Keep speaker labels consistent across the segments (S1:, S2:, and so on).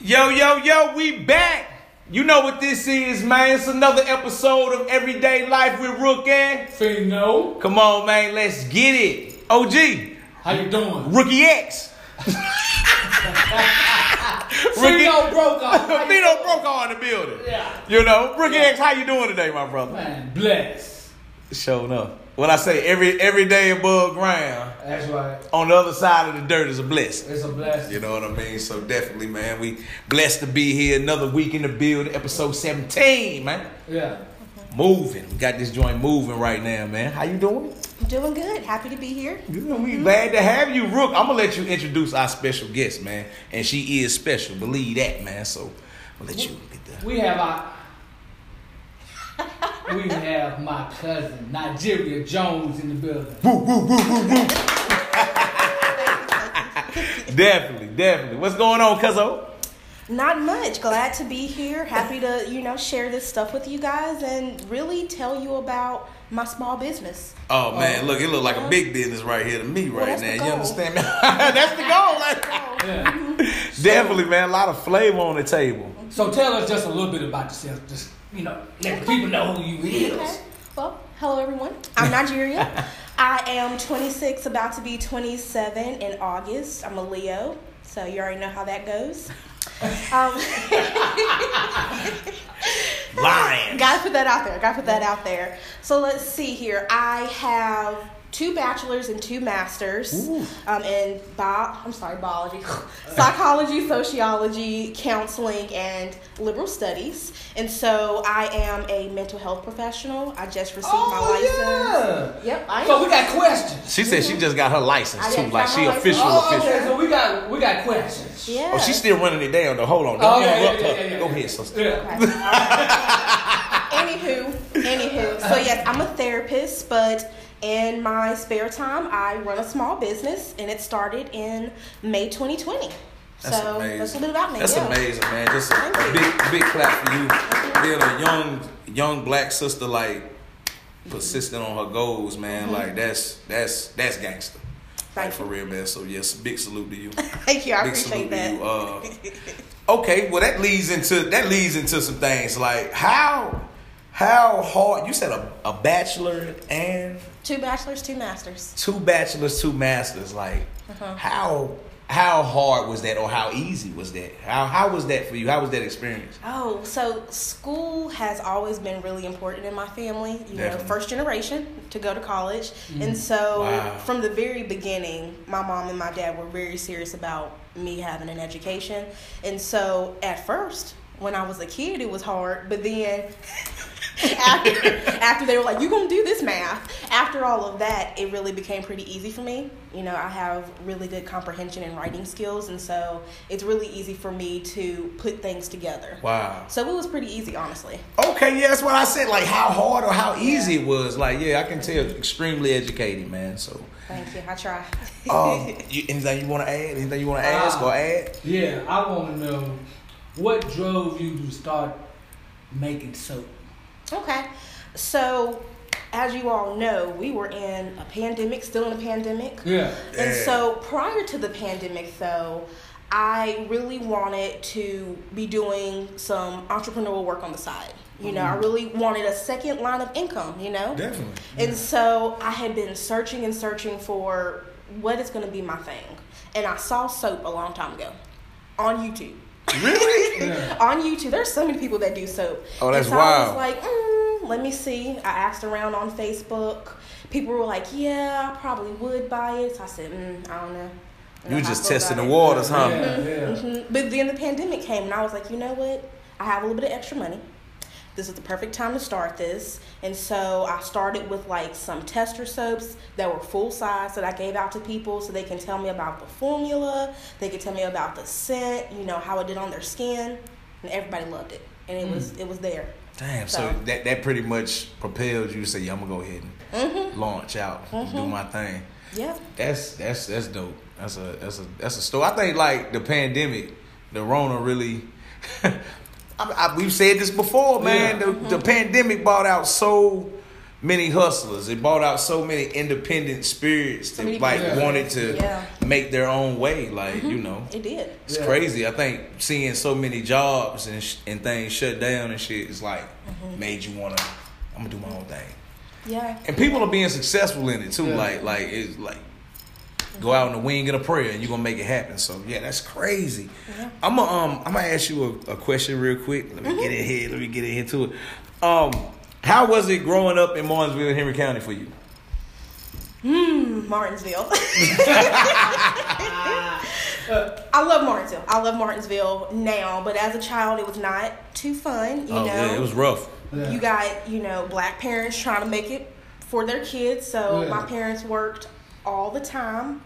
S1: Yo, yo, yo, we back. You know what this is, man. It's another episode of Everyday Life with Rook and.
S2: Fino,
S1: Come on, man, let's get it. OG,
S2: how you doing?
S1: Rookie X. Rookie
S2: Fino Brokaw.
S1: Vito Brokaw in the building.
S2: Yeah.
S1: You know, Rookie X, how you doing today, my brother?
S2: Man, bless.
S1: Showing up. What I say, every every day above ground,
S2: That's right.
S1: on the other side of the dirt is a blessing.
S2: It's a blessing.
S1: You know what I mean? So definitely, man, we blessed to be here. Another week in the building, episode 17, man.
S2: Yeah.
S1: Moving. We got this joint moving right now, man. How you doing?
S3: Doing good. Happy to be here.
S1: Good. We glad to have you, Rook. I'm gonna let you introduce our special guest, man. And she is special. Believe that, man. So I'll let you get the
S2: We have our. we have my cousin, Nigeria Jones, in the building.
S1: woo woo woo woo woo. definitely, definitely. What's going on, Cuzzo?
S3: Not much. Glad to be here. Happy to, you know, share this stuff with you guys and really tell you about my small business.
S1: Oh man, look, it look like a big business right here to me
S3: Well,
S1: right
S3: that's
S1: now.
S3: the
S1: You
S3: goal.
S1: understand me? that's the goal. Like,
S2: Yeah.
S1: definitely, man. A lot of flavor on the table.
S2: So tell us just a little bit about yourself. Just, you know, let the people know who you is.
S3: Okay. Well, hello everyone. I'm Nigeria. I am 26, about to be 27 in August. I'm a Leo, so you already know how that goes. Um,
S1: Lion.
S3: Gotta put that out there. Gotta put that out there. So let's see here. I have two bachelors and two masters
S1: Ooh.
S3: um, in bio, I'm sorry, biology, psychology, sociology, counseling, and liberal studies. And so I am a mental health professional. I just received my license.
S2: Oh, yeah.
S3: Yep, I
S2: So
S3: am.
S2: we got questions.
S1: She said she just got her license
S3: I
S1: too.
S3: just
S1: Like
S3: got
S1: she
S3: my license.
S1: official,
S2: Oh,
S1: official.
S2: okay. So we got we got questions.
S3: yeah.
S1: Oh, she's still running it down. Though, hold on.
S2: Oh,
S1: Don't
S2: yeah, yeah,
S1: interrupt
S2: yeah,
S1: her.
S2: yeah, yeah.
S1: Go ahead, sister.
S2: Yeah.
S3: Okay. anywho, anywho. So yes, I'm a therapist, but in my spare time, I run a small business, and it started in May 2020.
S1: That's
S3: so
S1: amazing.
S3: that's a little bit about me.
S1: That's
S3: yeah.
S1: amazing, man. Just a,
S3: Thank
S1: a
S3: you.
S1: big, big clap for you. Being a young, young black sister, like persistent on her goals, man. Like that's that's that's gangster. Like
S3: Mm-hmm. Thank
S1: for
S3: you.
S1: real, man. So yes, big salute to you.
S3: Thank you. I
S1: big
S3: appreciate
S1: salute to you.
S3: that.
S1: Uh, okay, well that leads into that leads into some things like how how hard you said a, a bachelor and
S3: Two bachelors, two masters.
S1: two bachelors, two masters. Like how how hard was that, or how easy was that? How how was that for you? How was that experience?
S3: Oh, so school has always been really important in my family. You know,
S1: Definitely. Mm-hmm.
S3: first generation to go to college. And so
S1: Wow.
S3: from the very beginning, my mom and my dad were very serious about me having an education. And so at first, when I was a kid, it was hard, but then after, after they were like, "You gonna do this math?" After all of that, it really became pretty easy for me. You know, I have really good comprehension and writing skills, and so it's really easy for me to put things together.
S1: Wow.
S3: So it was pretty easy, honestly.
S1: Okay, yeah, that's what I said. Like how hard or how easy it was. Like yeah, I can tell. Extremely educated, man. So.
S3: Thank you. I try.
S1: Um, you, anything you want to add? Anything you want to ask or
S2: Ah.
S1: add?
S2: Yeah, I want to know what drove you to start making soap.
S3: Okay. So, as you all know, we were in a pandemic, still in a pandemic.
S2: Yeah.
S3: And
S1: Yeah.
S3: so, prior to the pandemic, though, I really wanted to be doing some entrepreneurial work on the side. You know, I really wanted a second line of income, you know?
S1: Definitely.
S3: And so I had been searching and searching for what is going to be my thing. And I saw soap a long time ago on YouTube.
S1: Really?
S2: Yeah.
S3: on YouTube, there's so many people that do soap.
S1: Oh, that's
S3: and so I
S1: wild.
S3: was like, mm, let me see. I asked around on Facebook. People were like, yeah, I probably would buy it. So I said, mm, I don't know.
S1: You just testing the
S3: water.
S1: waters, huh?
S2: Yeah, yeah.
S3: Mhm. But then the pandemic came, and I was like, you know what? I have a little bit of extra money. This is the perfect time to start this. And so I started with like some tester soaps that were full size that I gave out to people so they can tell me about the formula, they could tell me about the scent, you know, how it did on their skin. And everybody loved it. And it was it was there.
S1: Damn. So,
S3: So-
S1: that that pretty much propels you to say, yeah, I'm gonna go ahead and launch out, and do my thing.
S3: Yeah.
S1: That's that's that's dope. That's a that's a that's a story. I think like the pandemic, the Rona really. I, I, we've said this before, man.
S2: Yeah.
S3: Mm-hmm.
S1: The, the pandemic brought out so many hustlers. It brought out so many independent spirits
S3: So
S1: that
S3: many
S1: like
S2: people.
S1: wanted to
S3: Yeah. Mm-hmm.
S1: make their own way. Like you know,
S3: It did.
S1: it's
S2: Yeah.
S1: crazy. I think seeing so many jobs and sh- and things shut down and shit is like
S3: Mm-hmm.
S1: made you wanna. I'm gonna do my own thing.
S3: Yeah.
S1: And people are being successful in it too.
S2: Yeah.
S1: Like like it's like go out in the wing of a prayer and you're gonna make it happen. So yeah, that's crazy.
S3: Yeah.
S1: I'm a, um I'm gonna ask you a, a question real quick. Let me
S3: Mm-hmm.
S1: get in here. Let me get in here to it. Um, how was it growing up in Martinsville and Henry County for you?
S3: Hmm, Martinsville.
S2: Uh,
S3: I love Martinsville. I love Martinsville now, but as a child, it was not too fun. You
S1: oh
S3: know,
S1: yeah, it was rough.
S2: yeah.
S3: you got you know black parents trying to make it for their kids. So
S2: Yeah.
S3: my parents worked all the time,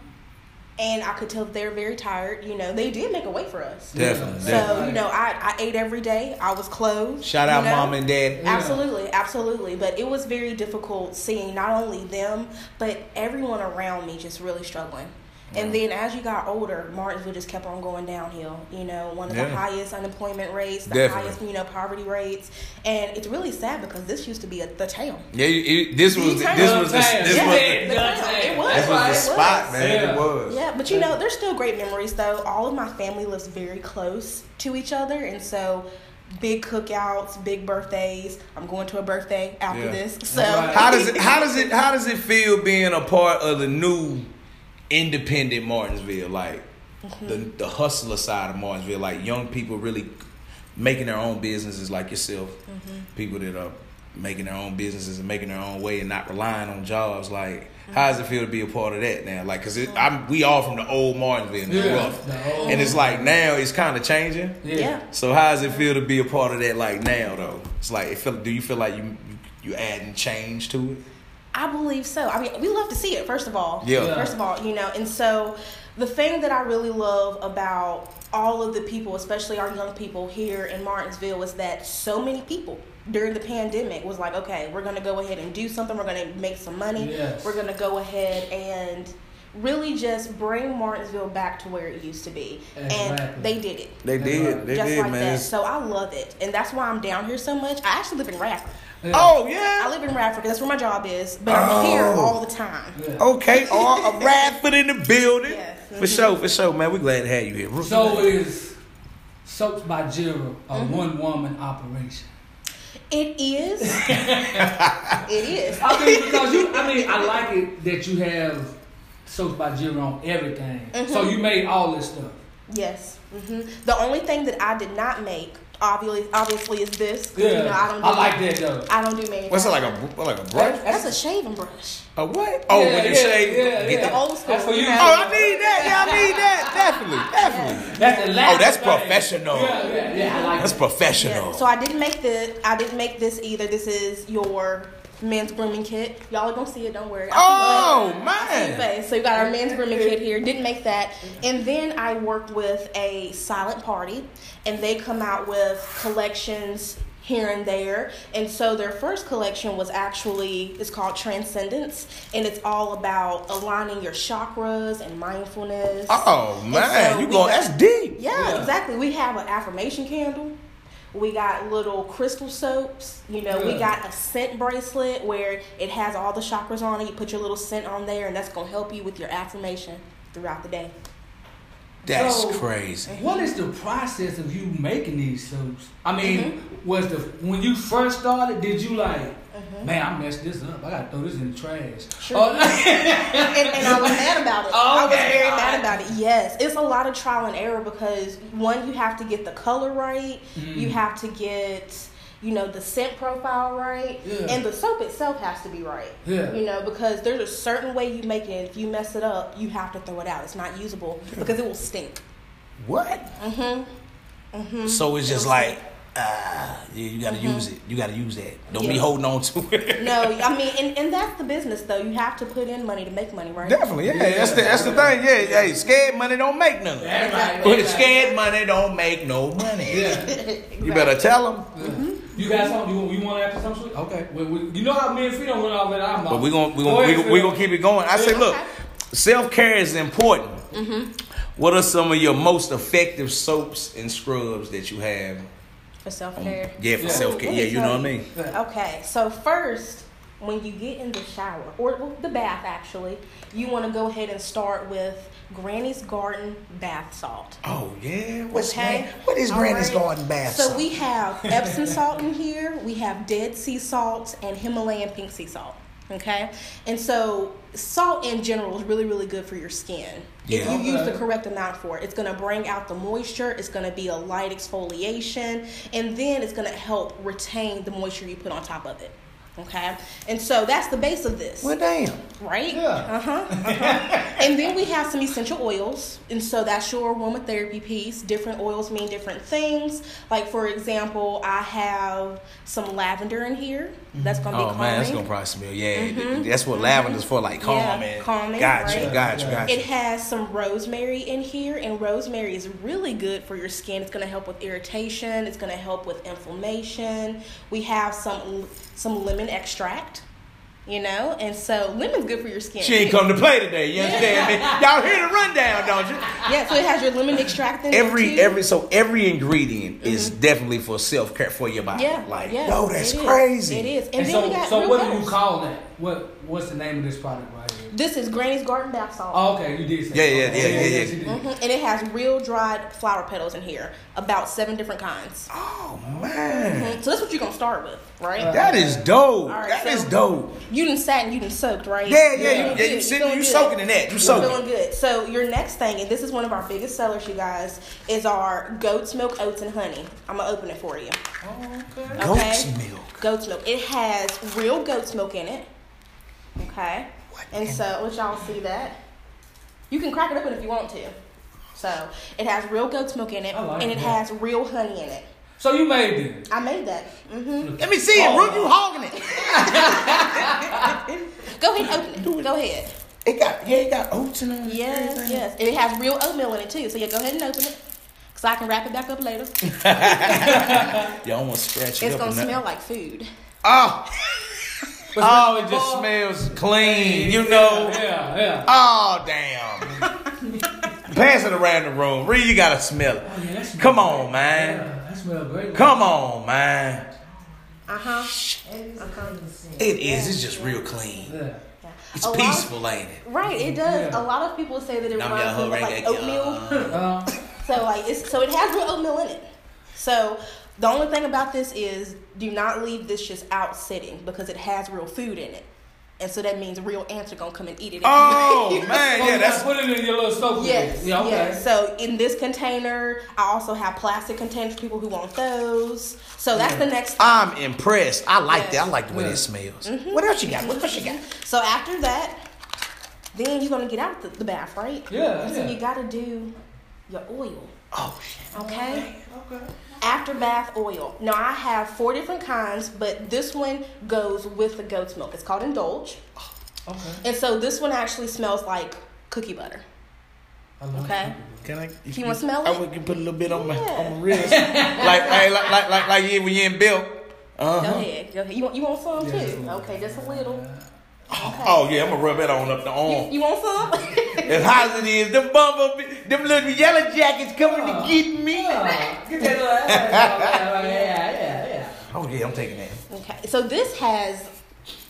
S3: and I could tell they were very tired. You know, they did make a way for us.
S2: Yeah.
S1: Definitely.
S3: So
S1: definitely.
S3: you know, I, I ate every day. I was clothed.
S1: Shout out
S3: you know?
S1: mom and dad.
S2: Yeah.
S3: Absolutely, absolutely. But it was very difficult seeing not only them, but everyone around me just really struggling. And then as you got older, Martinsville just kept on going downhill. You know, one of
S1: Yeah.
S3: the highest unemployment rates, the
S1: Definitely.
S3: highest, you know, poverty rates. And it's really sad because this used to be a, the town.
S1: Yeah, you, you- this was
S3: You turned
S1: this was the,
S2: up
S1: this
S2: fast.
S3: yeah,
S1: was
S2: Yeah.
S1: the,
S3: the town. It was.
S1: this was
S3: it
S1: the spot, man.
S2: Yeah.
S1: It was.
S3: yeah, but you know, there's still great memories though. All of my family lives very close to each other, and so big cookouts, big birthdays. I'm going to a birthday after
S1: Yeah.
S3: this. So
S2: Right.
S1: How does it how does it how does it feel being a part of the new independent Martinsville? Like the the hustler side of Martinsville, like young people really making their own businesses like yourself. People that are making their own businesses and making their own way and not relying on jobs like how does it feel to be a part of that now? Like, cause it, I'm, we all from the old Martinsville, and it's
S2: Yeah.
S1: rough,
S2: The old-
S1: and it's like now it's kind of changing.
S3: yeah.
S1: So how does it feel to be a part of that like now though? It's like it feel, do you feel like you you, you adding change to it?
S3: I believe so. I mean, we love to see it, first of all.
S1: Yeah.
S2: Yeah.
S3: First of all, you know, and so the thing that I really love about all of the people, especially our young people here in Martinsville, is that so many people during the pandemic was like, okay, we're going to go ahead and do something. We're going to make some money.
S2: Yes.
S3: We're going to go ahead and really just bring Martinsville back to where it used to be.
S2: Exactly.
S3: And they did it.
S1: They did. They
S3: just
S1: did,
S3: like
S1: man.
S3: that. So I love it. And that's why I'm down here so much. I actually live in Radford.
S2: Yeah.
S1: Oh
S3: I
S1: yeah.
S3: live in Radford. That's where my job is, but I'm here
S1: Oh.
S3: all the time.
S2: Yeah.
S1: Okay, all a Radford in the building.
S3: Yes.
S1: For sure, for sure, man. We glad to have you here.
S2: So is Soaps by Jira a
S3: Mm-hmm.
S2: one woman operation?
S3: It is. it is.
S2: I mean, because you, I mean, I like it that you have Soaps by Jira on everything.
S3: Mm-hmm.
S2: So you made all this stuff.
S3: Yes. hmm The only thing that I did not make, obviously, obviously, is this. 'cause,
S2: Yeah,
S3: You know, I don't. Do,
S2: I like that though.
S3: I don't do man.
S1: what's it like a br- like a brush?
S2: That's-
S3: That's a shaving brush.
S1: A what? Oh,
S2: Yeah,
S1: when you
S2: yeah,
S1: say
S2: yeah,
S1: get
S2: yeah.
S1: the-
S3: The old school.
S2: That's for you.
S3: know?
S1: Oh, I need that. Yeah, I need that. Definitely, definitely.
S2: That's the last.
S1: Oh, that's
S2: thing.
S1: professional.
S2: Yeah, yeah, yeah. I like
S1: That's
S2: that.
S1: professional.
S3: Yeah. So I didn't make this. I didn't make this either. This is your men's grooming kit. Y'all are gonna see it. Don't worry.
S1: oh
S3: Same
S1: man. Mm-hmm.
S3: face. So you got our men's grooming kit here. Didn't make that. And then I worked with a silent party, and they come out with collections here and there. And so their first collection was actually it's called Transcendence, and it's all about aligning your chakras and mindfulness.
S1: Oh man,
S3: so
S1: you
S3: we
S1: going?
S3: got-
S1: That's deep.
S3: Yeah,
S2: Yeah.
S3: exactly. We have an affirmation candle. We got little crystal soaps. You know, we
S2: Yeah.
S3: got a scent bracelet where it has all the chakras on it. You put your little scent on there, and that's gonna help you with your affirmation throughout the day.
S1: That's
S2: So-
S1: crazy.
S2: What is the process of you making these soaps? I mean,
S1: Mm-hmm.
S2: was the when you first started, did you like, man, I messed this up. I gotta throw this in the trash. Oh,
S3: Sure.
S2: Or like-
S3: and, and I was mad about it. I was
S2: Okay,
S3: very
S2: all
S3: mad
S2: right.
S3: about it. Yes, it's a lot of trial and error because one, you have to get the color right.
S2: Mm.
S3: You have to get you know the scent profile right,
S2: Yeah.
S3: and the soap itself has to be right.
S2: Yeah.
S3: You know because there's a certain way you make it. If you mess it up, you have to throw it out. It's not usable because it will stink.
S1: What?
S3: Mm-hmm.
S1: So it's just
S3: It'll
S1: like, ah, yeah, you gotta use it. You gotta use that. Don't be
S3: Yeah.
S1: holding on to it.
S3: No, I mean, and, and that's the business though. You have to put in money to make money, right?
S1: Definitely, yeah. That's the that's the thing. Yeah, hey, scared money don't make nothing.
S2: That's right,
S1: But
S2: that's right.
S1: scared money don't make no money.
S2: Yeah.
S1: You better tell them.
S2: You got something? You, want- you want to ask something? Okay. We, we, you know how me and Fee don't run off at our mouth.
S1: But we gonna we gonna we gonna, we gonna keep it going. I say,
S3: Yeah.
S1: look,
S3: Okay. Mm-hmm.
S1: self care is important. What are some of your most effective soaps and scrubs that you have?
S3: for self
S1: on-
S3: care.
S1: Yeah, for
S2: Yeah.
S1: self care. Yeah, you know what I mean.
S3: Okay, so first when you get in the shower or well, the bath actually you want to go ahead and start with granny's garden bath salt
S1: Oh yeah.
S4: What's
S3: Okay.
S4: Gran- What is
S3: All
S4: Granny's
S3: right.
S4: Garden bath
S3: so
S4: salt?
S3: we have epsom salt in here we have dead sea salt and himalayan pink sea salt okay and so salt in general is really really good for your skin
S1: Yeah.
S3: if you use the
S2: Okay.
S3: correct amount for it it's going to bring out the moisture it's going to be a light exfoliation and then it's going to help retain the moisture you put on top of it okay and so that's the base of this
S4: Well, damn.
S3: right?
S2: Yeah.
S3: Uh huh. and then we have some essential oils, and so that's your aromatherapy piece. Different oils mean different things. Like for example, I have some lavender in here. That's gonna be
S1: Oh
S3: calming. Mm-hmm.
S1: man, that's gonna probably smell. Yeah, that's what lavender's for, like calm
S3: Yeah,
S1: and
S3: calming,
S1: Got you,
S3: right?
S1: got you,
S2: Yeah.
S1: got you.
S3: It has some rosemary in here, and rosemary is really good for your skin. It's going to help with irritation. It's going to help with inflammation. We have some some lemon extract, you know, and so lemon's good for your skin.
S1: She ain't
S3: too.
S1: come to play today. You understand me? Y'all hear the rundown, don't you?
S3: Yeah, so it has your lemon extract in there
S1: Every
S3: too.
S1: every so every ingredient is definitely for self care for your body.
S3: Mm-hmm. Yeah,
S1: like
S3: yeah,
S4: yo, that's
S3: it is.
S4: crazy.
S3: It is, and,
S2: And
S3: then we
S2: so,
S3: got
S2: so
S3: real
S2: what do you
S3: colors.
S2: call that? What What's the name of this product right here?
S3: This is Granny's Garden Bath Salt,
S2: Oh, okay, you did say.
S1: Yeah, yeah,
S2: okay.
S1: yeah, yeah,
S2: yes,
S1: yeah.
S2: you did.
S3: Mhm, and it has real dried flower petals in here, about seven different kinds.
S1: Oh man,
S3: Mhm, So that's what you're gonna start with, right?
S2: Uh,
S1: that is dope.
S3: All right,
S1: That
S3: so-
S1: is dope.
S3: you done sat and you done soaked, right?
S1: Yeah, yeah,
S2: Yeah.
S1: you,
S3: Feeling
S1: yeah,
S3: good,
S1: you sitting,
S3: feeling
S1: you
S3: good.
S1: soaking in that. You
S3: You're
S1: soaking.
S3: feeling good. So your next thing, and this is one of our biggest sellers, you guys, is our goat's milk, oats, and honey. I'm gonna open it for you.
S2: Oh, okay.
S4: Goat's
S3: Okay.
S4: milk.
S3: Goat's milk. It has real goat's milk in it. Okay.
S4: What
S3: And
S4: in-
S3: so, would y'all see that? You can crack it open if you want to. So it has real goat's milk in it,
S2: Oh, I like
S3: and it
S2: that.
S3: has real honey in it.
S2: So you made it.
S3: I made that. hmm
S1: Let me see it. Ruth, you hogging it.
S3: Go ahead, open it. Go ahead.
S4: It got yeah, it got oats in it. and
S3: Yes,
S4: everything.
S3: yes. And it has real oatmeal in it too. So yeah, go ahead and open it, cause I can wrap it back up later.
S1: Y'all want to scratch it
S3: It's
S1: up
S3: gonna
S1: and that-
S3: smell like food.
S1: Oh,
S2: But
S1: oh, it just smells clean. You know.
S2: Yeah, yeah.
S1: Oh damn. Pass it around the room. Ree, you gotta smell it.
S2: Oh, yeah, that smells
S1: Come on,
S2: great.
S1: man.
S2: Yeah, that smells great.
S1: Come on, man.
S3: Uh
S1: Uh-huh.
S3: huh.
S1: It is. It's just real clean.
S2: Yeah.
S1: It's peaceful, ain't it?
S3: Right, it does.
S2: Yeah.
S3: A lot of people say that it
S1: Nom
S3: reminds
S1: yah,
S3: them of
S1: hooray,
S3: like
S1: yah,
S3: oatmeal.
S1: yah.
S2: Uh,
S3: So like it's so it has real oatmeal in it. So the only thing about this is do not leave this just out sitting because it has real food in it. And so that means real ants are gonna come and eat it.
S1: Oh man,
S2: oh,
S1: yeah,
S2: you
S1: that's
S2: put it in your little soap.
S3: Yes.
S2: Yeah. Okay.
S3: Yes. So in this container, I also have plastic containers for people who want those. So that's the next thing.
S1: I'm impressed. I like
S3: Yes. Mm-hmm.
S1: that. I like the way
S2: Yeah.
S1: that smells.
S4: What else you got? What else you got?
S3: So after that, then you're gonna get out the, the bath, right?
S2: Yeah,
S3: And so
S2: yeah.
S3: you gotta do your oil.
S1: Oh shit.
S3: Okay.
S2: Okay.
S3: After bath oil. Now I have four different kinds, but this one goes with the goat's milk. It's called Indulge.
S2: Okay.
S3: And so this one actually smells like cookie butter.
S2: I love
S3: Okay.
S1: Can I?
S3: You wanna smell
S1: I
S3: it?
S1: would can put a little bit on my on my
S3: Yeah.
S1: wrist, like, hey, like like like like yeah, when you in built. Uh
S3: Go
S1: huh.
S3: ahead. Go ahead. You want you want some
S2: Yeah, just a
S3: too?
S2: little.
S3: Okay, just a little. Okay.
S1: Oh yeah, I'm gonna rub that on up the
S3: You,
S1: arm.
S3: you want some?
S1: As hot as it is, them bumble, them little yellow jackets coming
S3: Oh.
S1: to get me.
S2: Yeah. Get that little ass. Yeah, yeah, yeah.
S1: Oh yeah, I'm taking that.
S3: okay. So this has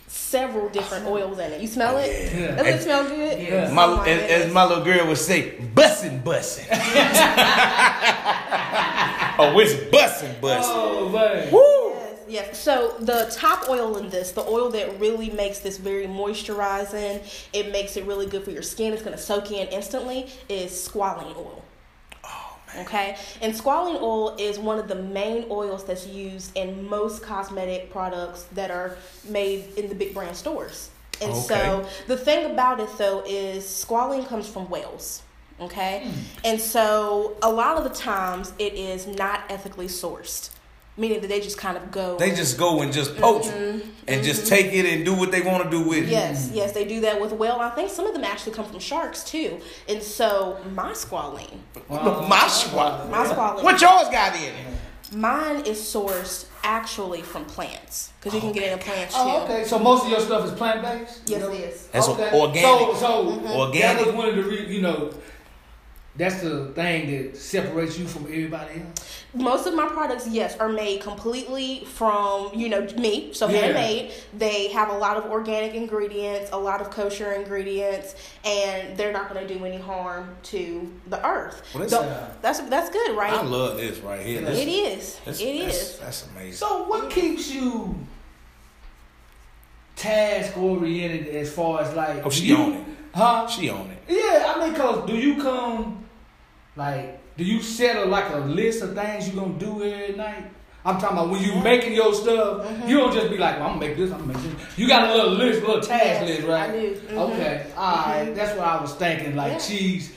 S3: several different oils in it. You smell
S1: Oh,
S3: it?
S1: yeah.
S3: Doesn't
S1: And-
S3: it smell good?
S2: Yeah.
S1: My,
S3: Oh
S1: as, as
S3: goodness.
S1: my little girl would say, bussin', bussin'. oh, it's bussin', bussin'.
S2: Oh, man.
S1: Woo!
S3: Yes, yes. So the top oil in this, the oil that really makes this very moisturizing, it makes it really good for your skin. It's gonna soak in instantly. Is squalene oil. Okay, and squalene oil is one of the main oils that's used in most cosmetic products that are made in the big brand stores. And so
S1: Okay.
S3: the thing about it though is squalene comes from whales. Okay, and so a lot of the times it is not ethically sourced, meaning that they just kind of go.
S1: They just go and just poach it and just take it and do what they want to do with it.
S3: Mm-hmm. Yes, yes, they do that with whale. I think some of them actually come from sharks too. And so my squalene,
S1: Look, my squad.
S3: my squalene,
S1: Oh, What yours got in it?
S3: Mine is sourced actually from plants because you can get it in plants too.
S2: Oh, okay. So most of your stuff is plant based.
S3: Yes, it is. Mm-hmm.
S1: That's
S2: okay.
S1: organic.
S2: So, so
S1: Mhm.
S2: that
S1: Organic.
S2: was one of the re- you know that's the thing that separates you from everybody else.
S3: most of my products yes are made completely from you know me so
S2: Yeah.
S3: handmade they have a lot of organic ingredients a lot of kosher ingredients and they're not going to do any harm to the earth
S1: Well, that's,
S3: The-
S1: uh,
S3: that's that's good right
S1: I love this right here. That's,
S3: it is
S1: That's,
S3: It
S1: that's,
S3: is.
S1: That's amazing.
S2: So what keeps you task oriented as far as like?
S1: oh, she
S2: you-
S1: on it.
S2: Huh?
S1: She on it.
S2: Yeah, I mean, cause do you come like do you settle like a list of things you gonna do every night? I'm talking about when
S3: Mm-hmm.
S2: you making your stuff, you don't just be like, well, I'm gonna make this, I'm gonna make this. You got a little list, little task
S3: Yes,
S2: list, right?
S3: I do. Mhm.
S2: Okay, all right. That's what I was thinking. Like,
S3: Yeah.
S2: she's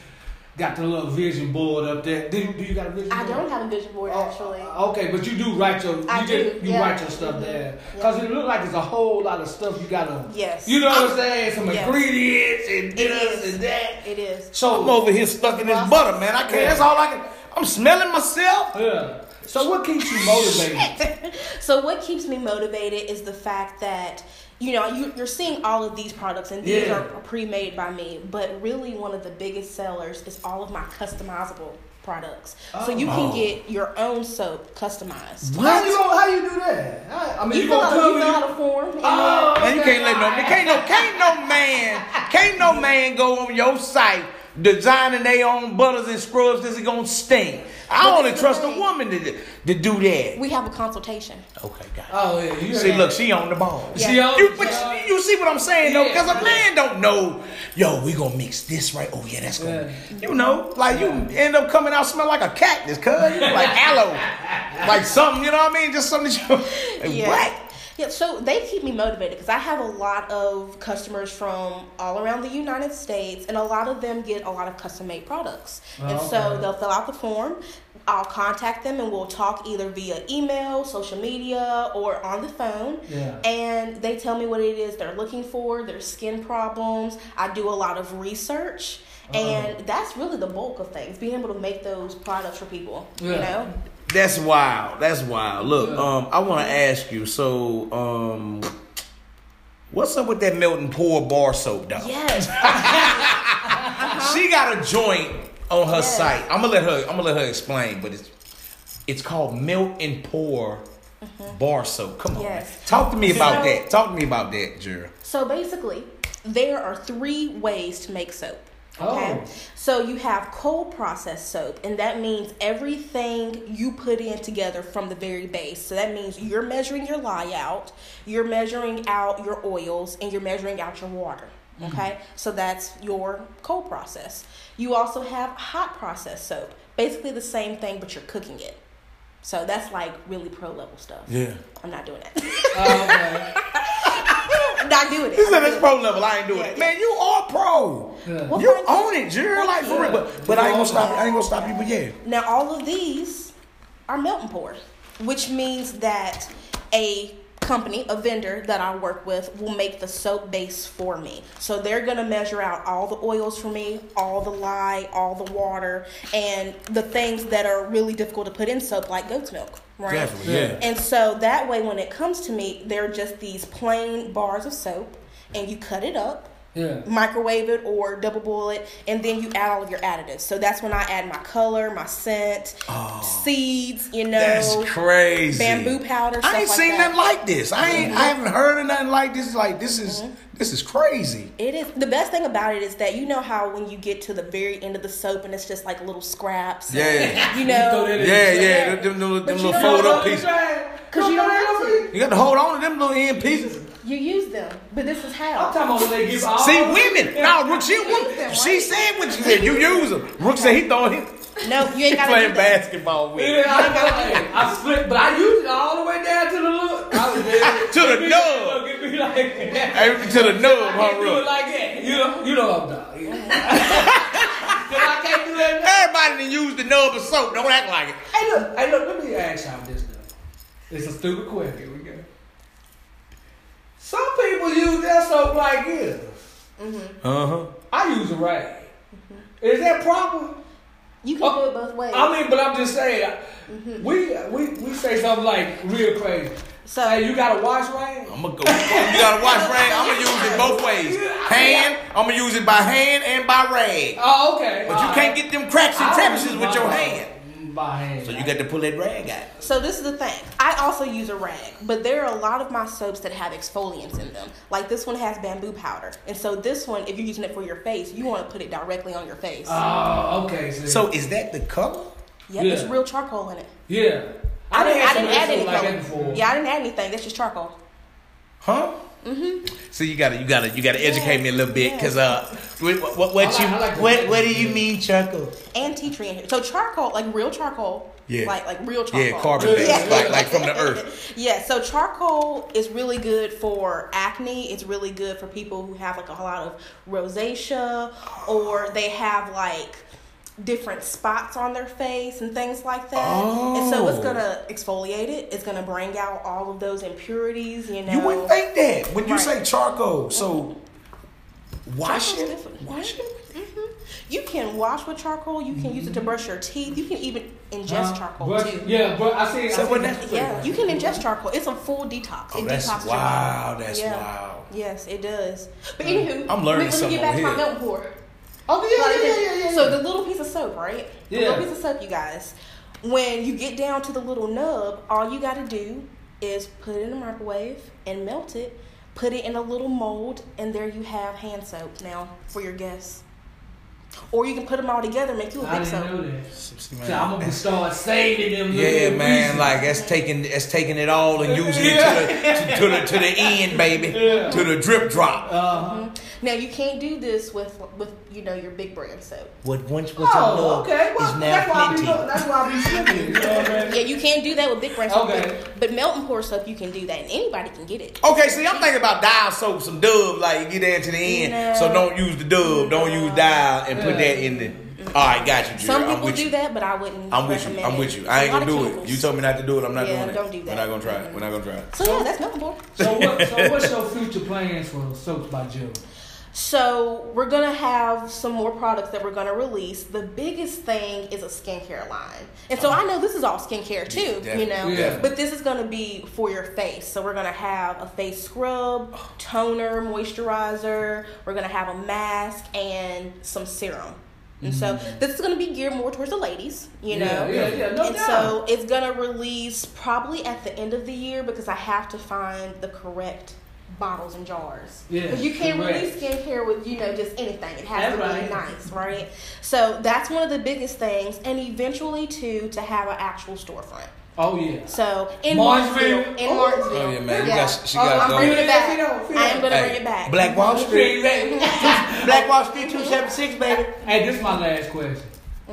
S2: got the little vision board up there. Do you, do you got a vision
S3: i
S2: board?
S3: don't have a vision board
S2: Oh,
S3: actually
S2: Okay, but you do write your you,
S3: I
S2: just-
S3: do,
S2: you
S3: yeah.
S2: write your stuff
S3: Mhm.
S2: there
S3: Yeah.
S2: because it look like it's a whole lot of stuff you gotta.
S3: Yes.
S2: You know what I'm saying? Some
S3: Yes.
S2: ingredients and
S3: It
S2: this
S3: is.
S2: and that.
S3: it is
S2: So
S1: I'm over here stuck in this butter, man. I can't. That's all I can. I'm smelling myself.
S2: Yeah. So what keeps you motivated?
S3: so what keeps me motivated is the fact that you know you, you're seeing all of these products and these
S2: Yeah.
S3: are pre-made by me but really one of the biggest sellers is all of my customizable products so you can
S1: Oh.
S3: get your own soap customized
S2: How you gonna, how you do that? I, I mean,
S3: you
S2: you,
S3: fill
S2: gonna
S3: out,
S2: come
S3: you
S2: and
S3: fill
S2: you,
S3: out a form and
S2: Oh.
S1: Man, you can't let no can't no can't no man can't no man go on your site designing their own butters and scrubs. This is gonna stink. I
S3: But
S1: only
S3: this is
S1: trust
S3: the
S1: a
S3: thing.
S1: woman to to do that.
S3: we have a consultation
S1: Okay, got
S2: Oh yeah. You
S1: it. See, look, she on the ball.
S3: Yeah.
S2: See, oh,
S1: You, but you, you see what I'm saying though, because
S2: Yeah.
S1: a man don't know. Yo, we gonna mix this right. Oh yeah, that's gonna.
S2: Yeah.
S1: You know, like you end up coming out smelling like a cactus, cuz like aloe, like something. You know what I mean? Just something that you. Like,
S3: yeah.
S1: What?
S3: Yeah, so they keep me motivated because I have a lot of customers from all around the United States, and a lot of them get a lot of custom made products.
S2: Oh,
S3: and so
S2: okay.
S3: they'll fill out the form. I'll contact them and we'll talk either via email, social media, or on the phone.
S2: Yeah.
S3: And they tell me what it is they're looking for, their skin problems. I do a lot of research. And that's really the bulk of things, being able to make those products for people. You
S2: Yeah.
S3: know?
S1: That's wild. That's wild. Look,
S2: Yeah.
S1: um, I want to ask you. So, um, what's up with that melting pour bar soap, dog?
S3: Yes.
S1: She got a joint on her
S3: Yes.
S1: site. I'm gonna let her. I'm gonna let her explain. But it's it's called melt and pour bar soap. Come on,
S3: Mm-hmm. Yes.
S1: talk to me about
S3: So-
S1: that. Talk to me about that, Jira.
S3: So basically, there are three ways to make soap. Okay.
S2: Oh.
S3: So you have cold process soap, and that means everything you put in together from the very base. So that means you're measuring your lye out, you're measuring out your oils, and you're measuring out your water.
S1: Mm-hmm.
S3: Okay. So that's your cold process. You also have hot process soap. Basically the same thing, but you're cooking it. So that's like really pro level stuff.
S1: Yeah.
S3: I'm not doing it.
S2: Oh, okay.
S3: not doing it.
S1: She said it's pro level. I ain't doing
S3: Yeah,
S1: it,
S3: yeah.
S1: man. You are pro.
S2: Yeah.
S3: Well,
S1: You
S3: thank you.
S1: own it, Jira. Like for real. But, but I ain't gonna stop. you. I ain't gonna stop you. But yeah.
S3: Now, all of these are melt and pour, which means that a company, a vendor that I work with, will make the soap base for me. So they're going to measure out all the oils for me, all the lye, all the water, and the things that are really difficult to put in soap, like goat's milk, right?
S1: Definitely,
S2: yeah.
S3: And so that way, when it comes to me, they're just these plain bars of soap, and you cut it up
S2: Yeah.
S3: microwave it or double boil it, and then you add all of your additives. So that's when I add my color, my scent, seeds, you know,
S1: That's crazy.
S3: bamboo powder. Stuff
S1: I ain't
S3: like
S1: seen
S3: that. Mm-hmm.
S1: nothing like this. I ain't. I haven't heard of nothing like this. Like this is this is crazy.
S3: It is the best thing about it is that you know how when you get to the very end of the soap and it's just like little scraps.
S1: Yeah.
S2: throw
S3: You
S2: that
S3: know,
S2: in.
S1: Yeah, yeah, them, them, them,
S3: But
S1: them
S3: you
S1: little
S3: know
S1: fold
S3: what
S1: up pieces.
S3: because you don't have
S1: You got to hold on to them little end pieces.
S3: to. You use them, but this is
S2: I'm
S3: how.
S2: talking about when they give all.
S1: See, women. No, Rook, she a woman.
S3: them,
S1: She
S3: right?
S1: said what she said. You use them. Rook said he thought he
S3: No, you
S1: he
S3: ain't gotta
S1: playing
S3: do that.
S1: basketball with.
S2: Yeah, I, know. I split, but I used it all the way down to the look. I was there.
S1: To the nub.
S2: Give me like that.
S1: Hey, to the nub,
S2: I
S1: huh,
S2: can't do it
S1: Rook?
S2: like that. You know, you know I'm not. Cause I can't do that. now.
S1: Everybody that use the nub of soap. Don't act like it.
S2: Hey, look, hey, look. Let me ask y'all this though. It's a stupid question. Here we go. Some people use their soap like this.
S1: Uh huh.
S2: I use a rag. Is that proper?
S3: You can do it
S2: Oh,
S3: both ways.
S2: I mean, but I'm just saying. We we we say something like real crazy.
S3: So
S2: Hey, you gotta wash right?
S1: I'm gonna go. You gotta wash rag. I'm gonna use it both ways. Hand. I'm gonna use it by hand and by rag.
S2: Oh, okay.
S1: But you can't get them cracks and crevices with your hand.
S2: By hand.
S1: So you got to pull that rag out.
S3: So this is the thing. I also use a rag, but there are a lot of my soaps that have exfoliants in them. Like this one has bamboo powder, and so this one, if you're using it for your face, you want to put it directly on your face.
S2: Oh, okay.
S1: So is that the color?
S3: yep, it's
S2: yeah.
S3: real charcoal in it.
S2: yeah.
S3: I didn't, I
S2: had
S3: didn't
S2: some
S3: add
S2: issues like that
S3: anything.
S2: before.
S3: yeah, I didn't add anything. That's just charcoal.
S1: Huh?
S3: Mm-hmm.
S1: So you gotta you gotta you gotta educate me a little bit because uh what what,
S2: I
S1: what
S2: like-
S1: you
S2: I like the
S1: what
S2: red
S1: what do you
S2: one.
S1: mean charcoal?
S3: And tea tree in here. So charcoal, like real charcoal.
S1: Yeah.
S3: Like like real charcoal.
S1: Yeah, carbon based,
S3: Yeah.
S1: like like from the earth.
S3: Yeah, so charcoal is really good for acne. It's really good for people who have like a lot of rosacea or they have like different spots on their face and things like that. And so it's
S1: Oh.
S3: gonna exfoliate it. It's gonna bring out all of those impurities, you know.
S1: You wouldn't think that when you
S3: Right. Mm-hmm.
S1: say charcoal. So washing,
S3: Charcoal's good for-
S1: washing.
S3: Mhm. You can wash with charcoal. You can use it to brush your teeth. You can even ingest
S2: Huh?
S3: charcoal
S2: But-
S3: too.
S2: Yeah, but I see.
S1: So
S2: I see
S1: when
S2: that
S1: that-
S2: too.
S3: Yeah, you can ingest charcoal. It's a full detox.
S1: Oh,
S3: it
S1: that's
S3: detoxes your
S1: wow.
S3: body.
S1: That's
S3: Yeah.
S1: wow.
S3: Yes, it does. But anywho,
S1: I'm learning
S3: let me- let me
S1: something
S3: get back to my
S1: over here.
S3: milk pour.
S2: Oh, yeah, yeah, yeah, yeah, yeah, yeah.
S3: So the little piece of soap, right? The
S2: Yeah.
S3: little piece of soap, you guys. When you get down to the little nub, all you got to do is put it in the microwave and melt it. Put it in a little mold, and there you have hand soap now for your guests. Or you can put them all together, and make you a
S2: I
S3: big
S2: didn't
S3: soap.
S2: know that. So I'm gonna start saving them. little
S1: Yeah, man,
S2: pieces.
S1: like that's taking that's taking it all and using it to the to, to the to the end, baby,
S2: Yeah.
S1: to the drip drop.
S2: Uh-huh.
S3: Now you can't do this with with you know your big brand soap.
S1: What once was a
S2: Oh,
S1: little
S2: okay. Well,
S1: is
S2: that's why I
S1: now
S2: be
S1: plenty.
S2: look- that's why I be slipping. You know what I mean?
S3: Yeah, you can't do that with big brand soap.
S2: Okay.
S3: But, but melt and pour soap, you can do that, and anybody can get it.
S1: Okay, see, I'm thinking about dial soap, some dub, like you get down to the end.
S3: No.
S1: So don't use the dub, don't use dial, and put
S2: Yeah.
S1: that in the. All right, got you. Jared.
S3: Some
S1: I'm
S3: people
S1: with
S3: do
S1: you.
S3: that, but I wouldn't.
S1: I'm with you.
S3: recommend
S1: I'm
S3: it.
S1: with you. I ain't
S3: It's a lot
S1: gonna do
S3: of
S1: it.
S3: chemicals.
S1: You told me not to do it. I'm not
S3: Yeah,
S1: doing it.
S3: don't do that.
S1: We're not gonna try it. We're not gonna try it.
S3: So yeah, that's melting board.
S2: So what? So what's your future plans for Soaps by Joe?
S3: So we're gonna have some more products that we're gonna release. The biggest thing is a skincare line, and so I know this is all skincare too,
S1: Yeah,
S3: you know.
S2: yeah.
S3: But this is gonna be for your face. So we're gonna have a face scrub, toner, moisturizer. We're gonna have a mask and some serum. And so this is gonna be geared more towards the ladies, you
S2: Mm-hmm. Yeah,
S3: know.
S2: yeah, yeah, no
S3: and
S2: doubt.
S3: so it's gonna release probably at the end of the year because I have to find the correct bottles and jars.
S2: Yeah,
S3: But you can't
S2: correct.
S3: release skincare with you know just anything. It has
S2: That's
S3: to
S2: right.
S3: be nice, right? So that's one of the biggest things, and eventually too to have an actual storefront.
S2: Oh yeah.
S3: So in
S2: Martinsville.
S3: Martinsville, in
S2: Oh.
S3: Martinsville,
S1: Oh, yeah, man, you got- she
S3: Oh,
S1: got
S3: I'm
S1: those.
S3: bringing it
S2: Fit on,
S3: back.
S2: fit
S3: I am
S2: on.
S3: gonna
S1: Hey,
S3: bring it back. Mm-hmm.
S1: Black Wall Street. Black Wall Street 276, baby.
S2: Hey, this is my last question.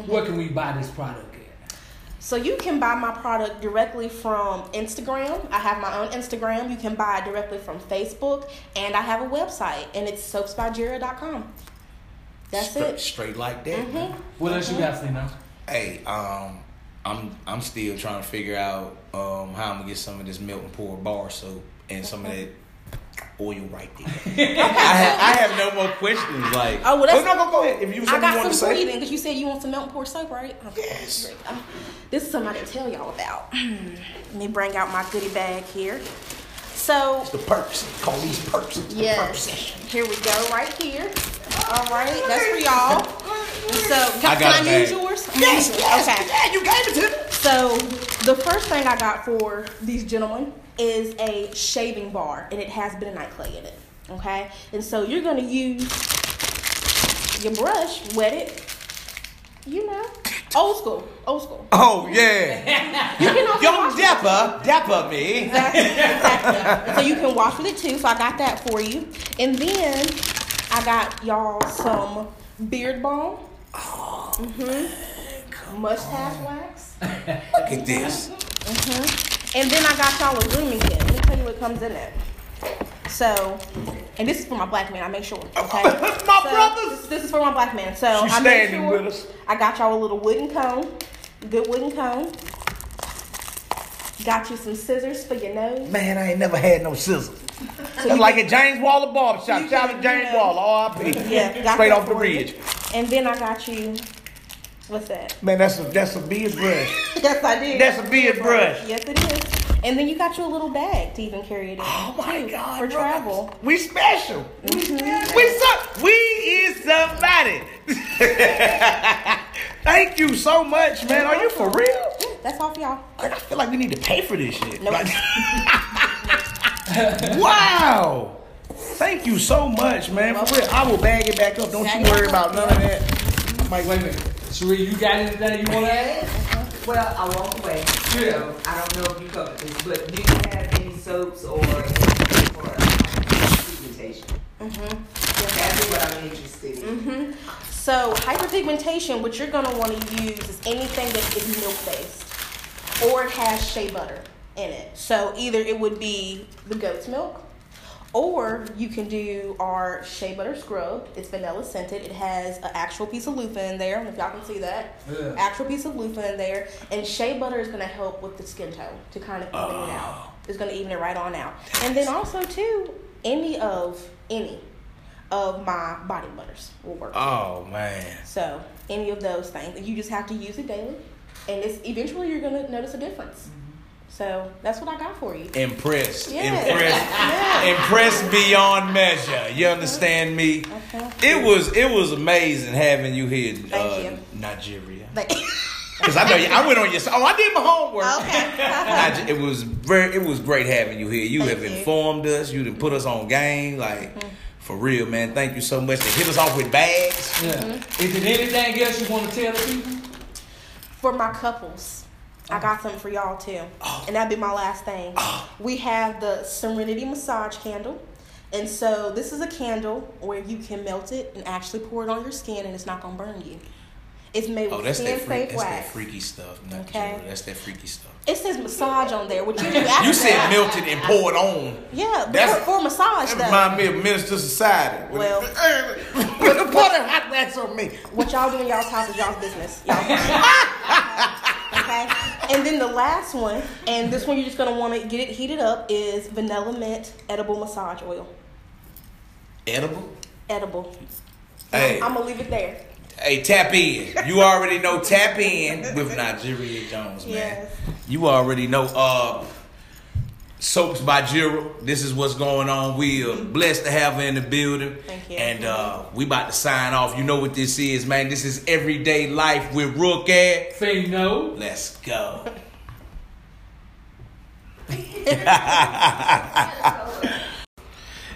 S2: Where can we buy this product at?
S3: So you can buy my product directly from Instagram. I have my own Instagram. You can buy it directly from Facebook, and I have a website, and it's soapsbyjira.com. That's
S1: straight,
S3: it. Mm-hmm.
S1: Straight like that. man.
S2: What else you got, Fino?
S1: Hey, um, I'm I'm still trying to figure out um how I'm gonna get some of this milk and pour bar soap and some of that oil right there. I have I have no more questions. Like,
S3: Oh, well, that's-
S1: no, no, go ahead. If you
S3: I
S1: something you want to
S3: got some
S1: say,
S3: breathing because you said you want some milk and pour soap, right? Yes. This is something I didn't tell y'all about. Let me bring out my goodie bag here. So
S1: the perks. Call these perks. The
S3: yes,
S1: perks.
S3: here we go, right here. All right, that's for y'all. So
S1: I
S3: can,
S1: got
S3: can
S1: a
S3: I use
S1: bag.
S3: yours?
S5: Yes, yes,
S3: Okay.
S5: yeah, you gave it to me.
S3: So the first thing I got for these gentlemen is a shaving bar, and it has bentonite clay in it. Okay, and so you're gonna use your brush, wet it. You know, old school, old school.
S1: Oh yeah,
S3: You can also
S1: young
S3: wash with-
S1: Dapper, Dapper me.
S3: Exactly, exactly. so you can wash with it too. So I got that for you, and then I got y'all some beard balm. hmm Mustache wax.
S1: Look at this.
S3: And then I got y'all a grooming kit. Let me tell you what comes in it. So, and this is for my black man. I make sure. Okay,
S1: My
S3: So,
S1: brothers!
S3: This, this is for my black man. So
S1: She's
S3: I make
S1: standing
S3: sure
S1: with us.
S3: I got y'all a little wooden comb, good wooden comb. Got you some scissors for your nose.
S1: Man, I ain't never had no scissors.
S3: So you
S1: That's like a James Waller barbershop.
S3: you
S1: Shout out
S3: can-
S1: to James
S3: yeah.
S1: Waller, RIP.
S3: Yeah, got
S1: Straight
S3: that
S1: off the
S3: for you.
S1: ridge.
S3: And then I got you. What's that?
S1: Man, that's a that's a beard brush.
S3: Yes, I did.
S1: That's a beard brush.
S3: Yes, it is. And then you got you a little bag to even carry it in.
S1: Oh my
S3: too,
S1: God,
S3: For
S1: bro.
S3: travel. Mm-hmm.
S1: We special. We so, we is somebody. Thank you so much, man. Are you for real?
S3: That's all for y'all.
S1: Like, I feel like we need to pay for this shit.
S3: Nope.
S1: Like- wow. Thank you so much, man. For real, I will bag it back up. Don't you worry about none of that.
S2: Mike, wait a minute. Sheree, you got anything you want to add?
S6: Well, I walk away.
S2: Yeah.
S6: So I don't know if you covered this, but do you have any soaps or anything for presentation? Mm-hmm. That's what I'm interested in.
S3: So hyperpigmentation, what you're gonna want to use is anything that is milk based, or it has shea butter in it. So either it would be the goat's milk, or you can do our shea butter scrub. It's vanilla scented. It has an actual piece of loofah in there. I don't know if y'all can see that,
S2: Yeah.
S3: actual piece of loofah in there, and shea butter is gonna help with the skin tone to kind of even it out. It's gonna even it right on out. And then also too, any of any of my body butters will work.
S7: Oh man.
S3: So any of those things, you just have to use it daily, and it's eventually you're gonna notice a difference. So that's what I got for you.
S7: Impressed.
S3: Yeah.
S7: Impressed. Impressed beyond measure. You understand me?
S3: Okay.
S7: It was it was amazing having you here in
S3: Thank
S7: uh,
S3: you.
S7: Nigeria.
S3: Like,
S7: Cuz I know you, I went on your Oh, I did my homework.
S3: Uh-huh. okay.
S7: I ju- it was very, it was great having you here. You
S3: Thank
S7: have
S3: you. Mm-hmm.
S7: informed us. You done put us on game, like for real, man. Thank you so much. They hit us off with bags.
S2: Yeah. Is there anything else you want to tell the people?
S3: for my couples, I got something for y'all too,
S7: Oh.
S3: and that'd be my last thing. We have the Serenity Massage Candle. And so this is a candle where you can melt it and actually pour it on your skin, and it's not gonna burn you. It's made
S7: Oh,
S3: with
S7: that's that,
S3: skin
S7: freak,
S3: safe
S7: that's that
S3: wax.
S7: freaky stuff. Not
S3: Okay.
S7: general. That's that freaky stuff.
S3: It says massage on there, which you do after
S7: You said
S3: that.
S7: melted and poured on.
S3: Yeah, but
S7: That's-
S3: for, for massage
S7: That
S3: though.
S7: remind me of Minister Society. With
S3: Well,
S1: Put the butter hot wax on me.
S3: what y'all do in y'all's house is y'all's business. Y'all okay. And then the last one, and this one you're just gonna want to get it heated up is vanilla mint edible massage oil.
S7: edible.
S3: Edible.
S7: Hey,
S3: I'm gonna leave it there.
S7: hey, tap in. You already know tap in with Nigeria Jones, man.
S3: Yes.
S7: You already know. Uh, Soaps by Jiro. This is what's going on. We are
S6: Mm-hmm.
S7: blessed to have her in the building.
S3: Thank you.
S7: And uh, we about to sign off. You know what this is, man. This is everyday life with Rook Air.
S2: Say no.
S7: Let's go.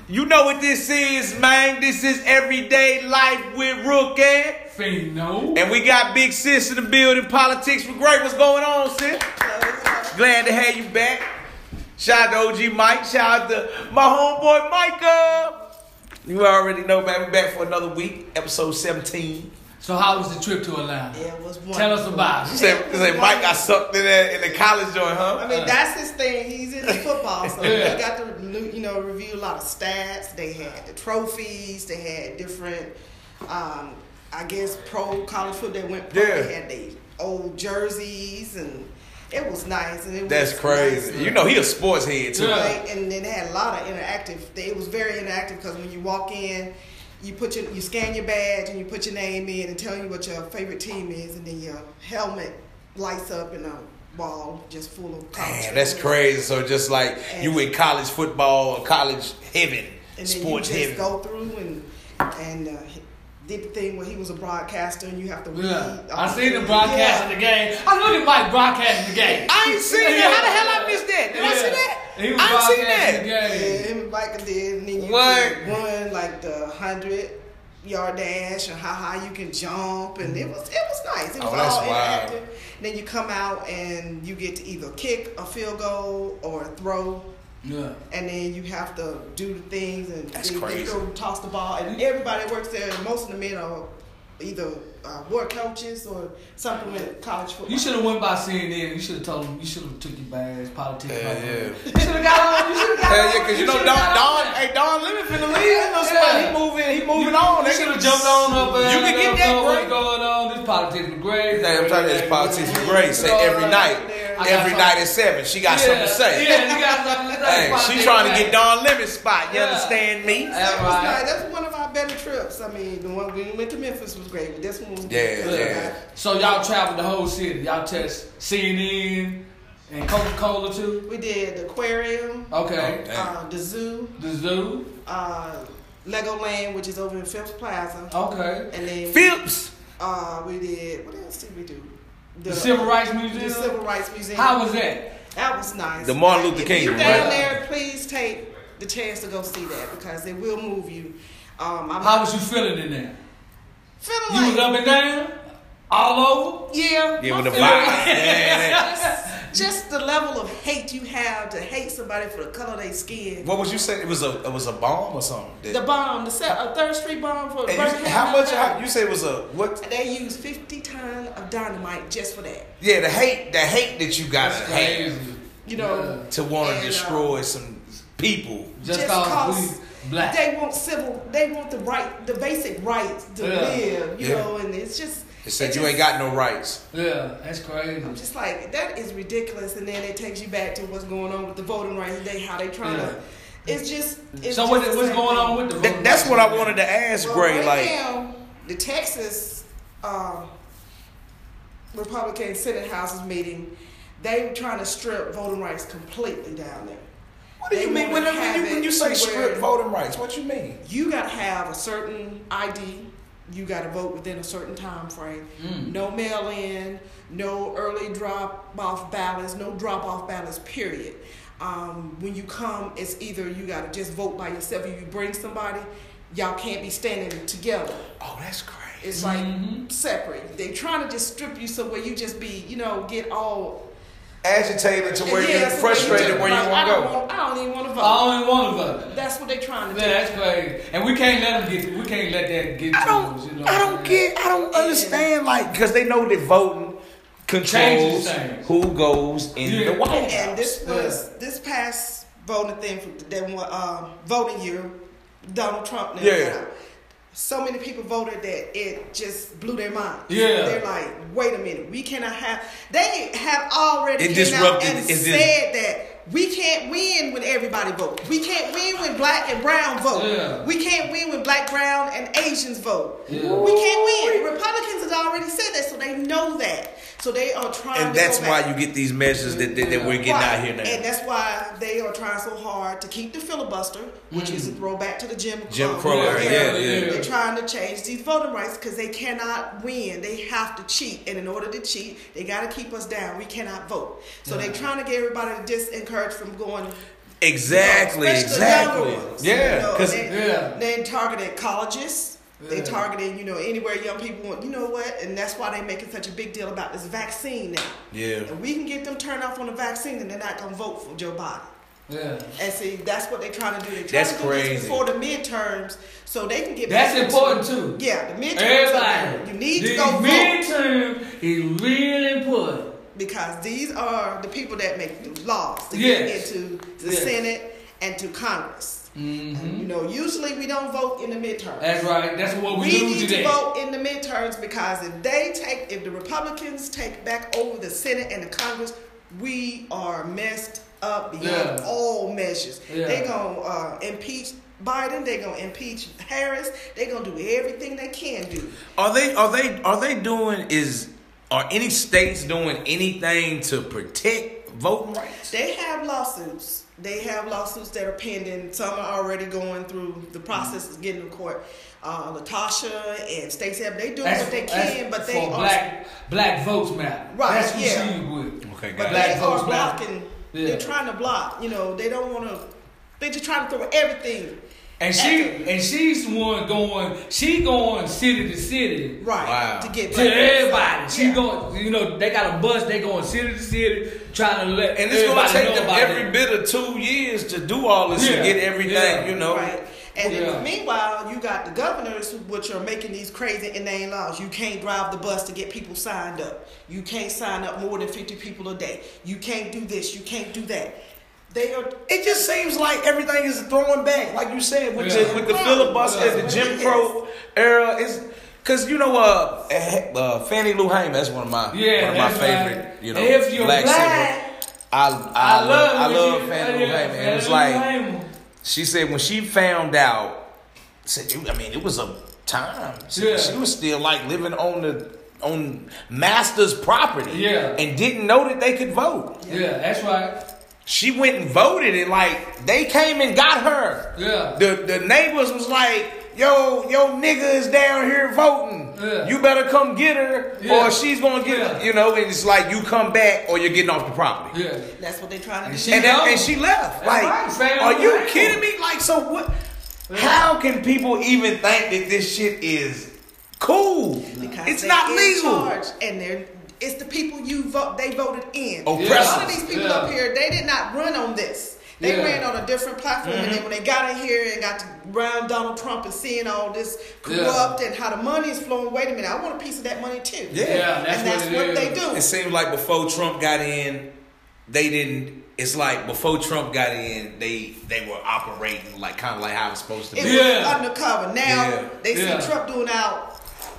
S7: you know what this is, man. This is everyday life with Rook Air.
S2: Say no.
S7: And we got Big Sis in the building. Politics with Great. What's going on, sis? Glad to have you back. Shout out to OG Mike. Shout out to my homeboy Micah. You already know, man. We back for another week, episode 17.
S2: So how was the trip to Atlanta?
S6: Yeah, it was one.
S2: Tell us about
S7: You
S2: it.
S7: said, you said Mike got sucked in that in the college joint,
S6: I
S7: huh?
S6: mean, that's his thing. He's into football, so
S2: Yeah.
S6: he got to lo- you know review a lot of stats. They had the trophies. They had different, um, I guess, pro college football. They went pro.
S7: Yeah.
S6: They had the old jerseys, and it was nice. And it
S7: That's
S6: was
S7: crazy.
S6: nice.
S7: You know he a sports head too.
S2: Yeah.
S6: Right? And then they had a lot of interactive. They, it was very interactive because when you walk in, you put your you scan your badge and you put your name in and tell you what your favorite team is, and then your helmet lights up in a ball just full of. college
S7: Damn, that's
S6: football.
S7: crazy. So just like you in college football or college heaven,
S6: and then
S7: sports
S6: you just
S7: heaven.
S6: go through and and uh, he- did the thing where he was a broadcaster and you have to read.
S2: Yeah.
S6: all
S2: I seen him
S6: the-
S2: broadcasting
S6: Yeah.
S2: the game. I look at Mike broadcasting the game.
S7: I ain't seen that. How the hell I missed that? Did I see
S2: Yeah.
S7: that?
S2: He was
S7: I ain't seen
S2: broadcasting the
S6: Yeah,
S2: game.
S6: him and Micah did, and then you
S7: What?
S6: could run like the hundred yard dash and how high you can jump, and it was it was nice. It
S7: Oh,
S6: was
S7: that's
S6: all
S7: wild.
S6: interactive. Then you come out and you get to either kick a field goal or throw.
S2: Yeah.
S6: and then you have to do the things and
S7: That's
S6: they,
S7: crazy.
S6: they go toss the ball and everybody that works there most of the men are either uh, war coaches or something with college football
S2: You should have went by CNN. You should have told him. You should have took your bags, politics.
S7: Yeah,
S2: right there.
S7: yeah.
S2: You should have got on. You should have got
S7: Hell
S2: on.
S7: yeah, cause you know Don, Don, hey Don Lemon finna leave. You know somebody he moving, he moving on.
S2: You
S7: They
S2: should have jumped on up there.
S7: You can get that
S2: What's
S7: break.
S2: going on? This politics was great.
S7: Hey, I'm trying to this politics is great. Say every night,
S2: I got
S7: every
S2: something.
S7: night at seven, she got something to say.
S2: Yeah, you got something to say.
S7: Hey, she trying to get Don Lemon's spot. You
S2: Yeah.
S7: understand me?
S2: Hey,
S6: that was
S2: Alright.
S6: nice. That's one of our better trips. I mean, the one we went to Memphis was great, but this one was
S7: Yeah,
S6: good.
S7: yeah.
S2: So y'all traveled the whole city. Y'all test CNN, And Coca Cola too.
S6: We did the aquarium,
S1: Oh,
S2: Okay.
S1: Damn.
S6: uh, the zoo,
S2: The zoo.
S6: uh, Legoland, which is over in Phillips Plaza,
S1: Oh.
S2: Okay.
S6: and then
S7: Phillips.
S6: uh, we did what else did we do?
S2: The, Civil Rights
S6: the
S2: Museum.
S6: Civil Rights Museum.
S2: How was that?
S6: That was nice.
S1: The Martin Luther
S6: If
S1: King
S6: you're
S1: one,
S6: down
S1: right?
S6: there, please take the chance to go see that because it will move you. Um, I'm
S2: How was you feeling in there?
S6: feeling
S2: You
S6: like
S2: was up and down, all over.
S6: yeah,
S1: Yeah,
S6: my
S1: with the vibe.
S6: feeling-
S1: Yeah,
S6: Just, just the level of hate you have to hate somebody for the color of their skin.
S1: What was you saying? It was a it was a bomb or something.
S6: The bomb, the se- uh, Third Street bomb for
S1: And
S6: Birmingham,
S1: you- how much?
S6: Alabama.
S1: How, you say it was a what?
S6: They used 50 ton of dynamite just for that.
S1: Yeah, the hate, the hate that you got to have
S6: You know,
S1: to want
S6: And,
S1: to
S6: uh,
S1: destroy some people.
S2: Yeah. Just
S6: Just
S2: cause we
S6: cause
S2: black.
S6: they want civil, they want the right, the basic rights to
S2: Yeah.
S6: live. You
S1: Yeah.
S6: know, and it's just.
S1: It said
S6: it
S1: you
S6: just-
S1: ain't got no rights.
S2: yeah, that's crazy.
S6: I'm just like that is ridiculous, and then it takes you back to what's going on with the voting rights today, how they trying to. It's just. It's
S2: so
S6: just
S2: what,
S6: the
S2: what's
S6: same
S2: going
S6: thing.
S2: on with the?
S1: That, that's what I wanted to ask,
S6: Well,
S1: Gray.
S6: right
S1: Like,
S6: now, the Texas um, Republican Senate House is meeting. They were trying to strip voting rights completely down there.
S1: what do
S6: they
S1: you mean when,
S6: wanna
S1: when you
S6: have
S1: when
S6: it
S1: you say
S6: to
S1: strip
S6: where-
S1: voting rights? What you mean?
S6: You got to have a certain ID. You got to vote within a certain time frame.
S2: Mm.
S6: No mail in, no early drop off ballots, no drop off ballots, period. Um, when you come, it's either you got to just vote by yourself or you bring somebody, y'all can't be standing together.
S1: Oh, that's crazy.
S6: It's like
S2: Mhm.
S6: separate. They trying to just strip you so where you just be, you know, get all
S1: Agitated to where
S6: Yeah,
S1: you're
S6: so
S1: frustrated
S6: just
S1: where you
S6: like,
S1: want
S6: I
S1: to
S6: don't
S1: go.
S6: want- I don't even want to
S2: I
S6: vote.
S2: only one of us.
S6: That's what they
S2: Man,
S6: trying to do.
S2: that's crazy. And we can't let them get. We can't let that get.
S7: I
S2: to us, you
S7: don't.
S2: know
S7: I
S2: what
S7: don't
S2: I'm saying?
S7: get. I don't understand. Like, because they know that voting
S2: Changes
S7: controls
S2: things.
S7: who goes in
S2: Yeah.
S7: the White House.
S6: And this was this past voting thing for that one, uh, voting year, Donald Trump. now,
S1: Yeah.
S6: uh, So many people voted that it just blew their mind.
S2: Yeah.
S6: They're like, wait a minute, we cannot have. They have already
S1: It
S6: came
S1: disrupted-
S6: out and
S1: it dis-
S6: said that we can't win when everybody votes. We can't win when black and brown vote.
S2: Yeah.
S6: We can't win when black, brown, and Asians vote.
S2: Yeah.
S6: We can't win. Republicans have already said that, so they know that. So they are trying.
S1: And
S6: to go
S1: that's
S6: back.
S1: why you get these measures that, that, that we're getting
S6: Right.
S1: out here
S6: And
S1: now.
S6: that's why they are trying so hard to keep the filibuster, which is a throwback to the Jim Crow.
S1: Mm. Jim Crow,
S2: Yeah,
S1: yeah,
S2: yeah.
S1: yeah.
S6: They're trying to change these voting rights because they cannot win. They have to cheat. And in order to cheat, they got to keep us down. We cannot vote. So
S1: Mm.
S6: they're trying to get everybody to disencourage from going.
S1: Exactly,
S6: especially the younger
S1: exactly.
S6: ones, you
S1: Yeah,
S6: know,
S1: because
S6: they,
S2: Yeah.
S6: they targeted colleges. They
S2: Yeah.
S6: targeted, you know, anywhere young people want. You know what? And that's why they're making such a big deal about this vaccine now.
S1: yeah.
S6: And we can get them turned off on the vaccine, and they're not gonna vote for Joe Biden.
S2: Yeah.
S6: And see, that's what they're trying to do. They're trying
S1: That's
S6: to do
S1: crazy.
S6: this before the midterms, so they can get.
S2: That's
S6: back into-
S2: important too.
S6: Yeah, the midterms.
S2: Everybody,
S6: You need to
S2: these
S6: go vote
S2: midterm is really important.
S6: because these are the people that make the laws to
S2: Yes.
S6: get into the
S2: Yes.
S6: Senate and to Congress. And,
S2: hmm
S6: you know, usually we don't vote in the midterms.
S2: That's right. That's what we,
S6: we
S2: do
S6: need
S2: today.
S6: to vote in the midterms because if they take, if the Republicans take back over the Senate and the Congress, we are messed up beyond
S2: Yeah.
S6: all measures.
S2: Yeah.
S6: They gonna uh, impeach Biden. They gonna impeach Harris. They gonna do everything they can do.
S1: Are they are they are they doing is are any states doing anything to protect voting rights?
S6: They have lawsuits. They have lawsuits that are pending. Some are already going through the process of getting to court. Uh, Latasha and Stacey, Abrams, they doing
S2: That's-
S6: what they
S2: that's
S6: can, but they
S2: for
S6: are
S2: black black votes matter.
S6: Right,
S2: That's who
S6: yeah.
S2: she with.
S1: Okay,
S6: But
S1: got
S2: Black
S6: they
S2: folks matter.
S6: are blocking.
S2: Yeah.
S6: They're trying to block. You know, they don't want to. They just trying to throw everything.
S2: And she and she's the one going. She going city to city.
S6: Right.
S1: Wow.
S6: To get
S2: To everybody, she
S6: Yeah.
S2: going. You know, they got a bus. They going city to city, trying to let
S1: And it's gonna
S2: everybody
S1: take
S2: know
S1: them
S2: about
S1: every
S2: it.
S1: bit of two years to do all this
S2: Yeah,
S1: to get everything,
S2: yeah.
S1: you know.
S6: Right. And then
S2: Yeah.
S6: meanwhile, you got the governors, who- which are making these crazy inane laws. You can't drive the bus to get people signed up. You can't sign up more than fifty people a day. You can't do this. You can't do that. They are.
S1: It just seems like everything is throwing back, like you said, with
S2: Yeah.
S1: the with the
S6: Yeah.
S1: filibuster
S6: Yeah.
S1: and the Jim Crow era. Is because you know uh, eh, uh Fannie Lou Hamer. That's one of my
S2: Yeah,
S1: one of my
S2: that's
S1: favorite.
S2: right.
S1: You know,
S2: If you're black,
S1: singer. I, I,
S2: I
S1: love I
S2: love
S1: love
S2: you.
S1: Fannie Lou
S2: Yeah,
S1: Hamer. And it's
S2: Fannie Lou
S1: like
S2: Hamer.
S1: she said when she found out. Said, I mean, it was a time. She,
S2: Yeah.
S1: she was still like living on the on master's property
S2: Yeah.
S1: and didn't know that they could vote.
S2: Yeah, that's right.
S1: She went and voted and like they came and got her.
S2: Yeah.
S1: The the neighbors was like, yo, yo nigga is down here voting.
S2: Yeah.
S1: You better come get her
S2: Yeah.
S1: or she's gonna get
S2: Yeah.
S1: you know, and it's like you come back or you're getting off the property.
S2: Yeah.
S6: That's what they're trying to do.
S2: she
S1: and, that,
S2: gone.
S1: and she left.
S2: That's
S1: like,
S2: right, fam.
S1: are you
S2: Right.
S1: kidding me? Like, so what? How can people even think that this shit is cool?
S6: Because
S1: it's
S6: they
S1: not
S6: in
S1: legal.
S6: charge and they're it's the people you vote they voted in.
S1: Oppressors.
S6: A lot of these people
S2: Yeah.
S6: up here, they did not run on this. They
S2: Yeah.
S6: ran on a different platform, and
S1: Mm-hmm.
S6: then when they got in here and got to round Donald Trump and seeing all this
S2: Yeah.
S6: corrupt and how the money is flowing, wait a minute, I want a piece of that money too.
S1: Yeah.
S2: Yeah, that's
S6: and that's
S2: what
S6: what,
S2: it
S6: they
S2: is.
S6: do.
S1: It seems like before Trump got in, they didn't. It's like before Trump got in, they they were operating like kind of like how it was supposed to be.
S6: It was
S2: Yeah.
S6: undercover. Now
S1: Yeah.
S6: they see
S2: Yeah.
S6: Trump doing out.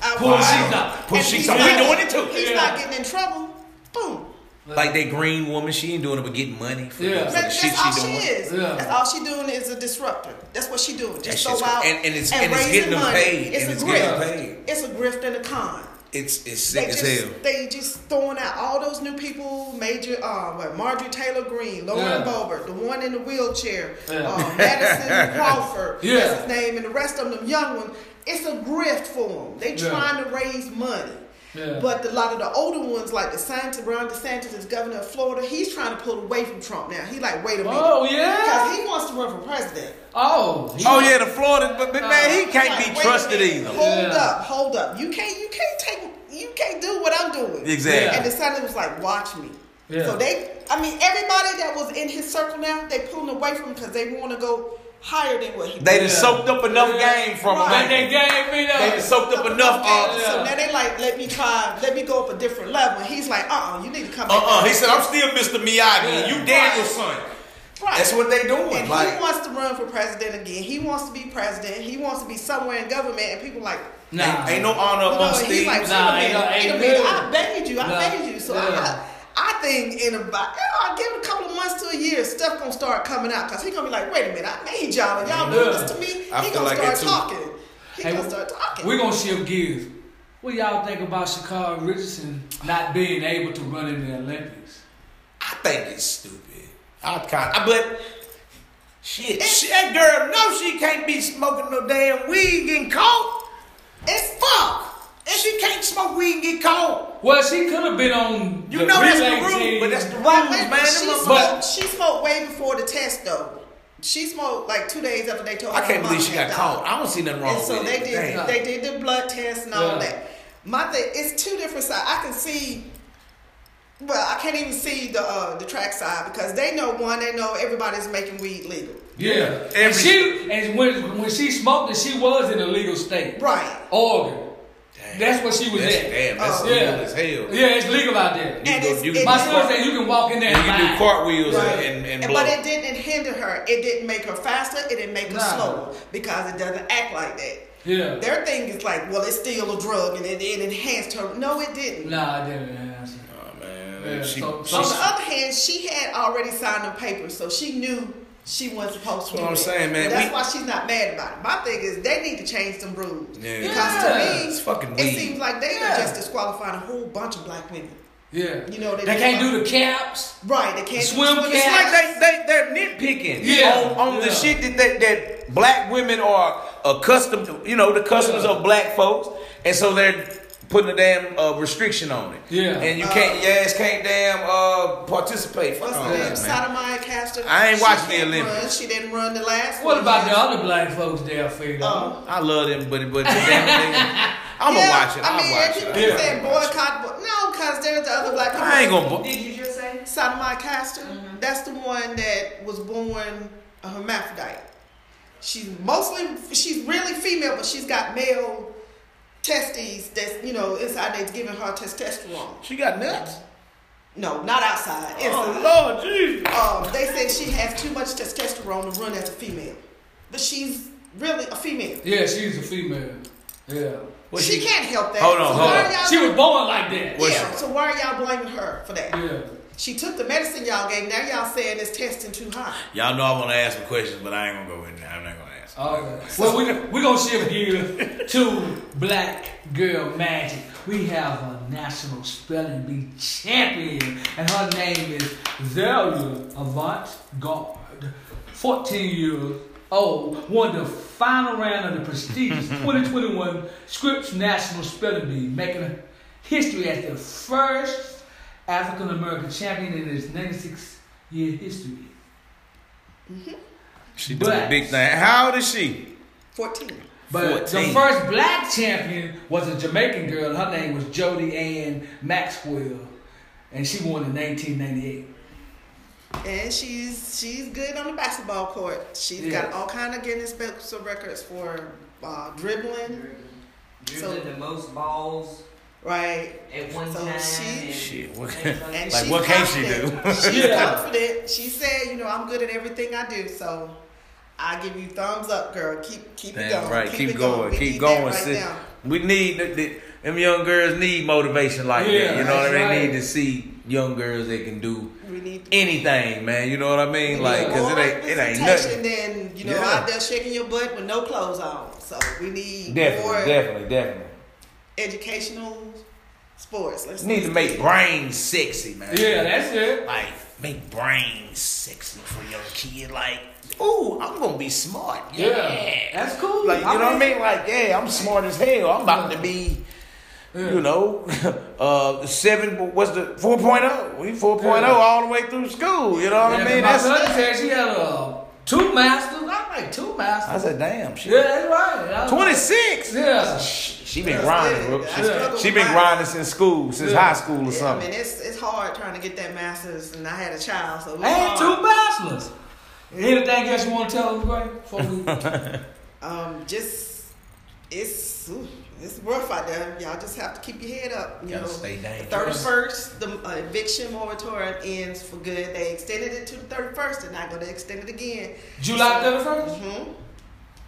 S6: out
S2: Pull
S6: wild.
S2: sheets out.
S1: Pull
S6: And
S1: sheets
S6: he's
S1: out. We
S6: not-
S1: doing it too.
S6: He's
S2: Yeah.
S6: not getting in trouble. Boom.
S1: Like that green woman, she ain't doing it but getting money for, the,
S2: Yeah.
S1: for
S6: That-
S1: the
S6: that's
S1: shit
S6: all
S1: she
S6: she,
S1: doing.
S6: is.
S2: Yeah.
S6: That's all she doing is a disruptor. That's what she doing. Just
S1: shit's
S6: go out
S1: and- and it's- and it's
S6: raising
S1: getting them
S6: money.
S1: paid,
S6: It's
S1: and
S6: a
S1: it's
S6: grift.
S1: getting paid.
S6: It's a grift and a con.
S1: It's it's
S6: They
S1: sick as
S6: just,
S1: hell.
S6: they just throwing out all those new people, major, uh, what, Marjorie Taylor Greene, Lauren
S2: Yeah.
S6: Boebert, the one in the wheelchair,
S2: Yeah.
S6: uh, Madison Crawford,
S2: Yeah.
S6: that's his name, and the rest of them young ones. It's a grift for them. They
S2: Yeah.
S6: trying to raise money.
S2: Yeah.
S6: But a lot of the older ones, like the DeSantis, Ron DeSantis is governor of Florida, he's trying to pull away from Trump now. He like, wait a minute.
S2: Oh yeah.
S6: Because he wants to run for president.
S2: Oh.
S1: Oh yeah, the Florida, but, but man, he
S6: Uh, Like,
S1: can't
S6: wait
S1: be
S6: a
S1: trusted
S6: minute.
S1: either.
S6: Hold
S2: Yeah.
S6: up, hold up. You can't, you can't take, you can't do what I'm doing.
S1: Exactly.
S6: And DeSantis was like, watch me.
S2: Yeah.
S6: So they, I mean, everybody that was in his circle now, they pulling away from him because they want to go higher than what he.
S1: They done
S2: Yeah.
S1: soaked up enough
S2: Yeah.
S1: game from
S6: Right.
S2: But
S1: him.
S2: they gave me
S1: They done
S2: that.
S1: soaked up enough. Uh,
S6: So now they like, let me try, let me go up a different level. And he's like, uh, uh you need to come.
S1: uh,
S6: back.
S1: uh He said, "I'm still Mr. Miyagi. and You Daniel's son."
S6: Right.
S1: That's what they doing.
S6: And
S1: like,
S6: he wants to run for president again. He wants to be president. He wants to be somewhere in government. And people like,
S2: Nah.
S1: ain't, ain't no honor
S6: you know,
S1: amongst
S6: and he's
S1: thieves.
S6: like, wait
S2: Nah,
S6: a
S2: ain't no- ain't
S6: minute, wait a minute.
S2: good.
S6: I begged you. I
S2: Nah.
S6: begged you. So
S2: Yeah.
S6: I, I think in about, you know, I give it a couple of months to a year, stuff gonna start coming out because he gonna be like, wait a minute, I made y'all and y'all doing
S2: Yeah.
S6: this to me.
S1: I
S6: he
S1: feel
S6: gonna
S1: like
S6: start
S1: it too.
S6: talking. He
S2: Hey,
S6: gonna start talking.
S2: We're gonna shift gears. What y'all think about Shakari Richardson not being able to run in the Olympics?
S1: I think it's stupid. I kind, I, but shit, she, that girl, no, she can't be smoking no damn weed, getting caught. It's fuck. And she can't smoke weed and get caught.
S2: Well, she could have been on.
S1: You
S2: the
S1: know that's the
S2: relay
S1: rule,
S2: team.
S1: but that's the rules,
S6: Why-
S1: man.
S6: wait, she,
S1: Them
S6: smoked,
S1: motherfuckers-
S6: she smoked way before the test though. She smoked like two days after they told her.
S1: I can't
S6: her
S1: believe
S6: mom
S1: she got
S6: had
S1: caught.
S6: died.
S1: I don't see nothing wrong
S6: And so
S1: with
S6: they
S1: it.
S6: did
S1: Damn.
S6: they did the blood test and all
S2: Yeah.
S6: that. My thing it's two different sides. I can see well, I can't even see the uh, the track side because they know one, they know everybody's making weed legal.
S2: Yeah. And
S1: Every-
S2: she and when when she smoked it, she was in a legal state.
S6: Right.
S2: Oregon. That's what she was
S1: That's-
S2: at.
S1: Damn, that's
S6: Oh.
S1: legal
S2: Yeah.
S1: as hell.
S2: Yeah, it's legal out there.
S1: You can
S6: And
S1: go-
S6: it's-
S1: you can
S6: it-
S2: My
S6: it's-
S1: do
S2: son
S1: cart-
S2: said you can walk in there
S1: you
S2: and
S1: can do
S2: buy.
S1: cartwheels and-
S6: Right.
S1: and, and, blow.
S6: And- but it didn't hinder her. It didn't make her faster. It didn't make her
S2: Nah.
S6: slower because it doesn't act like that.
S2: Yeah.
S6: Their thing is like, well, it's still a drug and it, it enhanced her. No, it didn't.
S2: Nah, I didn't answer.
S1: Oh, man.
S2: Yeah,
S1: she,
S2: so-
S1: she-
S6: On the
S2: so-
S6: other hand, she had already signed the papers, so she knew she wasn't supposed to.
S1: That's what
S6: do
S1: I'm
S6: that.
S1: saying, man.
S6: That's
S1: We-
S6: why she's not mad about it. My thing is, they need to change some rules.
S1: Yeah.
S6: Because
S2: Yeah.
S6: to me,
S1: It's fucking
S6: it
S1: weed.
S6: seems like they
S2: Yeah.
S6: are just disqualifying a whole bunch of black women.
S2: Yeah.
S6: You know,
S2: they,
S6: they
S2: can't
S6: just-
S2: do the caps.
S6: Right, they can't
S2: Swim
S6: do
S2: cap.
S6: It's
S1: Like they,
S6: like
S1: they, they're nitpicking
S2: Yeah,
S1: on, on the
S2: yeah.
S1: shit that, that, that black women are accustomed to, you know, the customs
S2: Yeah.
S1: of black folks. And so they're putting a damn uh, restriction on it.
S2: Yeah.
S1: And you can't, your ass can't damn uh, participate. Fuck
S6: What's
S1: all
S6: the name?
S1: that, man.
S6: Sodomite Castor.
S1: I ain't
S6: She
S1: watching the
S6: can't
S1: Olympics.
S6: run. She didn't run the last
S2: What
S6: one.
S2: about the other black folks there, Fido?
S6: Um,
S1: I love them, but, but damn it, I'm going to
S6: yeah,
S1: watch it.
S6: I
S1: I'll
S6: mean,
S1: watch
S6: if
S1: it.
S6: you
S1: I'll
S6: keep
S1: watch
S6: saying
S1: it.
S6: boycott, but no, because there's the other black
S1: I ain't going to.
S8: Did you just say?
S6: Sodomite Castor. That's the one that was born a hermaphrodite. She's mostly she's really female, but she's got male testes that's you know inside. They're giving her testosterone.
S1: She got nuts.
S6: No, not outside. Inside.
S1: Oh, Lord Jesus.
S6: Um, they said she has too much testosterone to run as a female, but she's really a female.
S2: yeah, she's a female. Yeah.
S1: Well,
S6: she,
S1: she-
S6: can't help that.
S1: Hold on,
S6: so
S1: hold
S6: why
S1: on.
S6: Are y'all
S2: She was born like that.
S1: Was
S6: yeah,
S1: she?
S6: so why are y'all blaming her for that?
S2: Yeah.
S6: She took the medicine y'all gave. Now y'all saying it's testing too high.
S1: Y'all know I want to ask some questions, but I ain't going to go in there. I'm not going to ask.
S2: Okay. Well, we we gonna shift gears to Black Girl Magic. We have a national spelling bee champion, and her name is Zelia Avant Garde, 14 years old, won the final round of the prestigious 2021 Scripps National Spelling Bee, making history as the first African American champion in its 96 year history.
S7: She
S2: But-
S7: doing a big thing. How old is she?
S6: 14.
S2: But
S7: 14.
S2: the first black champion was a Jamaican girl. Her name was Jody Ann Maxwell, and she won in 1998.
S6: And she's she's good on the basketball court. She's
S2: Yeah.
S6: got all kind of Guinness Books of records for uh, dribbling, So-
S9: Dribbling the most balls
S6: right?
S9: at one
S6: So
S9: time.
S6: she-
S9: and
S7: Shit, what-
S9: things like
S6: And
S9: that.
S7: Like,
S6: she's
S7: what can she
S6: confident. She's
S2: Yeah.
S6: confident. She said, you know, I'm good at everything I do, so I give you thumbs up, girl. Keep keep it
S7: Damn
S6: going.
S7: right. Keep
S6: it
S7: going.
S6: We
S7: Keep
S6: need that
S7: going,
S6: right
S7: sis.
S6: now.
S7: We need th- th- them young girls need motivation like
S2: Yeah,
S7: that. You know what I
S2: that's
S7: mean?
S2: right.
S7: Need to see young girls that can do
S6: We need
S7: anything, man. You know what I mean? Like, cause it
S6: more
S7: ain't it ain't
S6: representation
S7: nothing.
S6: Than you know
S7: Yeah.
S6: out there shaking your butt with no clothes on. So we need more
S7: Definitely, definitely, definitely.
S6: educational sports. Let's
S7: Need to make brains sexy, man.
S2: Yeah, that's it.
S7: like make brains sexy for your kid. Like, ooh, I'm gonna be smart.
S2: Yeah, that's cool.
S7: Like, you know what I mean? Like, yeah, I'm smart as hell. I'm about to be, you know, uh, seven, what's the, 4.0. We 4.0
S2: Yeah.
S7: all the way through school. You know what I
S2: Yeah,
S7: mean?
S2: my
S7: That's,
S2: son said she had uh, two masters. I'm like two
S7: I
S2: masters.
S7: said, damn, shit.
S2: Yeah, that's right. And I was like,
S7: 26.
S2: Yeah.
S7: She been
S6: That's
S7: grinding,
S6: it.
S7: bro.
S6: I
S7: She,
S6: struggle
S7: she
S6: with
S7: been
S6: mine.
S7: grinding since school, since
S2: Yeah.
S7: high school or
S6: Yeah, I
S7: something.
S6: mean, it's it's hard trying to get that master's, and I had a child, so it's
S2: I had
S6: hard.
S2: two bachelors. Anything else you want to tell them, Gray? Before we...
S6: Um, just it's ooh, it's rough out there. Y'all just have to keep your head up. You know,
S7: dangerous.
S6: thirty first, the uh, eviction moratorium ends for good. They extended it to the thirty first, and not going to extend it again.
S2: July 31st?
S6: hmm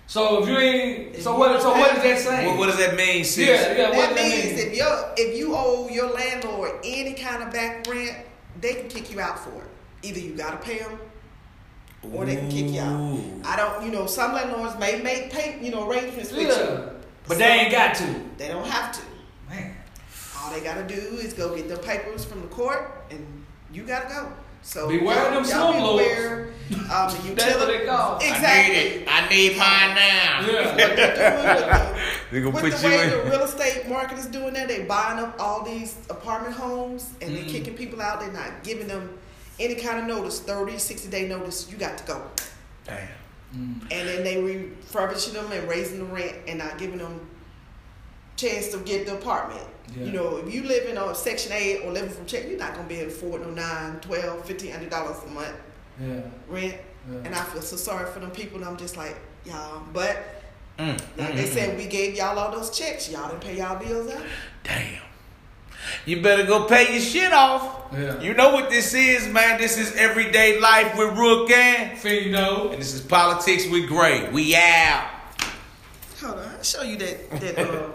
S2: So if you ain't, so what? So what is that saying?
S7: What, what does that mean, sis?
S2: yeah, yeah.
S6: That
S2: What does
S6: means
S2: that mean?
S6: if you if you owe your landlord any kind of back rent, they can kick you out for it. Either you got to pay them, or they can kick you out.
S7: Ooh.
S6: I don't, you know, some landlords may make pay, you know, arrangements with
S2: Yeah.
S6: you.
S2: But they ain't got to.
S6: They don't have to.
S2: Man.
S6: All they gotta do is go get the papers from the court, and you gotta go. So
S2: Beware of them
S6: y'all be
S2: slumlords.
S6: aware, Um, the
S2: That's what they
S6: utility.
S2: call. it.
S7: I need
S6: Exactly.
S7: it. I need mine now.
S2: Yeah.
S7: They
S6: With the,
S7: gonna
S6: with
S7: put
S6: the
S7: you
S6: way
S7: in.
S6: the real estate market is doing that, they buying up all these apartment homes and
S7: Mm.
S6: they're kicking people out. They're not giving them any kind of notice 30, 60 day notice. You got to go.
S7: Damn.
S6: And then they refurbishing them and raising the rent and not giving them chance to get the apartment.
S2: Yeah.
S6: You know, if you live in a section eight or living from check, you're not gonna be able to afford no nine, twelve, fifteen hundred dollars a month
S2: Yeah.
S6: rent.
S2: Yeah.
S6: And I feel so sorry for them people and I'm just like, y'all but like
S7: Mm-hmm.
S6: they said, we gave y'all all those checks. Y'all didn't pay y'all bills out.
S7: Damn. You better go pay your shit off.
S2: Yeah.
S7: You know what this is, man. This is everyday life with Rook and,
S2: Fino.
S7: and this is politics with Gray. We out.
S6: Hold on, I'll show you that that uh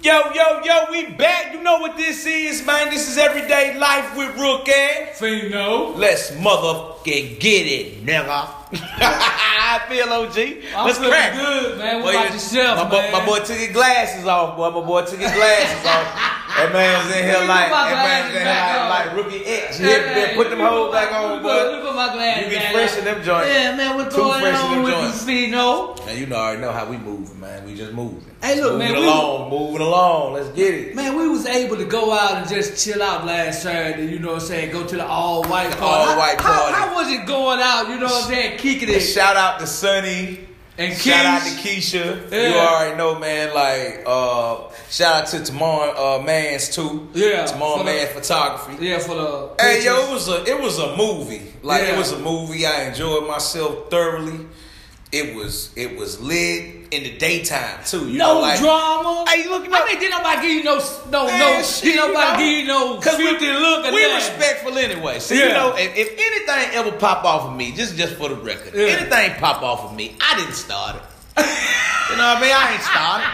S7: Yo, yo, yo, we back. You know what this is, man. This is everyday life with Rook and.
S2: Fino.
S7: Let's motherfucking get it, nigga. I feel OG.
S2: I'm
S7: Let's
S2: feeling
S7: crack.
S2: good, man. What
S7: Boy,
S2: about yourself,
S7: my, boy-
S2: man?
S7: my boy took his glasses off, boy. My boy took his glasses off. That man's in
S2: Let
S7: here
S2: me
S7: like,
S2: put my
S7: that man's in here
S2: glasses
S7: like,
S2: back
S7: like rookie X. Yeah, man, put them hoes back on,
S2: Let me
S7: boy.
S2: put my glasses
S7: You be
S2: back
S7: fresh
S2: on.
S7: in them joints.
S2: Yeah, man, what's
S7: Too
S2: going
S7: fresh in them
S2: on with
S7: joints.
S2: you, Fino?
S7: And you know, I already know how we moving, man. We just moving.
S2: Hey, look,
S7: moving
S2: man, we-
S7: along, moving along. Let's get it.
S2: Man, we was able to go out and just chill out last Saturday, you know what I'm saying? Go to the all white party.
S7: all-white
S2: How-
S7: party.
S2: How, how was it going out, you know what I'm saying? Kicking
S7: And
S2: it.
S7: shout out to Sonny.
S2: And
S7: Shout out to
S2: Keish.
S7: Keisha.
S2: Yeah.
S7: You already know, man. Like, uh, shout out to Tomorrow uh, Mans too.
S2: Yeah. For
S7: Tomorrow
S2: the-
S7: Mans Photography.
S2: Yeah, for the.
S7: Hey yo,
S2: pictures.
S7: it was a it was a movie. Like
S2: Yeah.
S7: it was a movie. I enjoyed myself thoroughly. It was it was lit in the daytime too. You know,
S2: No
S7: like,
S2: drama.
S7: Hey, look,
S2: I mean, did nobody give you no, no,
S7: Man,
S2: no,
S7: shit,
S2: did
S7: you
S2: nobody
S7: know,
S2: give you no
S7: 'cause we-
S2: filthy look or
S7: we
S2: nothing?
S7: respectful anyway. So you
S2: Yeah.
S7: know, if, if anything ever pop off of me, just just for the record,
S2: Yeah.
S7: anything pop off of me, I didn't start it. you know what I mean? I ain't started.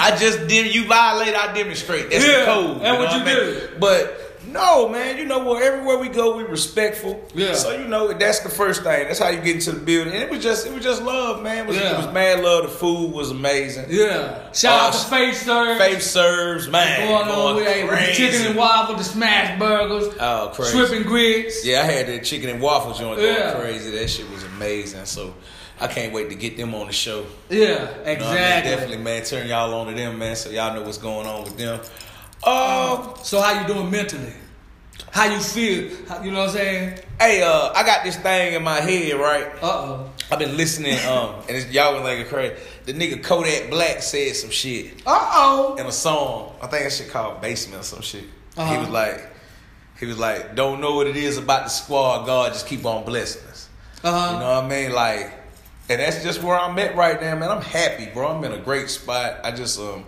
S7: I just did. You violate, I demonstrate. That's
S2: Yeah.
S7: the code.
S2: And
S7: know
S2: what you
S7: I mean?
S2: do?
S7: But No, man. You know what? Everywhere we go, we respectful.
S2: Yeah.
S7: So you know that's the first thing. That's how you get into the building. And it was just, it was just love, man. It was,
S2: Yeah.
S7: it was mad love. The food was amazing.
S2: Yeah. Shout out to
S7: Uh,
S2: Faith Serve.
S7: Faith serves, man.
S2: Going on with that, with the
S7: crazy.
S2: chicken and waffle, the smash burgers,
S7: Oh, crazy.
S2: shrimp and grits.
S7: Yeah, I had that chicken and waffle joint going
S2: Yeah.
S7: crazy. That shit was amazing. So I can't wait to get them on the show.
S2: Yeah,
S7: You know what I mean?
S2: exactly.
S7: Definitely, man. Turn y'all on to them, man, so y'all know what's going on with them. Uh,
S2: So how you doing mentally? How you feel? How- you know what I'm saying?
S7: hey, uh, I got this thing in my head, right?
S2: Uh oh.
S7: I've been listening, um, and it's, y'all was like crazy. The nigga Kodak Black said some shit
S2: Uh oh.
S7: in a song. I think that shit called Basement or some shit. He
S2: Uh-huh.
S7: was like, he was like, don't know what it is about the squad. God just keep on blessing us.
S2: Uh
S7: You
S2: huh.
S7: know what I mean? Like, and that's just where I'm at right now, man. I'm happy, bro. I'm in a great spot. I just um,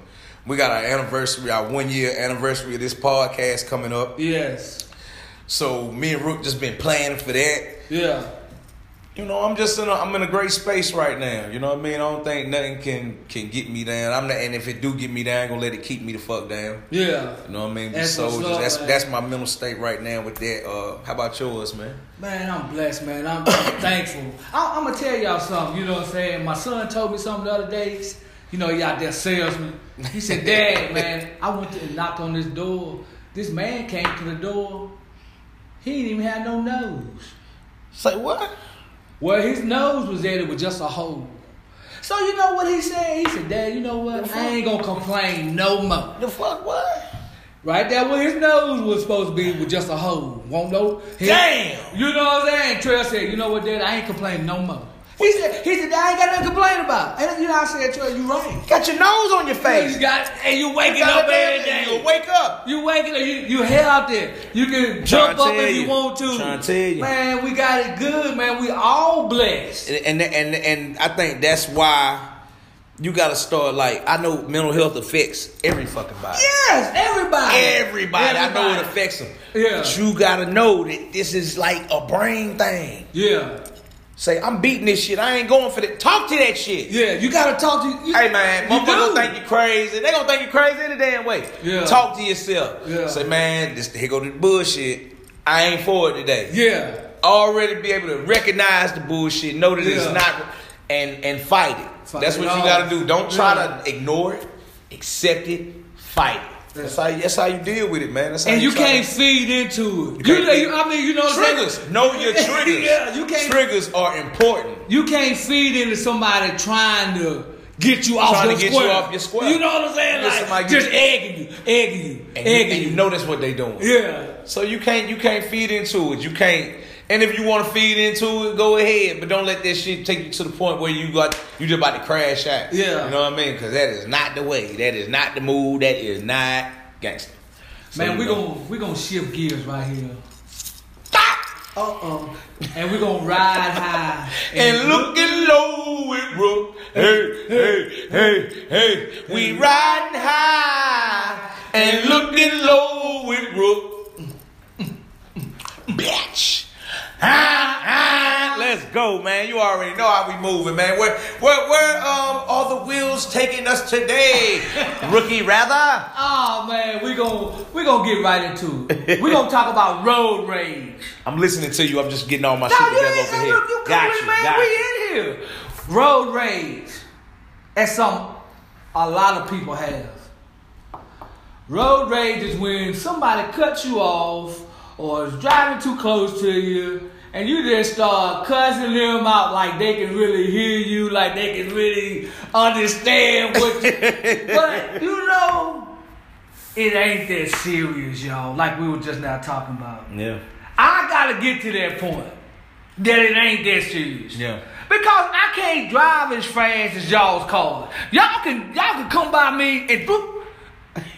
S7: we got our anniversary, our one year anniversary of this podcast coming up.
S2: Yes.
S7: So me and Rook just been planning for that.
S2: Yeah.
S7: You know, I'm just in a I'm in a great space right now. You know what I mean? I don't think nothing can can get me down. I'm not, and if it do get me down, I'm gonna let it keep me the fuck down.
S2: Yeah.
S7: You know what I mean? Be
S2: That's what's
S7: soldiers.
S2: up,
S7: that's
S2: man.
S7: that's my mental state right now with that. Uh, how about yours, man?
S2: Man, I'm blessed, man. I'm, I'm thankful. I, I'm gonna tell y'all something. You know what I'm saying? My son told me something the other day. You know, he out there salesman. He said, "Dad, man, I went to, and knocked on this door. This man came to the door. He didn't even have no nose.
S7: Say what?
S2: Well, his nose was there. It was just a hole. So you know what he said? He said, "Dad, you know what? I ain't gonna complain no more."
S7: The fuck what?
S2: Right there where his nose was supposed to be was just a hole. Won't know. He-
S7: Damn!
S2: You know what I'm saying? Trail said, you know what, Dad, I ain't complaining no more. He said, he said, I ain't got nothing to complain about. And you know, I said, Trail, you right.
S7: Got your nose on your
S2: You got, and you waking up every day.
S7: You wake up.
S2: You waking up, you, you head out there. You can jump
S7: tryna
S2: up
S7: tell
S2: if you,
S7: you.
S2: want to.
S7: Tryna tell you.
S2: Man, we got it good, man. We all blessed.
S7: and and and I think that's why you got to start like I know mental health affects every fucking body.
S2: Yes, everybody.
S7: Everybody, I know it
S2: Everybody.
S7: affects them.
S2: Yeah.
S7: But you gotta know that this is like a brain thing.
S2: Yeah.
S7: Say, I'm beating this shit. I ain't going for that. Talk to that shit.
S2: Yeah, you gotta talk to you.
S7: Hey man,
S2: you
S7: motherfuckers gonna
S2: do.
S7: think you crazy. They gonna think you crazy any damn way.
S2: Yeah.
S7: Talk to yourself.
S2: Yeah.
S7: Say, man, this here go the bullshit. I ain't for it today.
S2: Yeah.
S7: already be able to recognize the bullshit, know that it's
S2: Yeah.
S7: not, and and fight it.
S2: Fight
S7: that's
S2: it
S7: what you
S2: off.
S7: got to do. Don't try
S2: Yeah.
S7: to ignore it, accept it, fight it.
S2: Yeah.
S7: That's how that's how you deal with it, man. That's how
S2: And you
S7: try
S2: can't
S7: to-
S2: feed into it.
S7: You
S2: You,
S7: can't
S2: know,
S7: feed-
S2: you, I mean, you know, what I'm saying?
S7: triggers. Know your triggers.
S2: Yeah, you can't-
S7: Triggers are important.
S2: You can't feed into somebody trying to get you off
S7: Trying to
S2: your
S7: get you
S2: square.
S7: off your square.
S2: You know what I'm saying?
S7: Get
S2: Like,
S7: somebody-
S2: just egging you, egging you,
S7: And you,
S2: egging
S7: and you know that's what they doing.
S2: Yeah,
S7: So you can't you can't feed into it. You can't. And if you want to feed into it, go ahead. But don't let that shit take you to the point where you got you just about to crash out.
S2: Yeah.
S7: You know what I mean? Because that is not the way. That is not the move. That is not gangster. So
S2: man.
S7: you
S2: We
S7: know.
S2: gonna we gonna shift gears right here. Uh oh, and we gonna ride high
S7: And looking low with Rook. Hey, hey, hey, hey. We riding high. And looking low with Rook. Bitch. Ah, ah. Let's go, man. You already know how we moving, man. Where, where, where, um, are the wheels taking us today, rookie? Rather,
S2: Oh man, we gonna we gonna get right into it. we gonna talk about road rage.
S7: I'm listening to you. I'm just getting all my
S2: No,
S7: shit
S2: you
S7: together
S2: ain't
S7: over
S2: hey,
S7: here.
S2: look, you
S7: got
S2: come
S7: you,
S2: in, man.
S7: got
S2: we
S7: you.
S2: in here. Road rage. That's something a lot of people have. Road rage is when somebody cuts you off or is driving too close to you and you just start cussing them out like they can really hear you, like they can really understand what you But you know, it ain't that serious, y'all, like we were just now talking about.
S7: Yeah,
S2: I gotta get to that point that it ain't that serious.
S7: Yeah.
S2: Because I can't drive as fast as y'all's cars. Y'all can y'all can come by me and boop,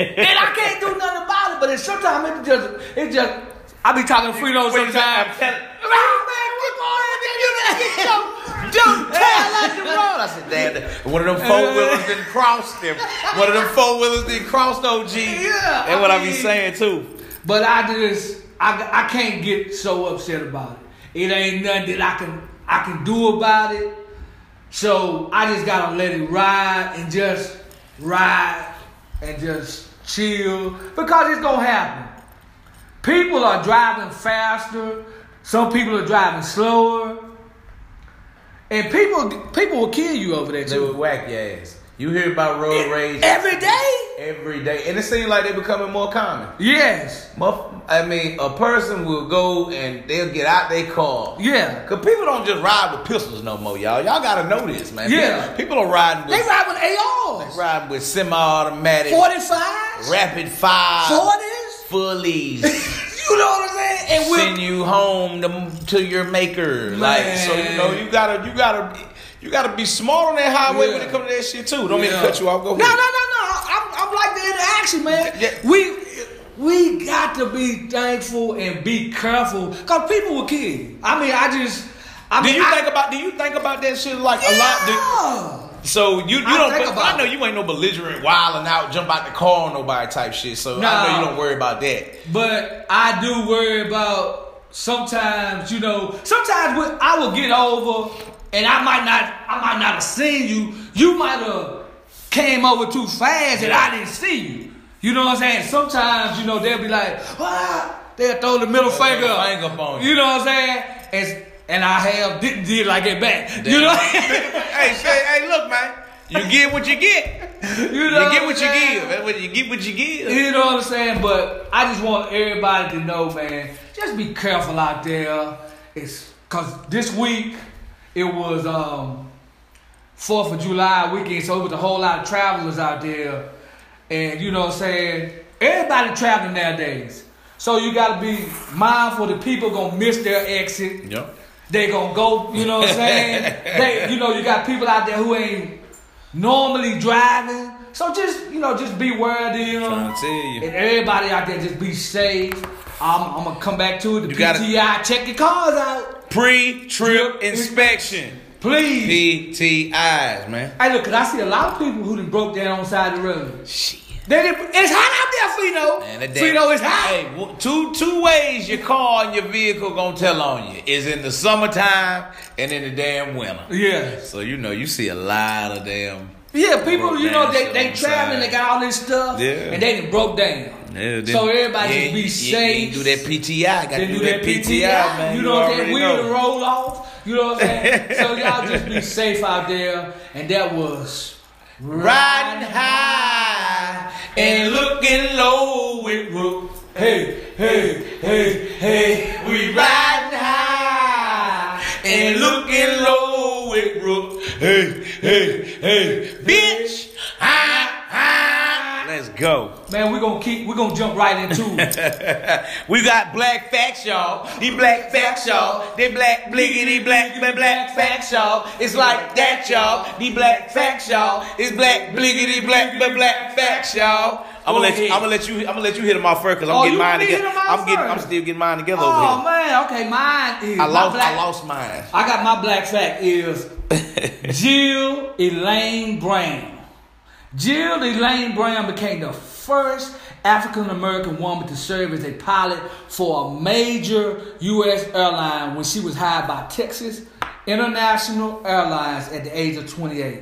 S2: and I can't do nothing about it. But it sometimes it just it just I be talking free notes
S7: Wait,
S2: sometimes.
S7: I'm telling-
S2: Man, what more than you done? Don't tell us the road. I said,
S7: Damn, that- one of them four wheelers didn't cross them. One of them four wheelers didn't cross OG.
S2: Yeah,
S7: that's what I,
S2: I
S7: be
S2: mean-
S7: saying too.
S2: But I just I, I can't get so upset about it. It ain't nothing that I can I can do about it. So I just gotta let it ride and just ride and just chill because it's gonna happen. People are driving faster. Some people are driving slower. And people people will kill you over there
S7: They would
S2: too.
S7: whack your ass. You hear about road rage
S3: Every day.
S7: every day, and it seems like they're becoming more common.
S2: Yes.
S7: Muff- I mean, a person will go and they'll get out their car.
S2: Yeah.
S7: Cause people don't just ride with pistols no more, y'all. Y'all gotta know this, man.
S2: Yeah.
S7: people are riding
S2: They
S7: with
S2: ride with ARs.
S7: riding with semi-automatic,
S2: 45s,
S7: rapid fire,
S2: 40s.
S7: fullies,
S2: You know what I'm saying? And we're
S7: send you home to, to your maker. Like, so you know you gotta you gotta you gotta be smart on that highway when
S2: Yeah.
S7: it comes to that shit too. Don't mean to
S2: Yeah.
S7: cut you off. Go
S2: No, no, no,
S7: ahead.
S2: no. I'm, I'm like the interaction, man.
S7: Yeah.
S2: We we got to be thankful and be careful because people will kill you. I mean, I just. I
S7: Do
S2: mean,
S7: you
S2: I,
S7: think about do you think about that shit like a lot? Do,
S2: Yeah.
S7: So you, you
S2: I
S7: don't.
S2: think
S7: but
S2: about
S7: I know
S2: it.
S7: you ain't no belligerent, wilding out, jump out the car on nobody type shit. So I know
S2: Nah.
S7: you don't worry about that.
S2: But I do worry about sometimes, you know, sometimes when I will get over and I might not I might not have seen you. You might have came over too fast and I didn't see you. You know what I'm saying? Sometimes, you know, they'll be like, ah, they'll throw the middle finger up.
S7: finger up on you.
S2: You know what I'm saying? And, and I have did, did like it back. You know?
S7: hey, say, hey, look, man. You get what you get.
S2: you
S7: You,
S2: know
S7: get
S2: I'm
S7: what you
S2: saying?
S7: give. That's what you get what you give.
S2: You know what I'm saying? But I just want everybody to know, man, just be careful out there. It's cause this week it was um Fourth of July weekend, so it was a whole lot of travelers out there. And you know what I'm saying? Everybody traveling nowadays. So you gotta be mindful that people gonna miss their exit.
S7: Yep.
S2: They gonna go, you know what I'm saying? they, you know, you got people out there who ain't normally driving. So just, you know, just be aware of them.
S7: Trying to tell you.
S2: And everybody out there, just be safe. I'm, I'm gonna come back to it. The
S7: You gotta-
S2: PTI, check your cars out,
S7: Pre-trip inspection.
S2: please.
S7: PTIs, man.
S2: Hey, look, 'cause I see a lot of people who done broke down on the side of the road.
S7: Shit.
S2: They done, it's hot out
S7: Man,
S2: there,
S7: that
S2: Fino.
S7: damn-
S2: Fino is hot.
S7: Hey, w- two two ways your car and your vehicle gonna tell on you is in the summertime and in the damn winter.
S2: Yeah,
S7: So you know you see a lot of damn.
S2: yeah. People,
S7: Broke
S2: you know,
S7: down
S2: they
S7: shit on
S2: they
S7: the
S2: traveling,
S7: side.
S2: they got all this stuff,
S7: Yeah.
S2: and they done broke down.
S7: Yeah, then-
S2: so everybody
S7: Yeah,
S2: just be
S7: you-
S2: safe.
S7: You, you do that PTI. Got
S2: They
S7: to do, that PTI, man.
S2: You know what I'm saying?
S7: already
S2: Wheel
S7: know.
S2: to roll off. You know what I'm saying? so y'all just be safe out there. And that was
S7: Riding high and looking low with rope.
S2: Hey, hey, hey, hey.
S7: We riding high and looking low with rope. Hey, hey, hey, bitch. Ah, ah. Let's go.
S2: Man, we're gonna keep we're gonna jump right into it.
S7: we got black facts, y'all. He black facts, y'all. They black bliggity black black black facts, y'all. It's like that, y'all. The black facts, y'all. It's black bliggity black black black facts, y'all. I'm gonna let you. I'm gonna let you. I'm gonna let you hit them off first because I'm
S2: Oh,
S7: getting
S2: you
S7: mine
S2: want me to
S7: together.
S2: hit 'em off
S7: I'm getting. I'm
S2: first?
S7: still getting mine together over
S2: oh
S7: here.
S2: man, okay, mine is my
S7: I lost.
S2: black-
S7: I lost mine.
S2: I got my black fact is Jill Elaine Brown. Jill Elaine Brown became the first African American woman to serve as a pilot for a major U.S. airline when she was hired by Texas International Airlines at the age of 28.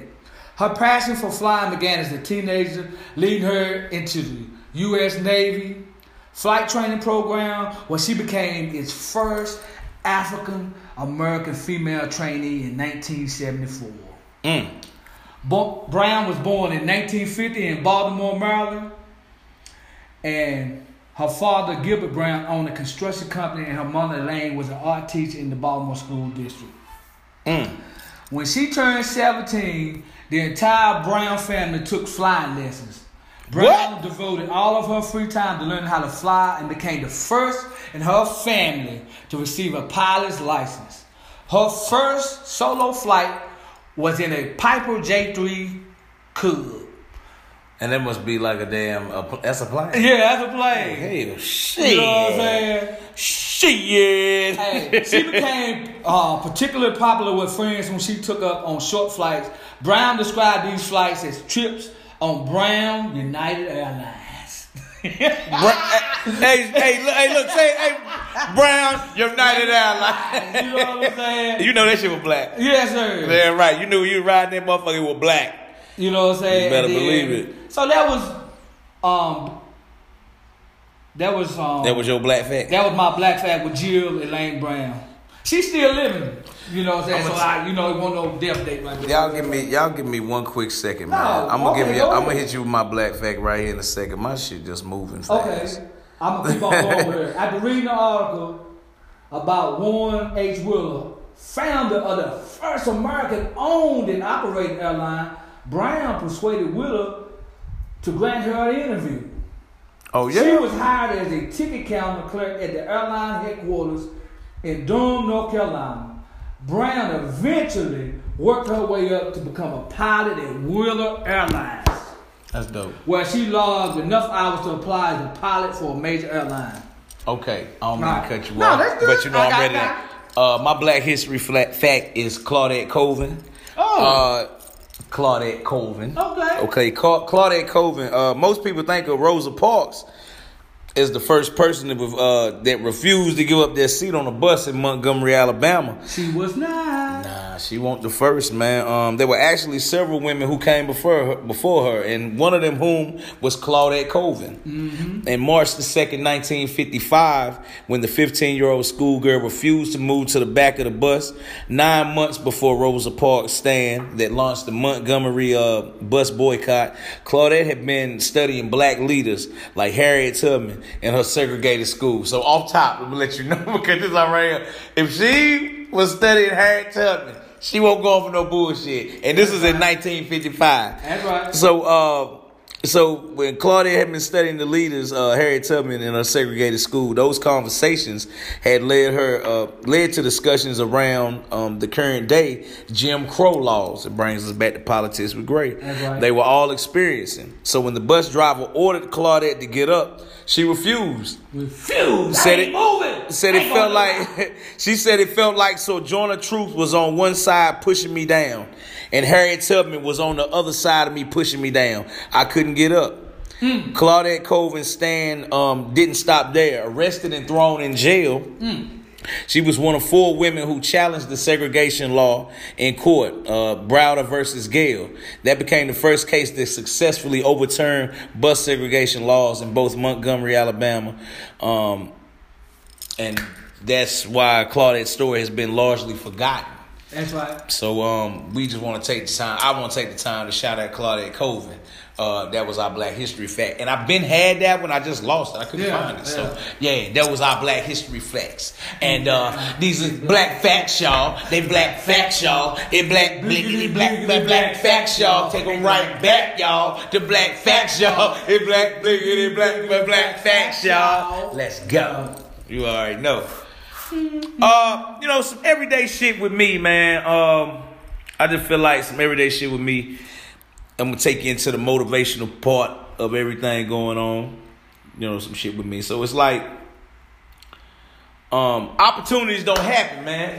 S2: Her passion for flying began as a teenager, leading her into the U.S. Navy, flight training program where she became its first African American female trainee in 1974. Bo- Brown was born in 1950 in Baltimore, Maryland, and her father, Gilbert Brown, owned a construction company, and her mother, Elaine, was an art teacher in the Baltimore School District. When she turned 17, the entire Brown family took flying lessons. Brown devoted all of her free time to learning how to fly and became the first in her family to receive a pilot's license. Her first solo flight was in a Piper J3 Cub.
S7: And that must be like a damn. A, pl- that's a plane.
S2: Yeah, that's a plane.
S7: Hell, shit.
S2: You know what I'm saying?
S7: Shit.
S2: Hey, she became uh, particularly popular with friends when she took up on short flights. Brown described these flights as trips on Brown United Airlines.
S7: hey, hey, look, hey, look, say, hey, Brown, United Airlines.
S2: you know what I'm saying?
S7: You know that shit was black.
S2: Yes, sir.
S7: Yeah, right. You knew you were riding that motherfucker it was black.
S2: You know what I'm saying?
S7: You better
S2: And
S7: believe it.
S2: So that was um That was um.
S7: That was your black fact.
S2: That was my black flag with Jill Elaine Brown. She's still living. You know what I'm saying? so
S7: I'ma t-
S2: I, you know, it won't no death date right there.
S7: Y'all give me y'all give me one quick second, man.
S2: No,
S7: I'm gonna
S2: okay,
S7: give you
S2: go
S7: I'm gonna
S2: ahead.
S7: hit you with my black fact right here in a second. My shit just moving
S2: Okay.
S7: fast.
S2: I'm gonna keep on going with her. After reading the article about Warren H. Willer, founder of the first American owned and operated airline, Brown persuaded Willer to grant her an interview.
S7: Oh
S2: She
S7: yeah.
S2: was hired as a ticket counter clerk at the airline headquarters in Durham, North Carolina. Brown eventually worked her way up to become a pilot at Wheeler Airlines,
S7: That's dope.
S2: where she logged enough hours to apply as a pilot for a major airline.
S7: Okay, I don't mean to
S2: Nah.
S7: cut you
S6: No,
S7: off,
S6: that's good.
S7: but you know
S6: I
S7: I'm
S6: got
S7: ready. To,
S6: that.
S7: uh, my Black History flat fact is Claudette Colvin. Oh, uh, Claudette Colvin.
S2: Okay.
S7: Okay, Cla- Claudette Colvin. Uh, most people think of Rosa Parks as the first person that, uh, that refused to give up their seat on a bus in Montgomery, Alabama.
S2: She was not.
S7: Nah, she won't the first man. Um, there were actually several women who came before her, before her, and one of them whom was Claudette Colvin. mm In March the second, nineteen fifty-five, when the fifteen-year-old schoolgirl refused to move to the back of the bus, nine months before Rosa Parks' stand that launched the Montgomery uh, bus boycott, Claudette had been studying black leaders like Harriet Tubman in her segregated school. So off top, I'm gonna let you know because this I'm right here. If she was studying Harriet Tubman. She won't go off for no bullshit. And this is in 1955.
S2: That's right.
S7: So, uh, so when Claudia had been studying the leaders, uh, Harriet Tubman in her segregated school, those conversations had led her uh, led to discussions around um, the current day Jim Crow laws. It brings us back to politics with Gray.
S2: That's right.
S7: They were all experiencing. So when the bus driver ordered Claudette to get up, she refused
S2: Refused.
S7: Said
S2: I
S7: it-
S2: ain't moving.
S7: said
S2: I
S7: it
S2: ain't
S7: felt
S2: going
S7: like she said it felt like Sojourner Truth was on one side pushing me down, and Harriet Tubman was on the other side of me pushing me down. I couldn't get up.
S2: Hmm.
S7: Claudette Colvin Stan um, didn't stop there. Arrested and thrown in jail.
S2: Hmm.
S7: She was one of four women who challenged the segregation law in court, uh, Browder versus Gale. That became the first case that successfully overturned bus segregation laws in both Montgomery, Alabama, um, and that's why Claudette's story has been largely forgotten.
S2: That's right.
S7: So um, we just want to take the time. I want to take the time to shout out Claudette Colvin. Uh, that was our Black History fact, and I've been had that one. I just lost it. I couldn't
S2: Yeah,
S7: find it. So yeah, that was our Black History facts, and uh, these are Black facts, y'all. They Black facts, y'all. They Black blinkety Black Black Black facts, y'all. Take them right back, y'all. The Black facts, y'all. They Black blinkety Black Black Black facts, y'all. Let's go. You already know. Uh, you know, some everyday shit with me, man. Um, I just feel like some everyday shit with me. I'm gonna take you into the motivational part of everything going on. You know, some shit with me. So it's like, um, opportunities don't happen, man.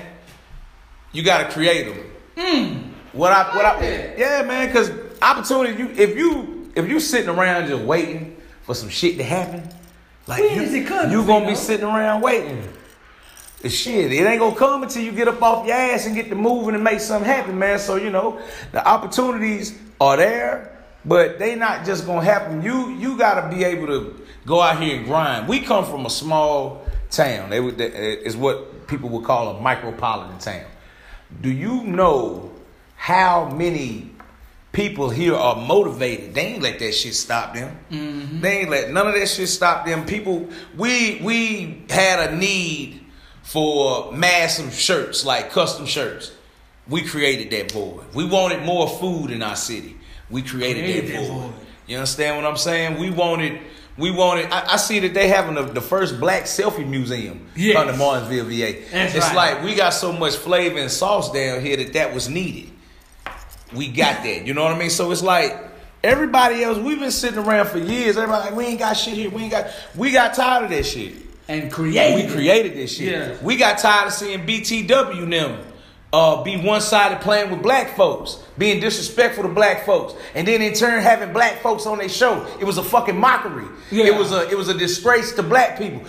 S7: You gotta create them. What I, what I, yeah, man, because opportunity. You, if you, if you sitting around just waiting for some shit to happen, like
S2: When
S7: you,
S2: is it coming,
S7: you gonna be
S2: Zeno?
S7: sitting around waiting. And Shit, it ain't gonna come until you get up off your ass and get to moving and make something happen, man. So you know, the opportunities are there, but they not just gonna happen. You you gotta be able to go out here and grind. We come from a small town. They would they- is what people would call a micropolitan town. Do you know how many people here are motivated? They ain't let that shit stop them. They ain't let none of that shit stop them. People, we we had a need for massive shirts, like custom shirts. We created that board. We wanted more food in our city. We created,
S2: Created
S7: that,
S2: that
S7: board.
S2: void.
S7: You understand what I'm saying? We wanted. We wanted. I, I see that they having the, the first black selfie museum
S2: Yes.
S7: under Martinsville, VA.
S2: That's
S7: it's
S2: right.
S7: like we got so much flavor and sauce down here that that was needed. We got that. You know what I mean? So it's like everybody else. We've been sitting around for years. Everybody like we ain't got shit here. We ain't got. We got tired of that shit.
S2: And create.
S7: We created this shit.
S2: Yeah.
S7: We got tired of seeing BTW and them uh, be one sided playing with black folks, being disrespectful to black folks, and then in turn having black folks on their show. It was a fucking mockery.
S2: Yeah.
S7: It was a it was a disgrace to black people.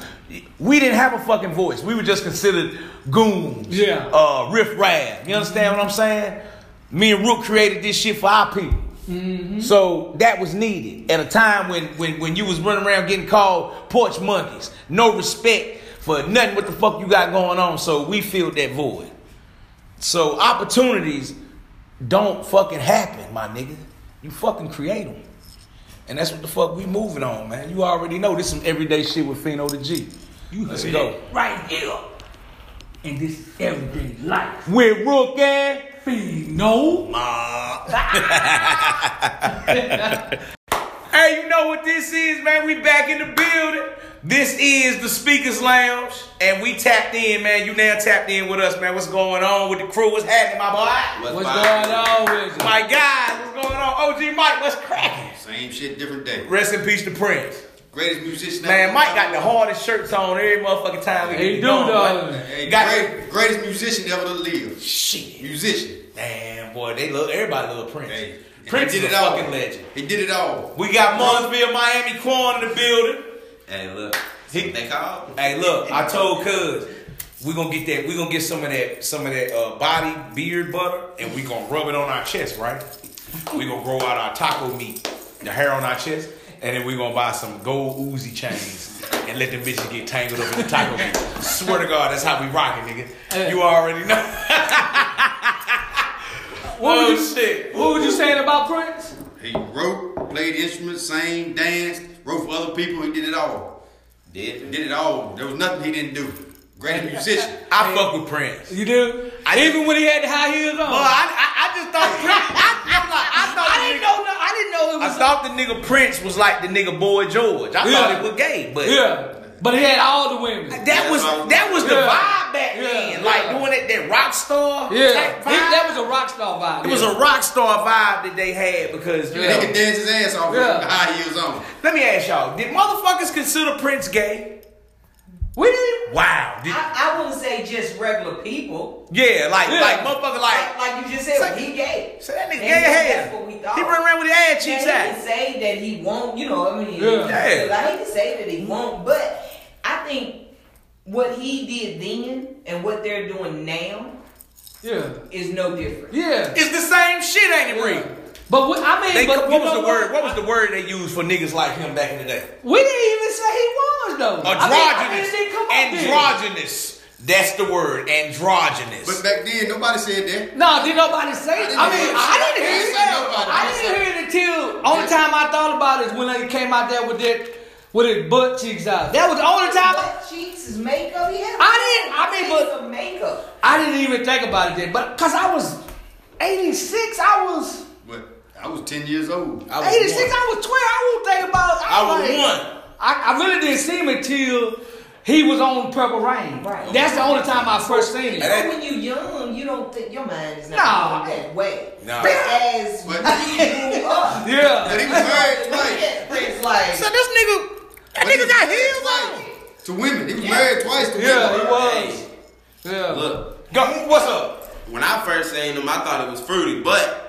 S7: We didn't have a fucking voice. We were just considered goons.
S2: Yeah.
S7: Uh, riff raff. You understand what I'm saying? Me and Rook created this shit for our people.
S2: Mm-hmm.
S7: So that was needed at a time when, when when you was running around getting called porch monkeys. No respect for nothing what the fuck you got going on. So we filled that void. So opportunities don't fucking happen, my nigga. You fucking create them. And that's what the fuck we moving on, man. You already know this some everyday shit with Pheno the G.
S2: You
S7: Let's
S2: heard
S7: go.
S2: it right here. And this is everyday life.
S7: We're rookie.
S2: Pheno.
S7: Hey, you know what this is, man? We back in the building. This is the Speakers Lounge, and we tapped in, man. You now tapped in with us, man. What's going on with the crew? What's happening, my boy?
S2: What's going on with you?
S7: My guys, what's going on? OG Mike, what's cracking?
S10: Same shit, different day.
S7: Rest in peace to Prince.
S10: Greatest musician.
S7: Man,
S10: ever.
S7: Mike got the hardest shirts on every motherfucking time we
S2: He
S7: get
S2: do,
S7: it going,
S2: dog.
S7: boy.
S10: uh, Hey,
S7: Got
S10: great, greatest musician ever to live.
S7: Shit.
S10: Musician.
S7: Damn, boy, they love everybody love Prince.
S10: Hey,
S7: Prince
S10: he
S7: is
S10: did
S7: a
S10: it all.
S7: fucking legend.
S10: He did it all.
S7: We got Munsville, Miami Quan in the building.
S10: Hey, look.
S7: He-
S10: they called.
S7: Hey, look, I told Cuz we gonna get that. We gonna get some of that, some of that uh, body beard butter, and we gonna rub it on our chest, right? We gonna grow out our taco meat, the hair on our chest, and then we gonna buy some gold Uzi chains and let them bitches get tangled up in the taco meat. Swear to God, that's how we rocking, nigga. You already know.
S2: What
S7: Oh,
S2: would you,
S7: shit.
S2: What would you saying about Prince?
S10: He wrote, played instruments, sang, danced, wrote for other people. He did it all. Did did it all. There was nothing he didn't do. Greatest musician.
S7: I fuck with Prince.
S2: You do? Even when he had the high heels on.
S7: Well, Oh, I, I, I just thought Prince. I, I'm like, I thought the nigga-
S2: no, I didn't know it
S7: I thought the nigga Prince was like the nigga Boy George. I
S2: Yeah.
S7: thought it was gay, but
S2: Yeah. But he had all the women.
S7: That was that was the
S2: Yeah.
S7: vibe back
S2: Yeah.
S7: then,
S2: Yeah.
S7: like doing that that rock star
S2: Yeah.
S7: type
S2: He- that
S7: vibe.
S2: was a rock star vibe.
S7: it was
S2: yeah.
S7: a rock star vibe that they had because you
S10: And
S7: know,
S10: He could dance his ass off
S2: Yeah.
S10: with the high heels on.
S7: let me ask y'all: Did motherfuckers consider Prince gay?
S2: We didn't.
S7: Wow, did,
S9: I, I wouldn't say just regular people.
S7: yeah, like
S2: Yeah.
S7: like motherfucker,
S9: Like,
S7: like
S9: like you just said,
S7: Say-
S9: he gay.
S7: so that nigga
S9: And
S7: gay as
S9: that's
S7: hell.
S9: what we
S7: He
S9: thought.
S7: run around with his ass
S9: Yeah,
S7: cheeks
S9: he
S7: out.
S9: can say that he won't, you know, I mean,
S2: Yeah.
S9: I hate to say that he won't, but I think what he did then and what they're doing now
S2: Yeah.
S9: is no different.
S2: Yeah.
S7: It's the same shit, ain't it,
S2: Yeah.
S7: Bree?
S2: But what, I mean,
S7: They,
S2: but
S7: what
S2: you
S7: was
S2: know
S7: the word? What was the word they used for niggas like him back in the day?
S2: We didn't even say he was though. I mean, I mean,
S7: Androgynous.
S2: it didn't come up then.
S7: androgynous. That's the word. Androgynous.
S10: But back then, nobody said that.
S2: No, did nobody say it?
S10: didn't
S2: I mean,
S10: hear it.
S2: I didn't hear it.
S10: I didn't see nobody.
S2: I didn't hear it until only time I thought about it is when they came out there with that with his butt cheeks out. That was the only time. I,
S9: Butt cheeks is makeup. Yeah.
S2: I didn't- I mean, but-
S9: of makeup.
S2: I didn't even think about it then, but cause I was 86, I was
S10: But I was 10 years old.
S7: I was
S2: 86,
S7: one.
S2: I was 12. I won't think about.
S7: I was
S2: like-
S7: one.
S2: I, I really didn't see him until he was on Purple Rain.
S9: Right.
S2: That's the only time I first seen him.
S7: And that-
S9: But when you young, you don't think your mind is
S2: Nah.
S9: not going that way.
S7: Nah.
S9: But as you
S10: But-
S9: grew up,
S2: Yeah.
S10: But he was married
S9: look
S10: twice.
S9: at Prince like
S7: So this nigga, that
S10: But he
S7: nigga
S10: was
S7: got
S10: married
S7: heels on.
S10: twice To women. He was married twice to
S2: Yeah,
S10: women.
S2: he was. Yeah.
S11: Look,
S7: Go, what's up?
S11: when I first seen them, I thought it was fruity, but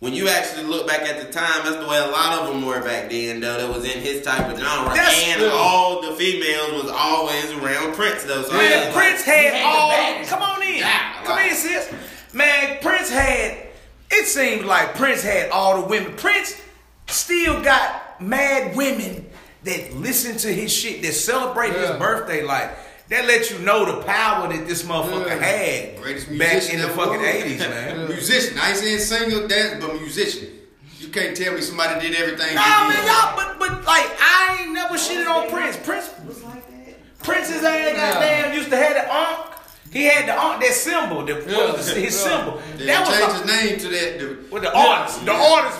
S11: when you actually look back at the time, that's the way a lot of them were back then, though. That was in his type of genre,
S7: That's
S11: and
S7: true.
S11: all the females was always around Prince, though. So I
S7: Man,
S11: was
S7: Prince had,
S11: he had the
S7: all.
S11: baddest.
S7: Come on in.
S11: Yeah,
S7: come
S11: like-
S7: in, sis. Man, Prince had. It seemed like Prince had all the women. Prince still got mad women that listen to his shit, that celebrate
S2: Yeah.
S7: his birthday. Like that, let you know the power that this motherfucker
S2: Yeah.
S7: had
S10: Greatest
S7: back
S10: musician
S7: in the
S10: ever
S7: fucking
S10: was.
S7: eighties, man.
S10: Musician. I ain't saying singer, dance, but musician. You can't tell me somebody did everything.
S7: No,
S10: he
S7: man,
S10: did.
S7: y'all, but but like I ain't never shitted on Prince. Prince was like that. Prince's ass
S2: Yeah.
S7: goddamn used to have the unk. He had the unk, that symbol, the, what was
S2: Yeah.
S7: his
S2: Yeah.
S7: symbol.
S10: Then
S7: That
S10: he changed
S7: was
S10: his
S7: like,
S10: name to that. The,
S7: with the artist, the artist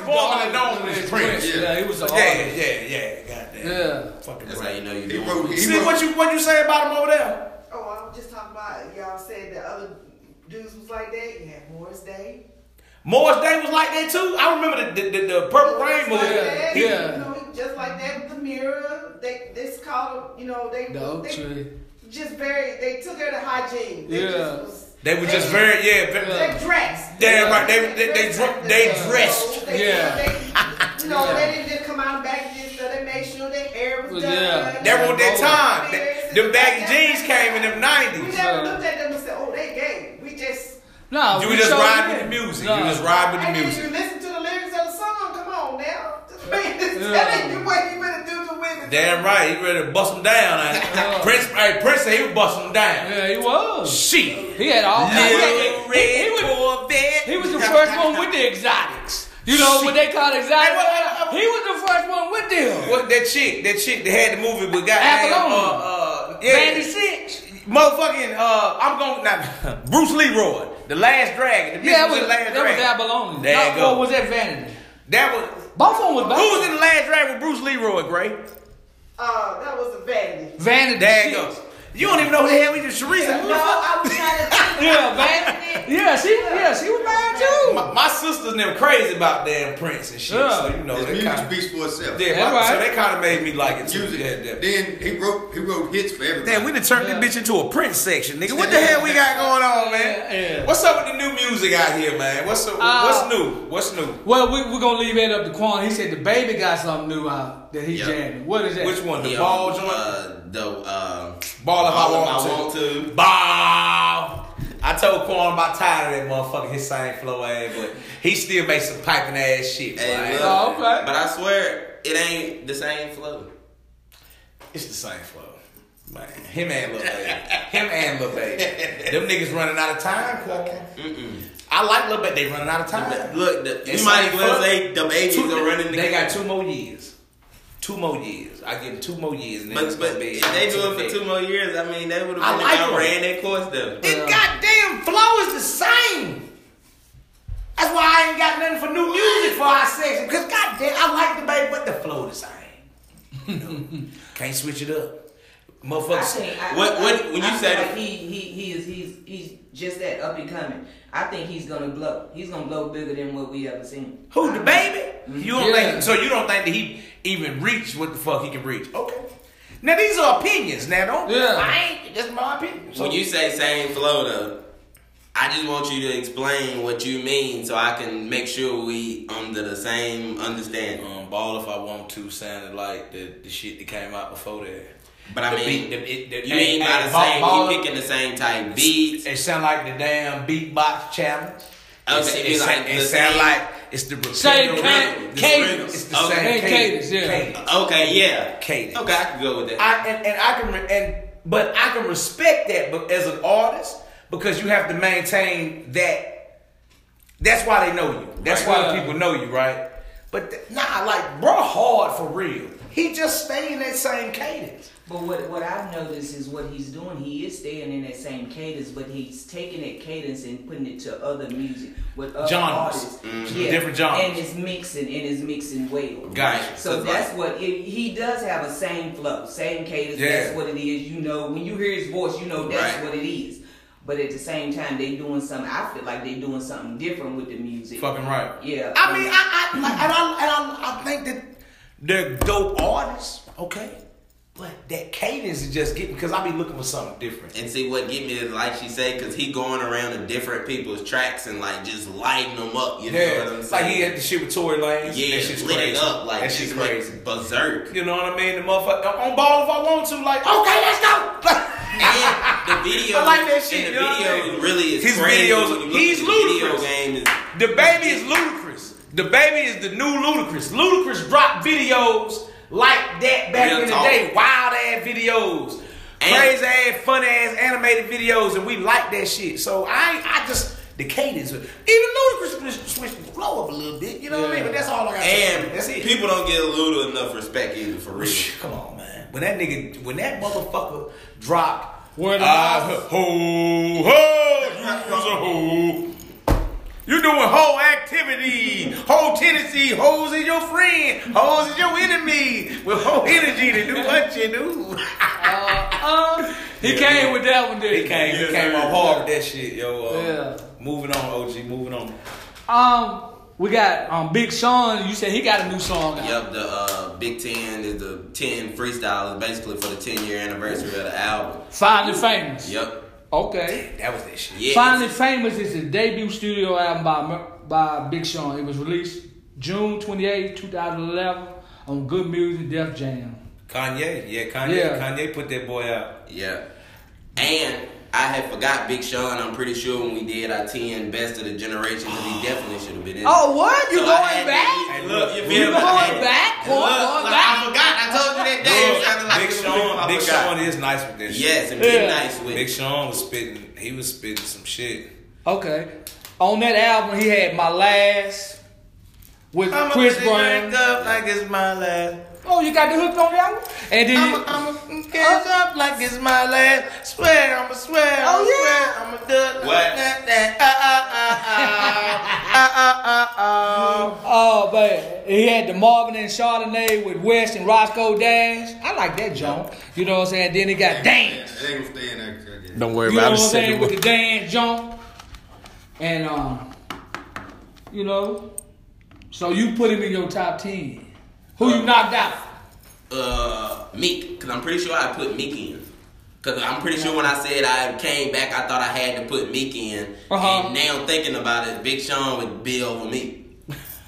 S2: Formerly
S7: formerly known as Prince.
S10: Yeah.
S2: Yeah, he was an
S7: Yeah, yeah,
S2: artist.
S7: yeah, goddamn.
S2: Yeah.
S7: Fucking
S11: That's how
S7: right.
S11: you know you
S10: he
S11: doing
S10: wrote. He
S7: See
S10: wrote,
S7: what you what you say about him over there?
S6: Oh, I was just talking about y'all said the other dudes was like that. You had Morris Day.
S7: Morris Day was like that too. I remember the the, the, the Purple Rain
S6: Just
S7: movie.
S6: like that,
S7: He-
S2: yeah.
S6: You know, he just like that with the mirror. They this called you know they
S2: The oak
S6: they
S2: tree.
S6: just very they took her to hygiene. They
S2: Yeah.
S6: just was,
S7: They were just very yeah. ve-
S2: Yeah.
S6: They dressed.
S7: Damn right, they- they- they dr- they dressed.
S6: They,
S2: Yeah.
S6: They, you know,
S2: Yeah.
S6: they didn't just come out and back and just, so they made sure their hair was
S2: Well,
S6: done.
S2: yeah.
S7: That was that
S2: Yeah.
S7: time. That, them baggy jeans came in them
S6: We
S7: nineties.
S6: never looked at them and said, oh, they gay. We just,
S2: No,
S7: You just
S2: showed
S7: ride with
S2: him.
S7: the music.
S2: No.
S7: You just ride with
S6: I
S7: the
S6: didn't
S7: music.
S6: even listen to the lyrics of the That ain't the way you better do the women.
S7: Damn right, he ready to bust him down. I- Prince, hey, Prince said he was busting him down.
S2: Yeah, he was.
S7: Shit.
S2: He had all
S7: Little
S2: he, he,
S7: red
S2: was-
S7: Corvette.
S2: he was the first one with the exotics. You know what they call
S7: Hey, what-
S2: exotics?
S7: what-
S2: He was the first one with them.
S7: What that chick? That chick that had the movie with goddamn
S2: Apollonia.
S7: uh, uh,
S2: Vandy
S7: yeah,
S2: Sitch.
S7: motherfucking uh, I'm going not Bruce Leroy, the Last Dragon. The bitch
S2: Yeah, that
S7: was,
S2: was,
S7: in the
S2: that
S7: Last
S2: was
S7: Dragon.
S2: Abalone.
S7: There you
S2: No,
S7: go.
S2: Or was that Vanity?
S7: That was
S2: Both of them was
S7: who was
S2: Vanity.
S7: in the Last Dragon with Bruce Leroy, Gray?
S6: Uh, that was a vanity.
S2: Vanity.
S7: There you
S2: Sitch.
S7: go. You don't even know who the hell we just Sharice.
S9: No, I was trying to think.
S2: Yeah, Vanity. Yeah, she, yeah, she was mine too.
S7: My, my sisters and them crazy about damn Prince and shit.
S2: Yeah.
S7: So you know
S10: His
S7: that
S10: music
S7: kind of,
S10: speaks for itself.
S7: yeah,
S2: That's
S7: my-
S2: right.
S7: So that kind of made me like it too.
S10: Music.
S7: Yeah, yeah.
S10: Then he wrote he wrote hits for everybody.
S7: Damn, we done turned
S2: Yeah.
S7: this bitch into a print section, nigga. What the hell we got going on, man?
S2: Yeah, yeah.
S7: What's up with the new music out here, man? What's up,
S2: Uh,
S7: what's new? What's new?
S2: Well, we, we're gonna leave that up to Quan. He said the baby got something new out that he
S11: Yeah.
S2: jamming. What is that?
S7: Which one? The
S11: Yeah,
S7: ball joint?
S11: Uh, the uh,
S7: ball if I
S11: Ball If
S7: want,
S11: I Want
S7: to.
S11: To.
S7: Ball. I told Quan I'm about tired of that motherfucker. His same flow ass, but he still makes some piping ass shit.
S11: hey,
S7: boy.
S11: look,
S2: Oh, okay.
S11: But I swear it ain't the same flow.
S7: It's the same flow. Man, him and Lil Baby. Him and Lil Baby. Them niggas running out of time, Quan. I like Lil Baby. They running out of time.
S11: Look, the,
S7: It's
S11: you might
S7: like
S11: as well
S7: fuck.
S11: say the babies
S7: Two-
S11: are running.
S7: They
S11: the
S7: got
S11: game.
S7: two more years. Two more years. I give them two more years. And
S11: But, but if they do it for two more years, I mean, they would have been
S7: I like
S11: about
S7: them.
S11: ran their course though.
S7: The goddamn flow is the same. That's why I ain't got nothing for new music for our section. Cause goddamn, I like the baby, but the flow the same. You know? Can't switch it up,
S9: I
S7: motherfuckers.
S9: think, I,
S11: What- what-
S9: I-
S11: when
S9: I
S11: you
S9: feel
S11: said-
S9: like he he he is he's he's just that up and coming. I think he's gonna blow. He's gonna blow bigger than what we ever seen.
S7: Who the baby? You don't
S2: Yeah.
S7: think so? You don't think that he even reached what the fuck he can reach? Okay. Now these are opinions. Now don't.
S2: Yeah.
S7: I ain't. That's my opinion.
S11: when you say same flow though, I just want you to explain what you mean so I can make sure we under the same understanding.
S7: Um, Ball If I Want To sounded like the, the shit that came out before that.
S11: But I
S7: The beat-
S11: mean,
S7: the- it- the-
S11: you
S7: hey,
S11: mean
S7: hey,
S11: by the
S7: Ball-
S11: same,
S7: Ball-
S11: you picking the same type beats.
S7: It sound like the damn beatbox challenge.
S11: Okay,
S7: It's-
S11: it
S7: it
S11: be
S7: sound-
S11: like
S7: it
S11: the
S7: sound
S11: same-
S7: like it's the repetitive
S2: Same
S7: rhythm.
S2: ca-
S7: The
S2: cadence.
S7: rhythm. It's the
S11: Okay.
S7: same
S2: Same
S7: cadence.
S2: cadence, yeah.
S11: Okay, yeah.
S7: Cadence.
S11: Okay, I can go with that.
S7: I and, and I can re- and but I can respect that, but as an artist, because you have to maintain that. That's why they know you. That's
S2: Right.
S7: why
S2: Yeah.
S7: people know you, right? But th- nah, like bro, hard for real. He just stay in that same cadence.
S9: But what what I've noticed is what he's doing. He is staying in that same cadence, but he's taking that cadence and putting it to other music with other
S7: Genres.
S9: artists,
S11: Mm-hmm.
S7: Mhm. Different genres.
S9: and it's mixing and it's mixing well.
S7: Gotcha.
S9: So
S11: So
S9: that's what it, he does have a same flow, same cadence.
S7: Yeah.
S9: That's what it is. You know, when you hear his voice, you know that's
S11: Right.
S9: what it is. But at the same time, they doing something. I feel like they doing something different with the music.
S7: Fucking right.
S9: Yeah.
S7: I mean, I, I, like, and I, and I, I think that they're dope artists, okay? But that cadence is just getting because I be looking for something different.
S11: and see what get me is like she say, cause he going around to different people's tracks and like just lighting them up. You know what I'm
S7: like he
S11: saying?
S7: had the shit with Tory Lanez.
S11: yeah,
S7: that shit's
S11: lit
S7: crazy.
S11: it up like
S7: that shit's
S11: just went
S7: crazy.
S11: berserk.
S7: You know what I mean? The motherfucker on ball if I want to, like, okay, let's go.
S11: And the video,
S7: I like that shit,
S11: and
S7: you
S11: the
S7: know what I
S11: video
S7: mean?
S11: really is
S7: His
S11: crazy.
S7: videos-
S11: When you look
S7: he's
S11: at the video
S7: ludicrous.
S11: game is
S7: the baby is ludicrous. The baby is the new ludicrous. Ludicrous dropped videos like that back
S11: Real
S7: in the
S11: talk.
S7: day. Wild ass videos.
S11: And-
S7: Crazy ass, fun ass animated videos, and we like that shit. So I I just the cadence. Even ludicrous switched- switched the flow up a little bit, you know what I mean? But that's all I got to say.
S11: and
S7: That's it.
S11: people don't get Luda enough respect either for real.
S7: Come on, man. When that nigga, when that motherfucker dropped,
S2: Word of
S7: I-
S2: mouth.
S7: ho ho, you was a hoe. You doing whole activity, whole Tennessee, hoes is your friend, hoes is your enemy, with whole energy to do what you do.
S2: Uh, he
S7: Yeah,
S2: came
S7: yeah.
S2: with that one, didn't
S7: It came, it
S11: Yes,
S7: came
S11: sir.
S7: on hard with that shit, yo. Uh,
S2: Yeah.
S7: Moving on, OG, moving on.
S2: Um, we got um Big Sean. You said he got a new song. out.
S11: Yep, the uh, Big Ten is the ten freestyles basically for the ten year anniversary of the album.
S2: Finally famous.
S11: Yep.
S2: Okay.
S7: That was that shit.
S11: Yeah.
S2: Finally famous is his debut studio album by Mer- by Big Sean. It was released June 28, 2011, on Good Music Def Jam.
S7: Kanye, yeah, Kanye,
S2: Yeah.
S7: Kanye put that boy out.
S11: Yeah. And I had forgot Big Sean. I'm pretty sure when we did our 10 best of the generation, 'cause he definitely should have been in. it.
S2: Oh, what? You
S11: So I
S2: going
S11: had
S2: back?
S11: to- Hey, look, you
S7: You
S11: feel me?
S2: going
S11: I had-
S2: back?
S11: Hey,
S2: Going-
S11: look,
S2: going
S11: like,
S2: back?
S11: I forgot. I told you that day. It sounded like
S7: Big
S11: it was
S7: Sean,
S11: I
S7: Big
S11: forgot.
S7: Sean is nice with that shit.
S11: Yes, and
S2: Yeah.
S11: been nice with.
S7: Big
S11: it.
S7: Sean was spitting. He was spitting some shit.
S2: Okay. On that album, he had my last with
S7: I'ma
S2: Chris
S7: get
S2: Brown.
S7: it up like it's my last.
S2: Oh, you got the hook on that one? And then you,
S7: I'ma I'ma get
S9: Oh.
S7: it up like it's my last. Swear, I'ma swear. Oh yeah. I'ma do it. like
S11: What?
S7: that, that. Ah, ah, ah, ah. Ah, ah, ah, ah.
S2: oh man, he had the Marvin and Chardonnay with West and Roscoe Dash. I like that joint. You know what I'm saying? Then he got dance.
S10: They ain't gonna stay in there. I guess.
S7: Don't worry
S2: You know what I'm
S7: about it. Just said
S2: saying?
S7: it.
S2: With
S7: was-
S2: the dance jump. And, um, you know, so you put him in your top 10. Who you knocked out?
S11: uh, Meek, because I'm pretty sure I put Meek in. Because I'm pretty sure when I said I came back, I thought I had to put Meek in.
S2: Uh-huh.
S11: And now thinking about it, Big Sean would be over me.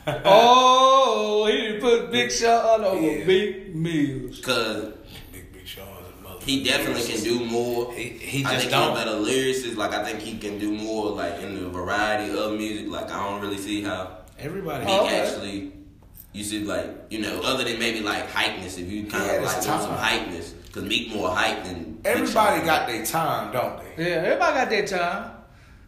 S2: Oh, he put Big Sean over
S7: Yeah.
S2: Big Mills.
S11: Because
S7: Big Big Sean's a mother.
S11: he definitely can do more.
S7: He, he
S11: I
S7: just
S11: think
S7: don't.
S11: he's a better lyricist. Like, I think he can do more, like, in the variety of music. Like, I don't really see how
S7: Everybody.
S11: Meek
S2: Oh, okay.
S11: actually, you see, like, you know, other than maybe, like, hypeness, if you kind
S7: Yeah,
S11: of,
S7: that's
S11: like,
S7: tough.
S11: want some hypeness. Because Meek more hype than Big
S7: Everybody
S11: Sean.
S7: got their time, don't they?
S2: Yeah, everybody got that time.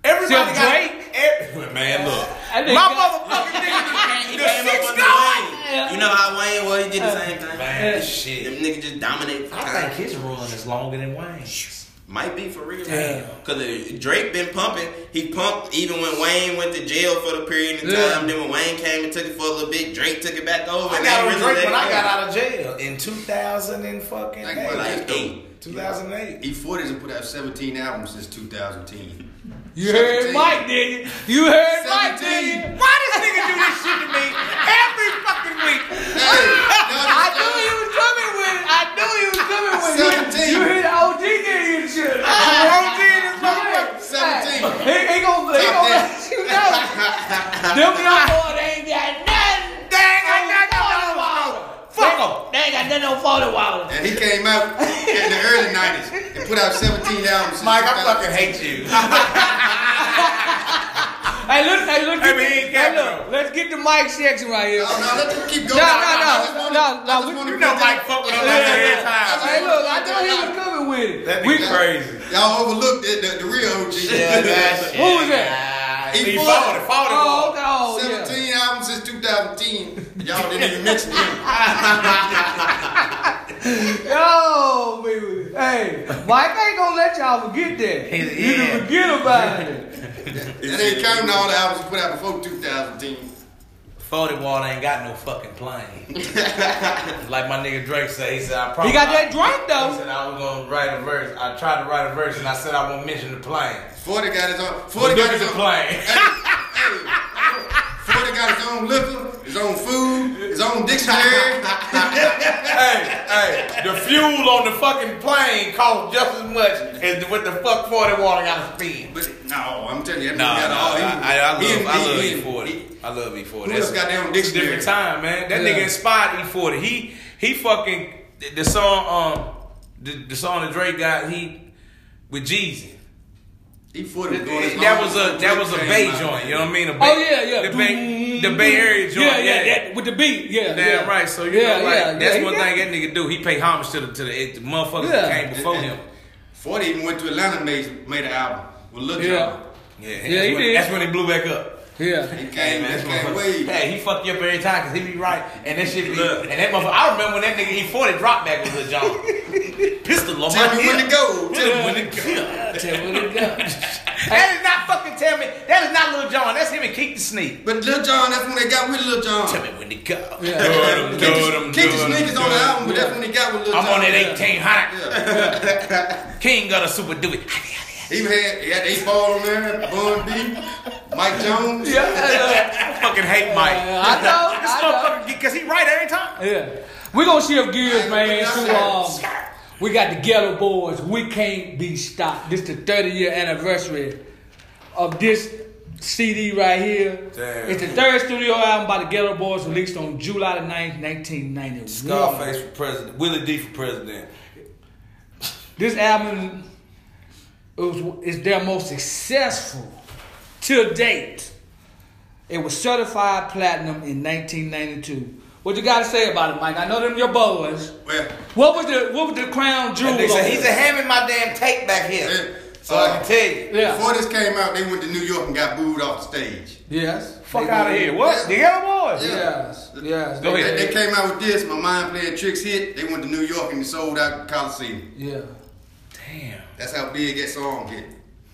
S7: Everybody
S2: Except
S7: got
S2: Drake.
S7: Every, man, look.
S2: I think
S7: My motherfucking nigga,
S11: He
S7: the
S11: came up
S7: six
S11: under
S7: guy.
S11: Wayne. You know how Wayne was? He did the same thing.
S7: Man,
S2: Yeah.
S11: Them
S7: shit.
S11: niggas just dominate.
S7: I think his run is longer than Wayne's.
S11: Might be for real.
S7: Damn.
S11: Because Drake been pumping. He pumped even when Wayne went to jail for the period of time.
S2: Yeah.
S11: Then when Wayne came and took it for a little bit, Drake took it back over.
S7: I
S11: and
S7: got
S11: they
S7: on
S11: really
S7: Drake
S11: let
S7: when
S11: it
S7: I
S11: go.
S7: got out of jail in 2000 and fucking
S10: Like,
S7: eight.
S10: like,
S11: Like eight.
S7: 2008.
S10: E40 has put out 17 albums since 2010.
S2: You heard Mike, did you? You heard Mike, did you?
S10: Seventeen.
S2: Why this nigga do this shit to me every fucking week? I knew he was coming with it. I knew he was coming with it.
S10: Seventeen.
S2: You hear the OG getting this shit. OG in this motherfucker.
S10: Seventeen.
S2: He, he gonna, he
S10: Top
S2: gonna let
S10: that.
S2: you know. Them young boys, they ain't got nothing. They ain't got nothing on water. Fuck them. They ain't got nothing on falling water.
S10: And he came out in the early 90s and put out 17 albums. since
S7: Mike, I
S10: 2000.
S7: fucking hate you.
S2: Hey, look, hey, look.
S7: Hey,
S2: get
S7: but he
S2: the-
S7: ain't got
S2: hey, look,
S7: no.
S2: Let's get the mic section right here.
S10: No, no, let them keep
S2: No,
S10: going.
S2: no, no, no, no. we-
S7: You know Mike fuck with him like that
S2: Hey, look, I thought he was coming with it.
S7: every time. That
S2: We-
S7: be crazy.
S10: Y'all overlooked the, the, the real OG.
S2: Who was that?
S7: He
S10: E40.
S7: fought it,
S2: Oh,
S7: fought
S2: okay, oh, yeah.
S10: 17 albums since 2010. Y'all didn't even mention him.
S2: Yo, baby. Hey, Mike ain't gonna let y'all forget that.
S7: He's-
S2: You
S7: yeah.
S2: can forget about it.
S10: That ain't counting all the albums put out before 2010.
S7: it. Fought it, Water ain't got no fucking plane. like my nigga Drake said, he said, I
S2: He
S7: promise.
S2: got
S7: I-
S2: that drink
S7: He
S2: though.
S7: said I was gonna write a verse. I tried to write a verse and I said I won't mention the plane.
S10: 40 got his own. 40
S7: But look
S10: got
S7: at
S10: his
S7: the
S10: own.
S7: plane.
S10: Hey, hey, 40 got his own liquor, his own food, his own dictionary.
S7: hey, hey, the fuel on the fucking plane cost just as much as what the fuck 40 water gotta spend.
S10: But no, I'm telling you, that
S7: No,
S10: nigga got all
S7: I, I, I love,
S10: he-
S7: I love E
S10: he-
S7: E40.
S10: he-
S7: I love E40.
S10: Who else
S7: That's-
S10: got E their
S7: it's
S10: own
S7: a
S10: dictionary?
S7: different time, man. That
S2: Yeah.
S7: nigga inspired E40. He he fucking the- the song um the, the song that Drake got he with Jeezy.
S10: He 40 was doing his
S7: That
S10: own
S7: was a
S10: shit.
S7: that was a
S10: Drake
S7: Bay
S10: came out.
S7: joint. You know what I mean? A
S2: Oh
S7: Bay-
S2: yeah, yeah.
S7: The Bay the Bay Area joint.
S2: Yeah, yeah, that with the beat. Yeah,
S7: Damn
S2: yeah.
S7: right. So you know, like that's one thing that nigga do. He pay homage to the to the, the motherfuckers that
S2: Yeah.
S7: came before him.
S10: 40 even went to Atlanta and made, made an album with Lil
S2: Yeah.
S10: Jon.
S7: Yeah,
S2: Yeah,
S7: that's
S2: he
S7: when,
S2: did.
S7: That's when he blew back up.
S2: Yeah.
S10: He came, he came way.
S7: Hey, he fuck you up every time because he be right. And that shit be.
S11: Look.
S7: And that motherfucker. I remember when that nigga E40 dropped back with Lil John. Pistol on
S10: Tell
S7: my
S10: me when to
S7: hip.
S10: go. Tell me
S7: Tell
S10: when
S7: me when
S10: to
S7: to go.
S2: Tell me what it got.
S7: That is not fucking tell me. That is not Lil John. That's him and Keep the Sneak.
S10: But Lil Jon, that's when they got with Lil Jon.
S7: Tell me when to go.
S2: Yeah.
S7: Dum,
S10: Kick his,
S7: dum,
S10: kick his
S7: dum,
S10: niggas
S7: dum.
S10: on the album, but that's when he got with Lil
S7: I'm
S10: Jon.
S7: on that 1800.
S10: Yeah.
S7: King got a super duty.
S10: He even had, he had eight ball on there, Bun B, Mike Jones.
S7: I fucking hate Mike.
S2: I know,
S7: This
S2: I know.
S7: motherfucker, because he right every time.
S2: Yeah. We're gonna shift gears, man, to um
S10: Skirt.
S2: we got the Ghetto Boys. We can't be stopped. This the 30 year anniversary of this CD right here.
S7: Damn.
S2: It's the third studio album by the Ghetto Boys released on July the 9th, 1991.
S7: for president. Willie D for president.
S2: This album it was, is their most successful to date. It was certified platinum in 1992. What you got to say about it, Mike? I know them your boys.
S10: Well,
S2: What was the what was the crown jewel?
S1: That nigga said,
S2: on
S1: he's
S2: it?
S1: a hamming my damn tape back
S10: eh,
S1: here. So I
S10: uh,
S1: can tell you.
S2: yeah.
S10: before this came out, they went to New York and got booed off the stage.
S2: Yes.
S1: Fuck out of here. What? The Yellow Boys?
S10: Yeah.
S2: Yes. Yes.
S1: Go
S10: They,
S1: ahead.
S10: they came out with this. My mind playing tricks hit. They went to New York and sold out the Coliseum.
S2: Yeah.
S7: Damn.
S10: That's how big that song get.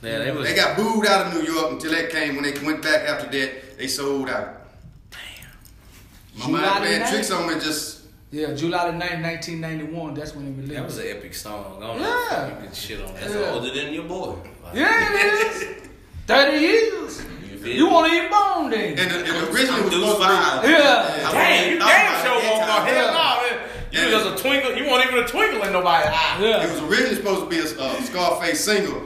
S7: Yeah, they was.
S10: They got booed out of New York until that came. When they went back after that, they sold out. Damn.
S2: July
S10: My mind
S2: the
S10: playing
S2: ninth?
S10: tricks on me just.
S2: Yeah. July the 9th, 1991. That's when it released.
S7: That was an epic song. I don't
S2: Yeah.
S7: know if you could shit on that.
S11: That's
S2: Yeah.
S11: older than your boy.
S2: yeah, it is. 30 years.
S11: You feel
S2: You
S11: me?
S2: weren't even born then.
S10: And the, and the original
S11: I'm
S10: was
S11: Deuce
S10: supposed to
S11: Vibes.
S10: be.
S2: Yeah.
S7: Damn, you
S10: I
S7: damn
S10: was
S7: sure
S10: about
S7: won't go.
S10: that
S7: Hell
S2: time.
S7: no, man. You
S10: Yeah.
S7: just a twinkle. You weren't even a twinkle in nobody's eye.
S10: It
S2: Yeah.
S10: was originally supposed to be a uh, Scarface single,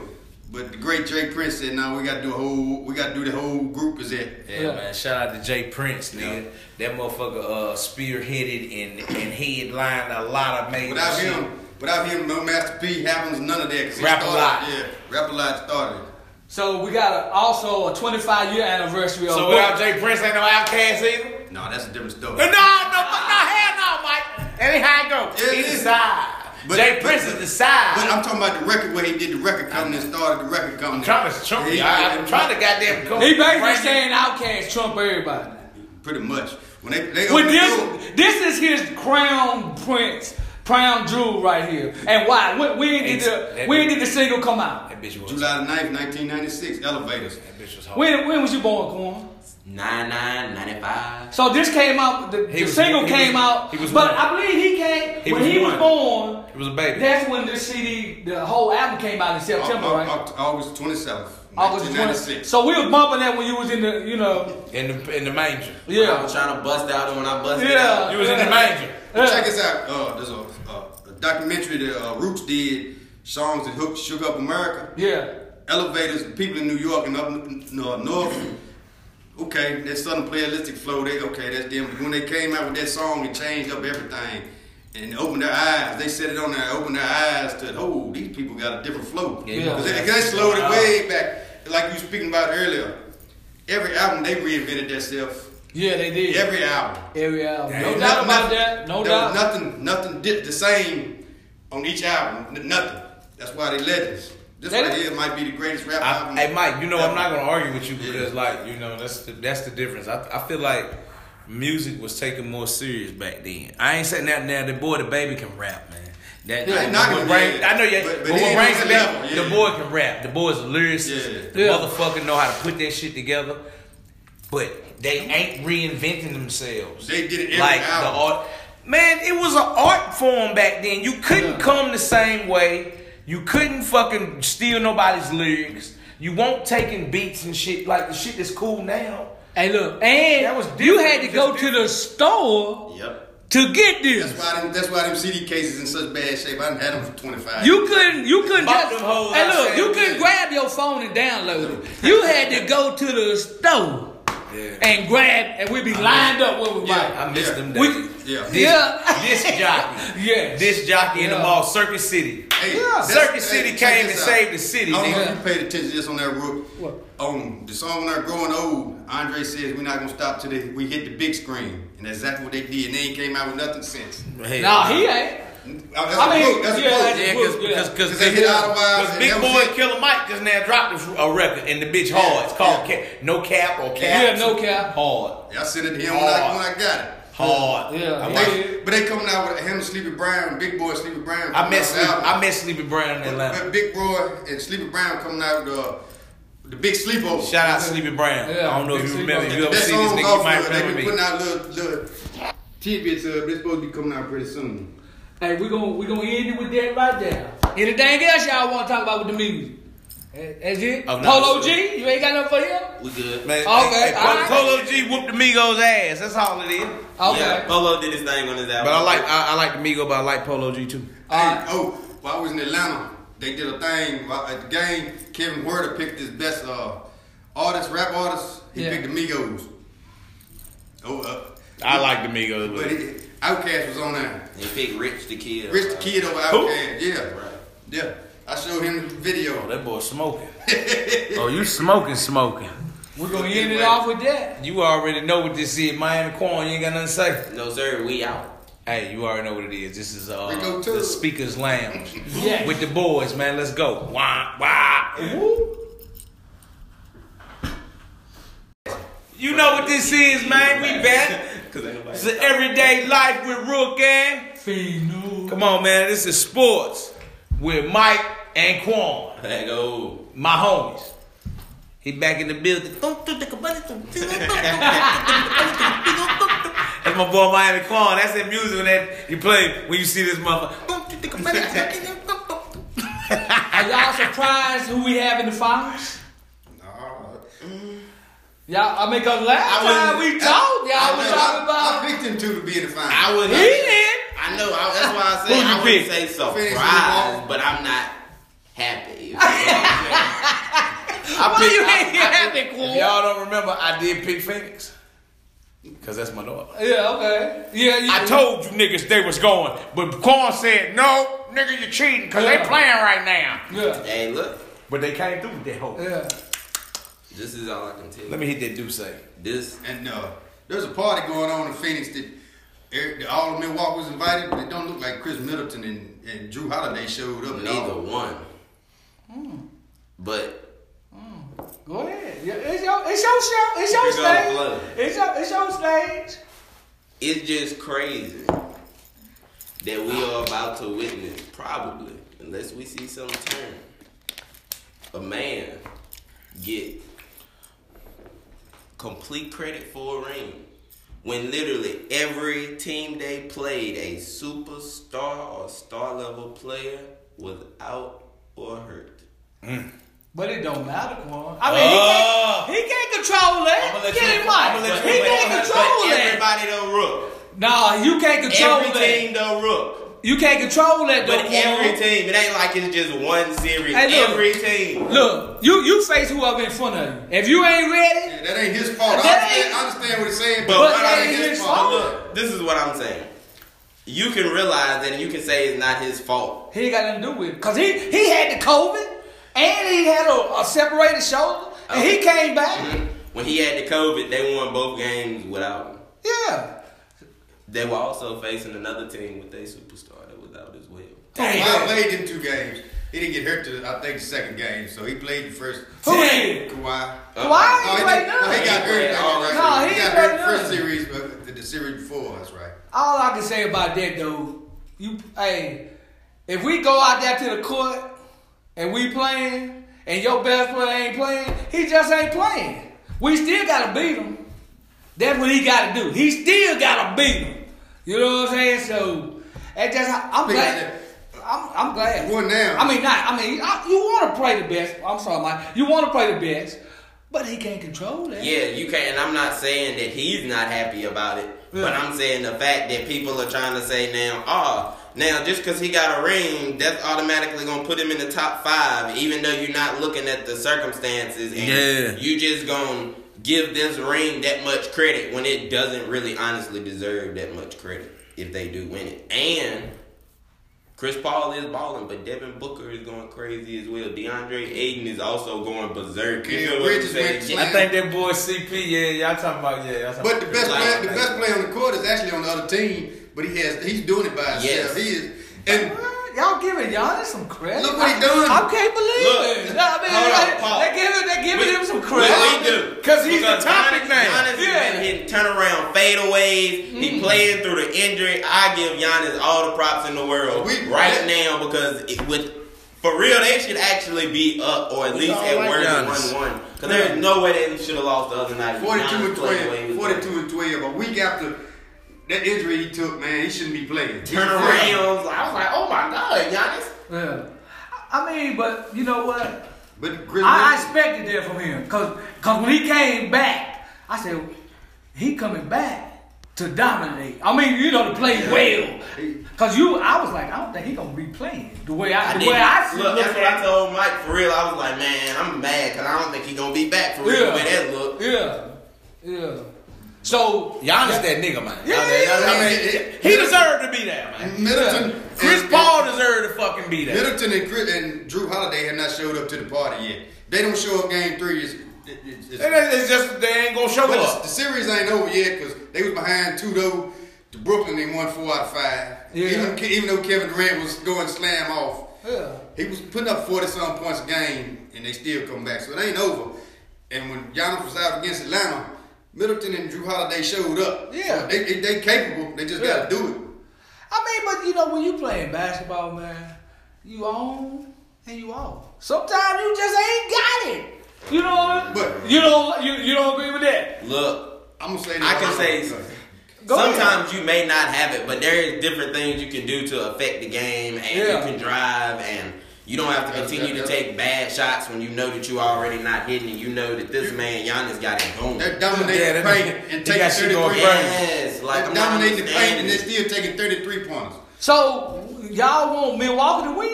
S10: but the great Jay Prince said, "No, we got to do a whole. We got to do the whole group is it."
S7: Yeah,
S2: Yeah.
S7: man. Shout out to Jay Prince, nigga. That motherfucker uh, spearheaded and, and headlined a lot of major
S10: Without
S7: shit.
S10: him, without him, no Master P happens none of that. 'cause it
S7: Rap A
S10: started-
S7: Lot.
S10: Yeah, rap a lot started.
S2: So we got a, also a 25 year anniversary of
S7: So
S2: Boy-
S7: without Jay Prince, ain't no outcast either.
S10: No, that's a different story.
S7: No, no, no, hell no, Mike. That ain't how it go.
S10: Yeah,
S7: He's
S10: it
S7: the
S10: is.
S7: side.
S10: But-
S7: Jay
S10: but-
S7: Prince is the side.
S10: But I'm talking about the record where he did the record company and started the record company.
S7: I'm trying to trump you. I, am trying to goddamn go.
S2: He basically
S7: Bring you-
S2: saying Outkast trump everybody.
S10: Pretty much. When they they
S2: With
S10: opened the door-
S2: this, this is his crown prince, crown jewel right here. And why? When, when did the when did the single come out?
S7: That bitch was.
S10: July the 9th, 1996, Elevators.
S7: That bitch was hard.
S2: When when was you born, Quan?
S11: 9995.
S2: So this came out. The, the
S7: was-
S2: single
S7: he
S2: came
S7: was-
S2: out.
S7: he was
S2: but
S7: one.
S2: I believe he came
S7: He
S2: when
S7: was
S2: he was
S7: one.
S2: born.
S7: It was a baby.
S2: That's when the CD, the whole album came out in September,
S7: Uh,
S10: Au- au-
S2: right?
S10: au- August 27th,
S2: August 20.
S10: 1996.
S2: So we was bumping that when you was in the, you know,
S7: in the in the manger.
S11: I was
S2: yeah,
S11: trying to bust out, and when I busted
S2: Yeah.
S11: out,
S7: You was in the manger.
S10: Check
S2: yeah.
S10: this out. Uh, there's a, uh, a documentary that uh, Roots did, songs that hooked, shook up America.
S2: yeah.
S10: Elevators, the people in New York and up n- n- uh, north. Okay, that sudden playalistic flow. They okay, that's them. But when they came out with that song, it changed up everything and opened their eyes. They set it on there, opened their eyes to oh, these people got a different flow.
S2: Yeah.
S10: Cause they, 'cause they slowed it way back, like you were speaking about earlier. Every album they reinvented themselves.
S2: Yeah, they did.
S10: Every album.
S2: Every album.
S10: There
S2: No
S10: was
S2: doubt
S10: nothing-
S2: about that. No
S10: there
S2: doubt.
S10: was Nothing, nothing did the same on each album. N- Nothing. That's why they legends. This
S2: They-
S10: right here might be the greatest rap
S7: I,
S10: album.
S7: hey Mike, you know I'm not gonna argue with you
S10: Yeah.
S7: because like you know that's the, that's the difference. I I feel like music was taken more serious back then. I ain't saying that now. The boy, the baby can rap, man. That,
S10: Yeah,
S7: that-
S10: not
S7: when
S10: gonna
S7: Rain-
S10: be it.
S7: I know you.
S10: But-
S7: But,
S10: but
S7: when
S10: he ain't
S7: Rain
S10: on
S7: back,
S10: that level, yeah.
S7: the boy can rap. The boy's a lyricist.
S10: Yeah.
S7: The
S2: Yeah.
S7: motherfucker know how to put that shit together. But they ain't reinventing themselves.
S10: They did it every
S7: like
S10: album.
S7: the art. Man, it was an art form back then. You couldn't come the same way. You couldn't fucking steal nobody's lyrics. You won't taking beats and shit like the shit that's cool now.
S2: Hey, look, and
S7: That was
S2: you
S7: different.
S2: had to
S7: Just
S2: go to the store
S10: Yep.
S2: to get
S10: That's
S2: this.
S10: why them, that's why them CD cases in such bad shape. I done had them for 25.
S2: You couldn't, you couldn't
S7: Bought
S2: just,
S7: them hoes
S2: hey look,
S7: outside
S2: you
S7: the
S2: couldn't
S7: building.
S2: grab your phone and download it. You had to go to the store and grab, and we'd be lined up with everybody.
S7: I miss
S10: Yeah.
S7: them
S2: We-
S7: days.
S10: yeah.
S7: This,
S2: Yeah.
S7: this jockey.
S2: Yes.
S7: This jockey in the
S2: Yeah.
S7: mall, Circuit City.
S10: Hey,
S2: Yeah.
S10: that's-
S7: Circuit City
S10: check
S7: came
S10: this
S7: and saved the city,
S10: I don't know
S2: nigga.
S10: if you paid attention to this on that roof.
S2: What?
S10: On the song "Not Growing Old," Andre says we're not gonna stop till they, we hit the big screen, and that's exactly what they did. And they ain't came out with nothing since.
S7: Hell
S2: Nah, he ain't.
S10: That's
S2: I
S10: a
S2: mean,
S10: quote. That's a
S2: yeah,
S10: quote.
S2: that's-
S7: Yeah, cause, cause, cause,
S10: Cause they hit out of bounds
S7: Cause
S10: and
S7: Big
S10: that was
S7: Boy
S10: it.
S7: and Killer Mike just now dropped a- a record, and the bitch hard. It's called
S10: Yeah.
S7: Ca- No Cap or Cap.
S2: Yeah, No Cap.
S7: Hard,
S10: Yeah, I sent it to him when I,
S7: Hard.
S10: when I got it.
S7: hard.
S2: Yeah,
S7: I,
S2: he
S7: watched-
S2: did.
S10: But they coming out with him, Sleepy Brown, Big Boy, Sleepy
S7: I
S10: Brown.
S7: met
S10: coming
S7: Sleepy,
S10: out with
S7: I met Sleepy Brown in
S10: album.
S7: Atlanta.
S10: But Big Boy and Sleepy Brown coming out with uh, the Big Sleepover.
S7: Shout out Sleepy Brown.
S2: Yeah,
S7: I don't know if
S2: Big
S7: you
S2: Sleep
S7: remember.
S2: Brown.
S7: If you ever
S10: that
S7: see this
S10: song
S7: nigga, you
S10: off,
S7: might
S10: uh, they
S7: remember
S10: been
S7: me.
S10: putting out little, little tidbits of it. It's supposed to be coming out pretty soon.
S2: Hey, we're gonna we gonna end it with that right there. Anything else y'all wanna talk about with the music? That- That's it?
S7: Oh, no.
S2: Polo G, you ain't got nothing for him?
S11: we good.
S7: Man,
S2: Okay,
S7: hey, hey,
S2: all right.
S7: Polo G whooped the Migos ass. That's all it is.
S2: Okay.
S11: Yeah, Polo did his thing on his album.
S7: But I like I, I like the Migo, but I like Polo G too.
S2: All right.
S10: Hey, oh, while I was in Atlanta, they did a thing while- at the game. Kevin Werder picked his best uh, artist, rap artist. He
S2: Yeah.
S10: picked the Migos. Oh, uh,
S7: I like the Migos.
S10: but
S7: But
S10: it, Outkast was on there.
S11: They picked Rich the Kid.
S10: Rich the Kid over
S7: Who?
S10: Outkast. Yeah,
S11: Right.
S10: yeah. I showed him the video.
S7: That boy smoking. oh, you smoking, smoking.
S2: We're gonna end it off with that.
S7: You already know what this is, Miami Corn. You ain't got nothing to say.
S11: No, sir, we out.
S7: Hey, you already know what it is. This is uh,
S10: Rico too.
S7: the Speaker's Lounge
S2: Yes.
S7: with the boys, man. Let's go. Wah, wah. You know what this is, man. We back.
S11: Cause ain't nobody.
S7: It's the everyday life with Rook and.
S2: Fino.
S7: Come on, man. This is sports with Mike and Quan,
S11: There go.
S7: my homies. He back in the building. That's my boy Miami Quan. That's that music when that you play when you see this motherfucker.
S2: Are y'all surprised who we have in the finals?
S10: Nah.
S2: Y'all, I mean, cause last time we talked, y'all was talking
S10: I
S2: about
S10: picked him two to be in the final.
S11: I was.
S2: he did.
S11: I know. I, that's why I say
S7: Who you
S11: I wouldn't
S7: pick?
S11: say
S10: Finish
S11: surprised,
S10: the
S11: but I'm not happy. I
S7: Why
S11: picked-
S7: you
S11: I-
S7: ain't happy, Quan? If y'all don't remember, I did pick Phoenix. Cause that's my dog.
S2: Yeah, okay. Yeah, yeah.
S7: I told you niggas they was going, but Quan said, no, nigga, you cheating, cause they
S2: Yeah.
S7: playing right now.
S2: Yeah,
S11: Hey, look.
S7: But they came through with that hoe.
S2: yeah.
S11: This is all I can tell. you.
S7: Let me hit that do say.
S11: This.
S10: And uh, there's a party going on in Phoenix that er- all of Milwaukee was invited, but it don't look like Chris Middleton and, and Drew Holiday showed up. at
S11: Neither
S10: all.
S11: one. But
S2: Go ahead. Yeah, it's your, it's your show. It's your
S11: Big old
S2: stage.
S11: blood.
S2: It's your, it's your stage.
S11: it's just crazy that we are about to witness, probably, unless we see some turn, a man get complete credit for a ring when literally every team they played, a superstar or star level player was out or hurt.
S2: But it don't matter, Quan. I mean, he, can't, he can't control that.
S11: Uh. I'ma let
S2: Get
S11: you-
S2: him right.
S11: I'ma let
S2: He
S11: you-
S2: can't
S11: but
S2: control that.
S11: Everybody done rook.
S2: Nah, you can't control
S11: Every
S2: that.
S11: team done rook.
S2: You can't control that, though,
S11: But
S2: Quan.
S11: every team, it ain't like it's just one series.
S2: Hey, look.
S11: every team.
S2: Look, you you face whoever in front of you. If you ain't ready,
S10: Yeah, that ain't his fault. I
S2: That
S10: understand,
S2: ain't-
S10: I understand what he's saying,
S11: But
S10: but,
S11: But
S2: that
S10: that
S2: ain't
S10: ain't
S2: his
S10: his
S11: But
S2: fault.
S10: fault.
S11: look, this is what I'm saying. You can realize that and you can say it's not his fault.
S2: he ain't got nothing to do with it. Cause he he had the COVID and he had a, a separated shoulder and he came back.
S11: When he had the COVID, they won both games without him.
S2: Yeah.
S11: They were also facing another team with a superstar that was out as well.
S10: Kawhi played in two games. He didn't get hurt to, I think, the second game, so he played the first.
S2: Who is?
S10: Kawhi.
S2: Why
S10: No,
S2: he
S10: he,
S2: played
S10: did- no, he
S2: none?
S10: got hurt. All right.
S2: No, he
S10: he got
S2: didn't play
S10: hurt the first
S2: none.
S10: series, but the, the series before, that's right.
S2: All I can say about that though, you hey, if we go out there to the court and we playing and your best player ain't playing, he just ain't playing. We still gotta beat him. That's what he gotta do. He still gotta beat him. You know what I'm saying? So that's just how- I'm
S10: Speaking
S2: glad.
S10: of
S2: I'm, I'm glad.
S10: One down.
S2: I mean, not. I mean, I, you want to play the best. I'm sorry, Mike. You want to play the best, but he can't control that.
S11: Yeah, you can't. And I'm not saying that he's not happy about it, but
S2: Yeah.
S11: I'm saying the fact that people are trying to say now, ah, now just because he got a ring, that's automatically gonna put him in the top five, even though you're not looking at the circumstances. And
S7: Yeah.
S11: you just gonna give this ring that much credit when it doesn't really honestly deserve that much credit if they do win it. And Chris Paul is balling, but Devin Booker is going crazy as well. DeAndre Aiden is also going berserk. You
S10: Yeah,
S11: know what I'm
S10: Bridges
S11: saying?
S10: went to
S7: I think that boy CP, yeah, y'all talking about, yeah. Y'all talking
S10: But the
S7: about-
S10: best
S11: Like-
S10: player, the best player on the court is actually on the other team, but he has he's doing it by himself.
S11: Yes.
S10: He is, and
S2: What? Y'all giving Giannis some credit?
S10: Look what he done.
S2: I, I can't believe it.
S11: Look.
S2: No, I mean,
S11: Hold
S2: like,
S11: on, Paul.
S2: they giving they giving him some credit.
S11: Well, we do.
S2: Cause he's
S11: Because
S2: the topic
S11: Giannis-
S2: man.
S11: Giannis
S2: Yeah.
S11: has been hitting turnaround fadeaways. He playing through the injury. I give Giannis all the props in the world
S10: We-
S11: right now because it would. For real, they should actually be up or at least
S7: all
S11: at
S7: like
S11: worst
S7: Giannis.
S11: one one. Because there is no way they should have lost the other night. if
S10: 42
S11: Giannis
S10: and
S11: played the way he
S10: 12.
S11: was
S10: 42 and 12. A week after that injury he took, man, he shouldn't be playing.
S11: playing. turnarounds. I was like, oh my god, Giannis.
S2: Yeah. I mean, but you know what?
S10: But Chris
S2: I, I
S10: Middleton-
S2: expected that from him. Cause, Cause when he came back, I said, he coming back to dominate. I mean, you know, to play well. Cause you, I was like, I don't think he gonna be playing the way I,
S11: I
S2: the
S11: didn't.
S2: way I see
S11: look,
S2: look
S11: that's what
S2: at
S11: I
S2: it.
S11: told Mike for real. I was like, man, I'm mad because I don't think he's gonna be back for real.
S2: Yeah.
S11: the way that look.
S2: Yeah, yeah. So
S7: Giannis that nigga, man.
S10: Yeah,
S7: I mean, I
S10: yeah,
S7: mean,
S10: yeah, yeah.
S7: he deserved to be there, man.
S10: Middleton.
S7: Chris
S10: and-
S7: Paul deserved to fucking be there.
S10: Middleton and, Chris, and Drew Holiday have not showed up to the party yet. They don't show up game three. It's, it- it's, it's,
S7: And it- It's just they ain't gonna show
S10: but the,
S7: up.
S10: the series ain't over yet because they was behind two though. To Brooklyn, they won four out of five.
S2: Yeah.
S10: Even, Ke- even though Kevin Durant was going slam off,
S2: Yeah.
S10: he was putting up forty some points a game, and they still come back. So it ain't over. And when Giannis was out against Atlanta, Middleton and Drew Holiday showed up.
S2: Yeah.
S10: So they, they, they capable. They just got to do it.
S2: I mean, but you know, when you playing basketball, man, you on and you off. Sometimes you just ain't got it. You know, what?
S10: But-
S2: you don't you, you don't agree with that.
S11: Look,
S10: I'm gonna say.
S11: I can say
S2: Go ahead.
S11: sometimes you may not have it, but there is different things you can do to affect the game, and
S2: Yeah.
S11: you can drive, and you don't have to
S10: That's-
S11: continue to
S10: that's-
S11: take bad shots when you know that you already not hitting, and you know that this man Giannis got it going.
S10: They're dominating
S7: Yeah,
S10: the
S7: that-
S10: paint and
S7: they
S10: taking
S7: got shit
S10: 33
S7: going
S10: points.
S11: yes, like
S10: They're
S11: I'm not
S10: dominating the paint and
S11: understanding
S10: they're
S11: it.
S10: still taking 33 points.
S2: So y'all want Milwaukee to win?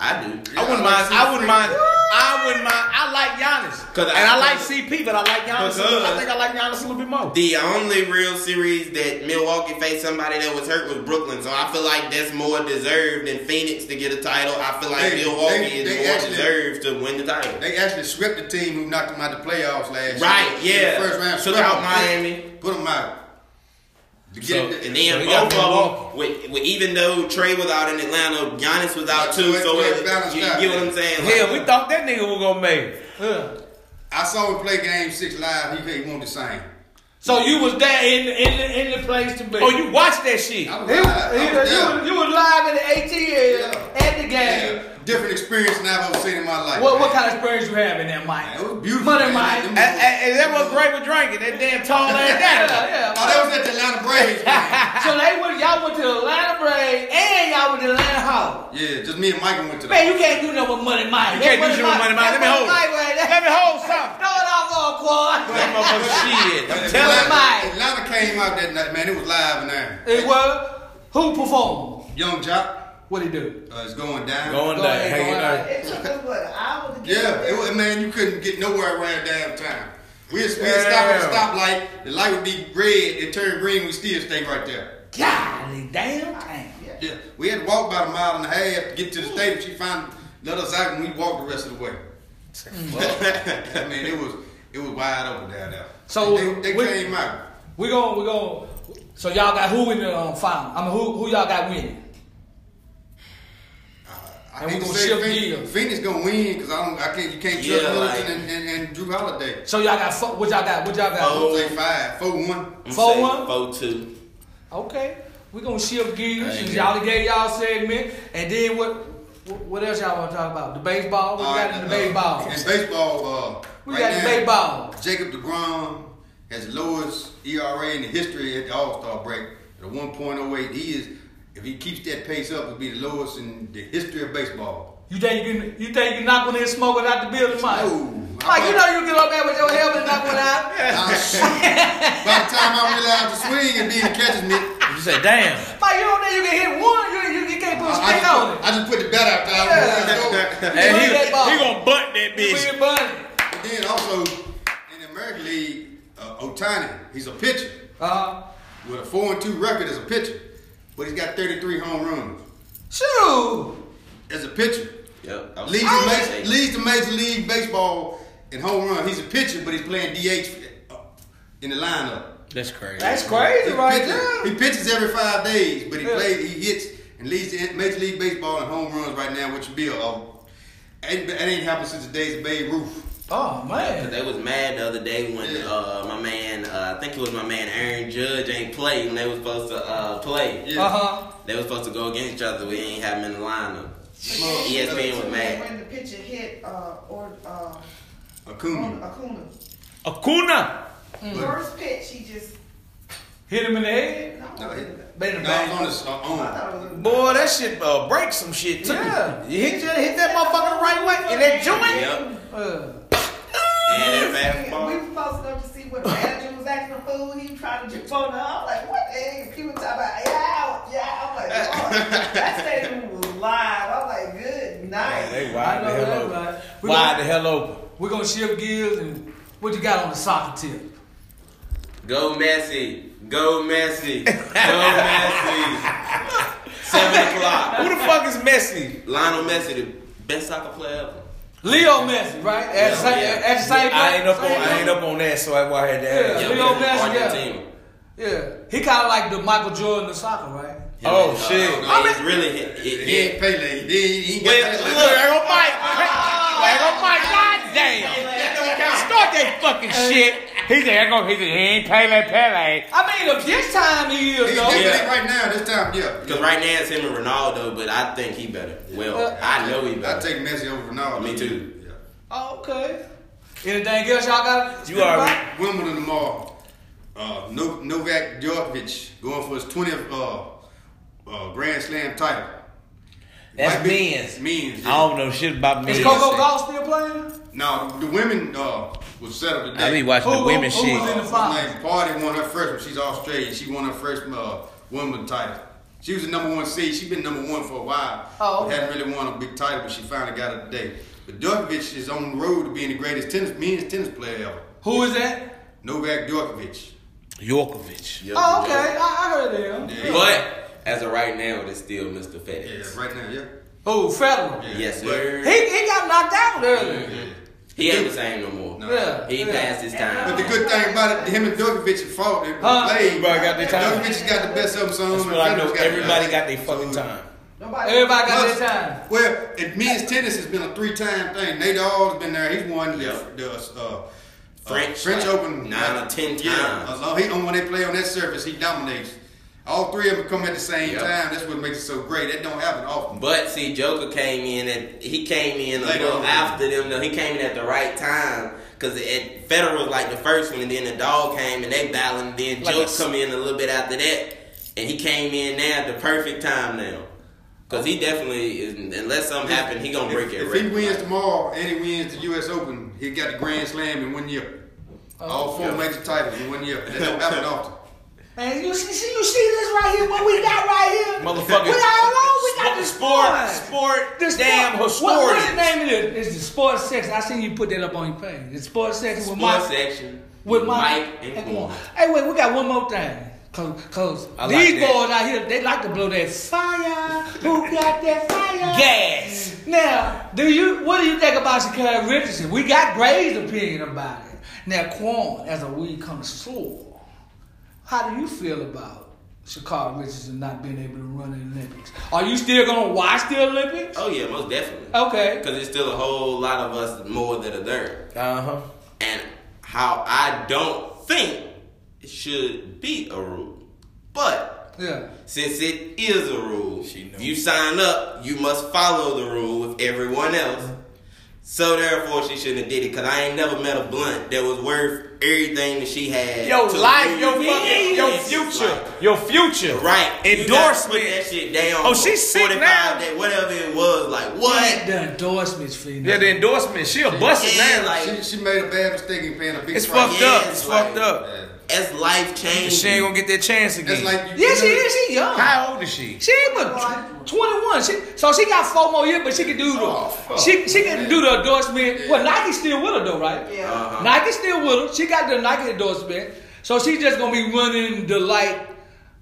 S11: I do.
S7: I wouldn't mind. I wouldn't mind. I wouldn't mind. I like Giannis,
S11: 'Cause
S7: and I,
S11: I-
S7: like CP, but I like Giannis. a little- I
S11: Because-
S7: think I like Giannis a little bit more.
S11: The only real series that Milwaukee faced somebody that was hurt was Brooklyn, so I feel like that's more deserved than Phoenix to get a title. I feel like
S10: They-
S11: Milwaukee
S10: they-
S11: is
S10: they
S11: more
S10: actually-
S11: deserved to win the title.
S10: They actually swept the team who knocked them out the playoffs last
S11: Right,
S10: year. In
S11: yeah.
S10: The first round
S11: Took
S10: swept
S11: out
S10: them.
S11: Miami.
S10: Put them out. To
S7: So-
S10: get
S11: And
S7: So
S11: then
S7: we
S11: both
S7: got
S11: of them, with, with, even though Trey was out in Atlanta, Giannis was out too.
S10: So
S11: So
S10: it-
S11: it,
S10: it balanced
S11: you
S10: out.
S11: get what I'm saying? Like,
S7: Hell, we thought that nigga was gonna make. it.
S2: Yeah.
S10: I saw him play game six live. He, he won the same.
S2: So you was there in the, in the, in the place to be.
S7: Oh, you watched that shit.
S10: I was
S2: He was-
S10: live. I
S2: he
S10: was
S2: was- you,
S10: there.
S2: was, you was live in the ATL
S10: Yeah.
S2: at the game.
S10: Yeah. Different experience than I've ever seen in my life.
S2: What what kind of experience you have in that, Mike?
S10: Man, it was beautiful.
S2: Money,
S10: man.
S2: Mike.
S10: Them-
S7: And, and- and that was great with drinking. That damn tall ass guy.
S2: Yeah,
S10: Oh,
S2: yeah.
S10: that was at the Atlanta Braves. man.
S2: So they went, y'all went to the Atlanta Braves and y'all went to Atlanta Hall.
S10: yeah, just me and Michael went to
S2: Man,
S10: that.
S2: you can't do nothing with Money Mike.
S7: You can't do shit with Money Mike. Let me hold it. Let
S2: Let
S7: me hold something.
S2: Throw it off on quad.
S7: That motherfucker shit. I'm telling
S2: Tell
S7: you.
S2: him, Mike.
S10: Atlanta, Atlanta came out that night, man. It was live in there.
S2: It was who performed?
S10: Young Jock
S2: What he do?
S10: uh, is going down.
S7: Going
S2: Go
S7: down,
S2: ahead,
S7: hanging
S2: go
S7: out.
S2: ahead.
S6: It took us what an hour to get
S10: Yeah,
S6: there.
S10: it was, man, you couldn't get nowhere around downtown. We would
S7: Yeah.
S10: stop at a stoplight, the light would be red, it turned green, we still stay right there.
S2: Golly damn time.
S10: Yeah, we had to walk about a mile and a half to get to the stadium. She finally let us out, and we walked the rest of the way. Well, I mean, it was it was wide open down there.
S2: So,
S10: they, they
S2: we-
S10: came out.
S2: We gon' we gon' so y'all got who in the um, final? I mean who who y'all got winning?
S10: I
S2: And
S10: hate
S2: we
S10: to
S2: gonna
S10: say
S2: shift
S10: Phoenix,
S2: gears.
S10: Phoenix gonna win because I don't. I can't. You can't trust
S11: Yeah,
S10: Middleton
S11: like-
S10: and, and, and Drew Holiday.
S2: So y'all got fo- what y'all got? What y'all got?
S11: Oh.
S10: I'm gonna say five, four, one.
S11: I'm
S2: Four
S11: saying
S2: one?
S11: Four two.
S2: Okay, we gonna shift gears.
S10: Thank
S2: since
S10: you.
S2: y'all gave y'all segment, and then what? What what else y'all want to talk about? The baseball. What
S10: All
S2: we
S10: right,
S2: got in the
S10: uh,
S2: baseball?
S10: In baseball, uh,
S2: We
S10: right
S2: got
S10: now,
S2: the baseball.
S10: Jacob DeGrom has the lowest ERA in the history at the All Star break at a 1.08. He is, if he keeps that pace up, it'll be the lowest in the history of baseball.
S2: You think you can? You think you can knock one in and smoke without the building, Mike?
S10: No.
S2: Mike, you know you get up there with your helmet and knock one out.
S10: Ah, shoot. By the time I realized the swing and then catches me, I,
S7: You say, damn.
S2: Mike, you don't think you can hit one? You, you, you can't put a
S10: I
S2: spin
S10: just
S2: on
S10: put,
S2: it.
S10: I just put the bat out there. I was
S7: And he,
S2: Win that ball.
S7: he gonna butt that
S2: You
S7: bitch.
S2: win, buddy.
S10: but then also in the American League, uh, Otani, he's a pitcher
S2: Uh,
S10: with a four and two record as a pitcher, but he's got 33 home runs
S2: shoot.
S10: as a pitcher.
S11: Yep. I was-
S10: Leads
S11: I
S10: the,
S11: was
S10: major,
S11: saying-
S10: leads the major league baseball in home run. He's a pitcher, but he's playing DH in the lineup.
S7: That's crazy.
S2: That's crazy, right
S10: pitches,
S2: there.
S10: he pitches every five days, but he
S2: Yeah.
S10: plays, he hits and leads the major league baseball in home runs right now, which would be a, a ain't, that ain't happened since the days of Babe Ruth.
S2: Oh
S11: Cause
S2: man.
S11: they was mad the other day when
S10: Yeah.
S11: uh, my man, uh, I think it was my man Aaron Judge, ain't played when they was supposed to uh, play.
S10: Yeah.
S2: Uh huh.
S11: They was supposed to go against each other. We ain't have him in the lineup. E
S10: Well,
S11: ESPN was mad.
S6: When the pitcher hit uh, or uh, on
S10: Acuna.
S6: Acuna,
S7: Acuna. Mm.
S6: first pitch he just
S2: Hit him in the head.
S6: no.
S10: No, it-
S2: Bang the
S10: No,
S2: bang.
S10: I was on his
S6: I
S10: uh,
S6: thought it was.
S7: Boy, that shit uh, breaks some shit too.
S2: Yeah.
S7: You hit, your, hit that motherfucker the right way. And that joint.
S11: Yep.
S2: Uh,
S11: And that
S6: We
S11: fastball.
S6: were supposed to go to see what the manager was acting a fool. He was trying to jump on her. I'm like, what the heck? People talking about, yeah, yeah. I'm like, Lord. that stadium was live. I'm like, good night.
S7: They
S2: I
S7: wide the
S2: know
S7: hell
S2: that's
S7: open.
S2: right. We
S7: Wide
S2: gonna-
S7: the hell open.
S2: We're gonna shift gears and what you got on the soccer tip?
S11: Go Messi. Go Messi. Go Messi. Seven o'clock.
S7: Who the fuck is Messi?
S11: Lionel Messi, the best soccer player ever.
S2: Leo Messi, right? At, the same,
S11: Yeah.
S2: at the same
S7: I ain't up on
S2: same
S7: I ain't up on that, so that's why I had to ask.
S2: Yeah, Leo Messi,
S11: Argentina.
S2: Yeah, he kind of like the Michael Jordan of soccer, right?
S7: Oh
S11: Uh,
S7: shit!
S11: no, he's really hit. hit,
S10: He ain't
S11: hit.
S10: Pele. He ain't, he ain't
S11: Well,
S10: got
S11: look,
S10: that.
S7: There go Mike. There go Mike. God damn. Start that fucking shit. He said, "I go." He said, "He ain't Pele Pele."
S2: I mean, if this time he is
S10: He's
S2: though.
S10: doing
S11: Yeah.
S10: it right now. This time, yeah.
S11: Because right now it's him and Ronaldo, but I think he better. Well, I know he
S10: I
S11: better.
S10: take Messi over Ronaldo.
S11: Me too.
S10: Yeah.
S2: Oh, okay. Anything else y'all got? to
S7: You
S2: speak
S7: are-
S2: about?
S10: Wimbledon tomorrow. Uh, No- Novak Djokovic going for his 20th uh, uh, Grand Slam title.
S7: That's
S10: Might be-
S7: men's.
S10: Men's.
S7: I don't know shit about
S2: Is
S7: men.
S2: Coco Golf still playing?
S10: Now the women uh, was settled today.
S7: I be watching
S2: Who-
S7: the women
S2: who- who was in
S7: shit.
S2: the finals?
S10: Like Party won her first one. She's Australian. She won her first uh, Wimbledon title. She was the number one seed. She's been number one for a while.
S2: Oh,
S10: But
S2: okay.
S10: Hadn't really won a big title, but she finally got it today. But Djokovic is on the road to being the greatest tennis men's tennis player ever.
S2: Who is that?
S10: Novak Djokovic.
S7: Yorkovich.
S11: Yeah,
S2: Oh, okay.
S11: yeah.
S2: I, I heard of him.
S10: Yeah.
S11: But as of right now, it's still Mr.
S10: Yeah,
S11: FedEx.
S10: right now, yeah.
S2: Who? Federer.
S10: Yeah.
S11: Yes,
S10: But-
S11: sir.
S2: He, he got knocked out earlier.
S10: Yeah.
S11: He ain't the same no more.
S10: No.
S2: Yeah.
S11: He
S2: yeah.
S11: passed his time.
S10: But the good thing about it, him and Djokovic fought. They
S2: Huh?
S10: played.
S7: Everybody got their time.
S10: Djokovic has got the best of them. Some
S7: That's what I know. Everybody got their fucking time.
S6: Nobody.
S2: Everybody got
S10: Plus,
S2: their time.
S10: Well, it means tennis has been a three-time thing. Nate All's been there. He's won
S11: Yeah.
S10: the, the uh,
S11: French,
S10: uh, French
S11: like,
S10: Open
S11: nine
S10: like,
S11: or ten
S10: Yeah,
S11: times.
S10: as long- he- and when they play on that surface, he dominates. All three of them come at the same
S11: Yeah.
S10: time. That's what makes it so great. That don't happen often.
S11: But see, Joker came in and he came in a
S10: Later
S11: little
S10: on.
S11: after them. Though he came in at the right time because Federer was like the first one, and then the dog came and they battled. And then
S7: Like
S11: Joker
S7: a s-
S11: come in a little bit after that, and he came in now at the perfect time now because he definitely is. Unless something happen, he gonna
S10: If-
S11: break it.
S10: If he wins tomorrow and he wins the U.S. Open, he got the Grand Slam in one year.
S2: Oh.
S10: All four major titles in one year. That don't happen often.
S2: Man, you see, see, you see this right here? What we got right here?
S7: Motherfucker.
S2: We all alone. We got this
S7: Sport,
S2: sport.
S7: sport,
S2: The
S7: damn
S2: sport- What, what's the
S7: historian.
S2: name of it? It's the sports section. I seen you put that up on your page. The sports section with
S11: Sports
S2: Mike.
S11: section
S2: With Mike,
S11: Mike and Quan.
S2: Hey, wait, we got one more thing. Cause, 'cause
S7: I like
S2: these
S7: that.
S2: boys out here, they like to blow that fire. Who got that fire?
S7: Gas.
S2: Now, do you? What do you think about Shakari Richardson? We got Gray's opinion about it. Now, Quan, as a weed connoisseur, how do you feel about Shakari Richardson not being able to run in the Olympics? Are you still gonna watch the Olympics?
S11: Oh yeah, most definitely.
S2: Okay.
S11: Because there's still a whole lot of us more that are there.
S7: Uh
S11: Uh-huh.
S7: huh.
S11: and how I don't think it should be a rule. But
S2: Yeah.
S11: since it is a rule,
S7: She knows.
S11: you sign up, you must follow the rule with everyone else. So therefore, she shouldn't have did it because I ain't never met a blunt that was worth everything that she had.
S7: Your
S11: to
S7: life,
S11: lose.
S7: your fucking, your
S11: Yes.
S7: future,
S11: Like,
S7: your future.
S11: Right, You gotta put that
S7: endorsement.
S11: shit down.
S7: Oh, she's sick
S11: 45
S7: now.
S11: Day, whatever it was, like what?
S2: The endorsements for you.
S7: Yeah, the endorsement. She a busted
S11: Yeah,
S7: man.
S11: like
S10: She, she made a bad mistake in paying a big
S7: it's
S10: price.
S7: fucked
S11: Yeah,
S7: up.
S11: it's
S7: It's
S11: like-
S7: fucked up.
S10: Yeah.
S11: that's life changing.
S7: She ain't gonna get that chance
S10: That's
S7: again.
S10: like you.
S2: Yeah, she is. She young.
S7: How old is she?
S2: She ain't but tw- 21. She, so she got four more years, but she can do the
S10: fuck.
S2: she she can do the endorsement. Well, Nike's still with her though, right?
S7: Uh,
S6: Yeah.
S2: Nike's still with her. She got the Nike endorsement, so she's just gonna be running the like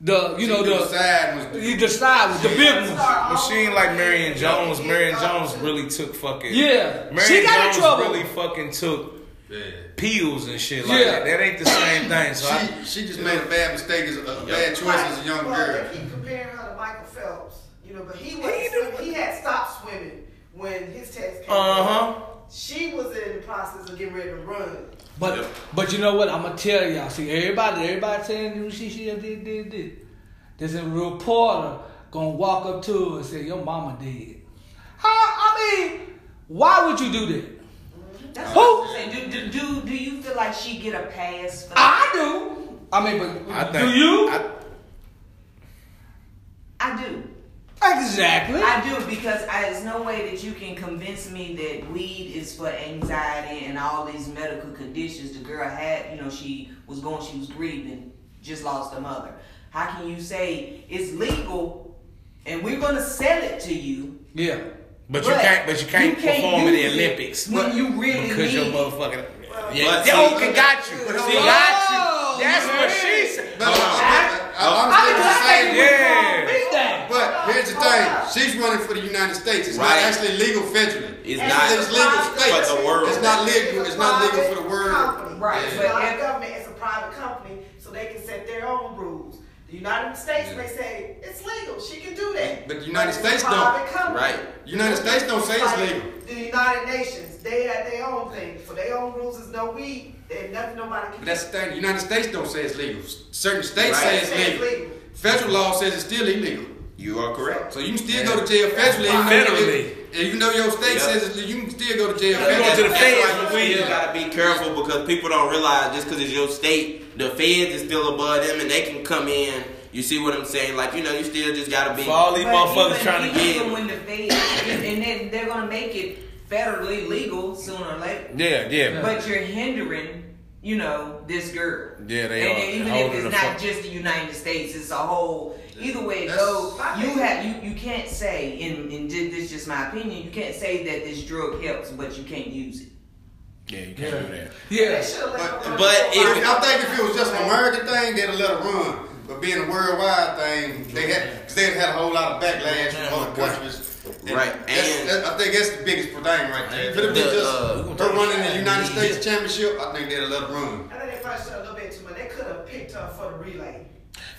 S2: the you know
S10: the
S2: the
S10: side was
S2: you the side with the big ones.
S7: Well, she ain't like Marion Jones. Marion Jones really took fucking.
S2: Yeah.
S7: Marion
S2: She got in
S7: Jones
S2: trouble.
S7: really fucking took
S10: Yeah.
S7: pills and shit like
S2: Yeah.
S7: that. That ain't the same thing. So I,
S10: She, she just made a bad mistake, as a, a bad choice as a young
S6: well,
S10: girl.
S6: They keep comparing her to Michael Phelps, you know, but he was swimming. he had stopped swimming when his test came.
S7: Uh-huh.
S6: She was in the process of getting ready to run.
S2: But
S11: Yeah.
S2: but you know what? I'm gonna tell y'all. See everybody, everybody saying she she did did did. There's a reporter gonna walk up to her and say, "Your mama did." How? I mean, why would you do that?
S9: That's
S2: Who?
S9: what I'm saying. Do, do, do, do you feel like she get a pass for
S2: I
S9: that?
S2: do. I mean, but
S7: I
S2: do
S7: think-
S2: you?
S7: I-
S9: I do.
S2: exactly.
S9: I do because I, there's no way that you can convince me that weed is for anxiety and all these medical conditions. The girl had, you know, she was going, she was grieving, just lost her mother. How can you say it's legal and we're gonna sell it to you?
S2: yeah.
S7: but you can't. But you can't, perform in
S9: use
S7: the
S9: it
S7: Olympics
S9: when you really
S7: because
S9: need
S7: your
S9: it.
S7: motherfucking.
S11: But
S7: Yeah,
S11: see-
S7: Joker got you.
S11: But
S7: She
S11: see-
S1: Oh,
S7: got you. That's
S2: you
S7: what
S10: saying. She's running for the United States. It's
S11: Right.
S10: not actually legal federally.
S11: It's
S10: It's-
S11: not-
S10: It's legal
S11: but
S10: state.
S11: the world-
S10: It's not legal. It's not legal for the world.
S6: Company.
S9: Right,
S6: It's
S9: but
S6: not
S9: if-
S6: a government. It's a private company, so they can set their own rules. The United States may say it's legal. She can do that.
S10: But the United
S6: it's a
S10: States don't.
S6: private company.
S11: Right.
S10: United States don't say it's
S6: Like
S10: legal.
S6: The United Nations, they have their own thing. For their own rules, is no weed. There's nothing nobody
S10: But
S6: can.
S10: that's the thing. The United States don't say it's legal. Certain states
S11: Right.
S10: say it's legal. Federal law says it's still illegal.
S11: You are correct.
S10: So you can still go to jail federally. even though-
S1: Federally.
S10: Even though your state
S11: Yeah.
S10: says it's legal, you can still go to jail
S1: You go to the
S10: federally.
S1: feds
S11: That's
S1: for
S11: why you
S1: weed.
S11: still gotta be careful because people don't realize just because it's your state, the feds is still above them and they can come in. You see what I'm saying? Like you know, you still just gotta be.
S1: For all these
S9: But
S1: motherfuckers
S9: even-
S1: trying to
S9: Even
S1: get.
S9: when the feds, and then they're gonna make it federally legal sooner or later.
S1: Yeah, yeah.
S9: But you're hindering, you know, this girl.
S1: Yeah, they
S9: and
S1: are.
S9: Even if
S1: Holding
S9: it's
S1: the
S9: not
S1: fuck-
S9: just the United States, it's a whole. Either way it
S10: That's-
S9: goes, you have you, you can't say, and, and this is just my opinion, you can't say that this drug helps, but you can't use it.
S1: Yeah, you can't do that.
S2: Yeah.
S10: But-
S11: but
S10: I,
S11: if
S10: I think if it was just an American thing, they'd have let it run. But being a worldwide thing, they had 'cause they had a whole lot of backlash from other countries.
S11: Right,
S10: that's-
S11: and-
S10: that- I think that's the biggest thing right there. If it had been
S11: The,
S10: just
S11: uh,
S10: her running the United States Championship, I think they'd have let it run.
S6: I think they punched her a little bit too much. They could have picked her for the relay.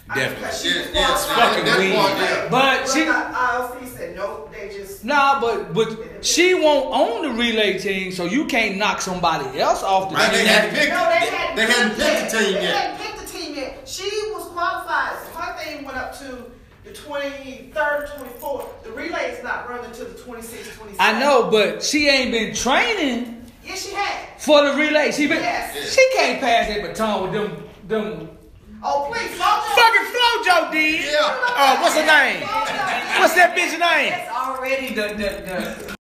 S1: Definitely.
S6: I,
S10: Yeah,
S6: she was
S10: yeah,
S6: qualified.
S1: fucking weed.
S10: that part,
S2: But she,
S6: But IOC said nope. They just
S2: nah, but but she won't own the relay team, so you can't knock somebody else off the
S10: yeah. Right,
S2: team.
S10: they hadn't picked,
S6: No, they hadn't.
S10: they hadn't picked the team
S6: They
S10: yet.
S6: hadn't picked the team yet. She was qualified. So her thing went up to the 23rd, 24th. The relay is not running to the 26th, 27th.
S2: I know, but she ain't been training
S6: Yes, she had.
S2: for the relay. She been,
S6: Yes.
S2: she can't pass that baton with them them
S6: Oh, please, slow down.
S7: Fucking Flojo did.
S10: Yeah.
S7: Uh, what's her name?
S6: Slow down.
S7: What's that bitch name?
S9: That's already the the, the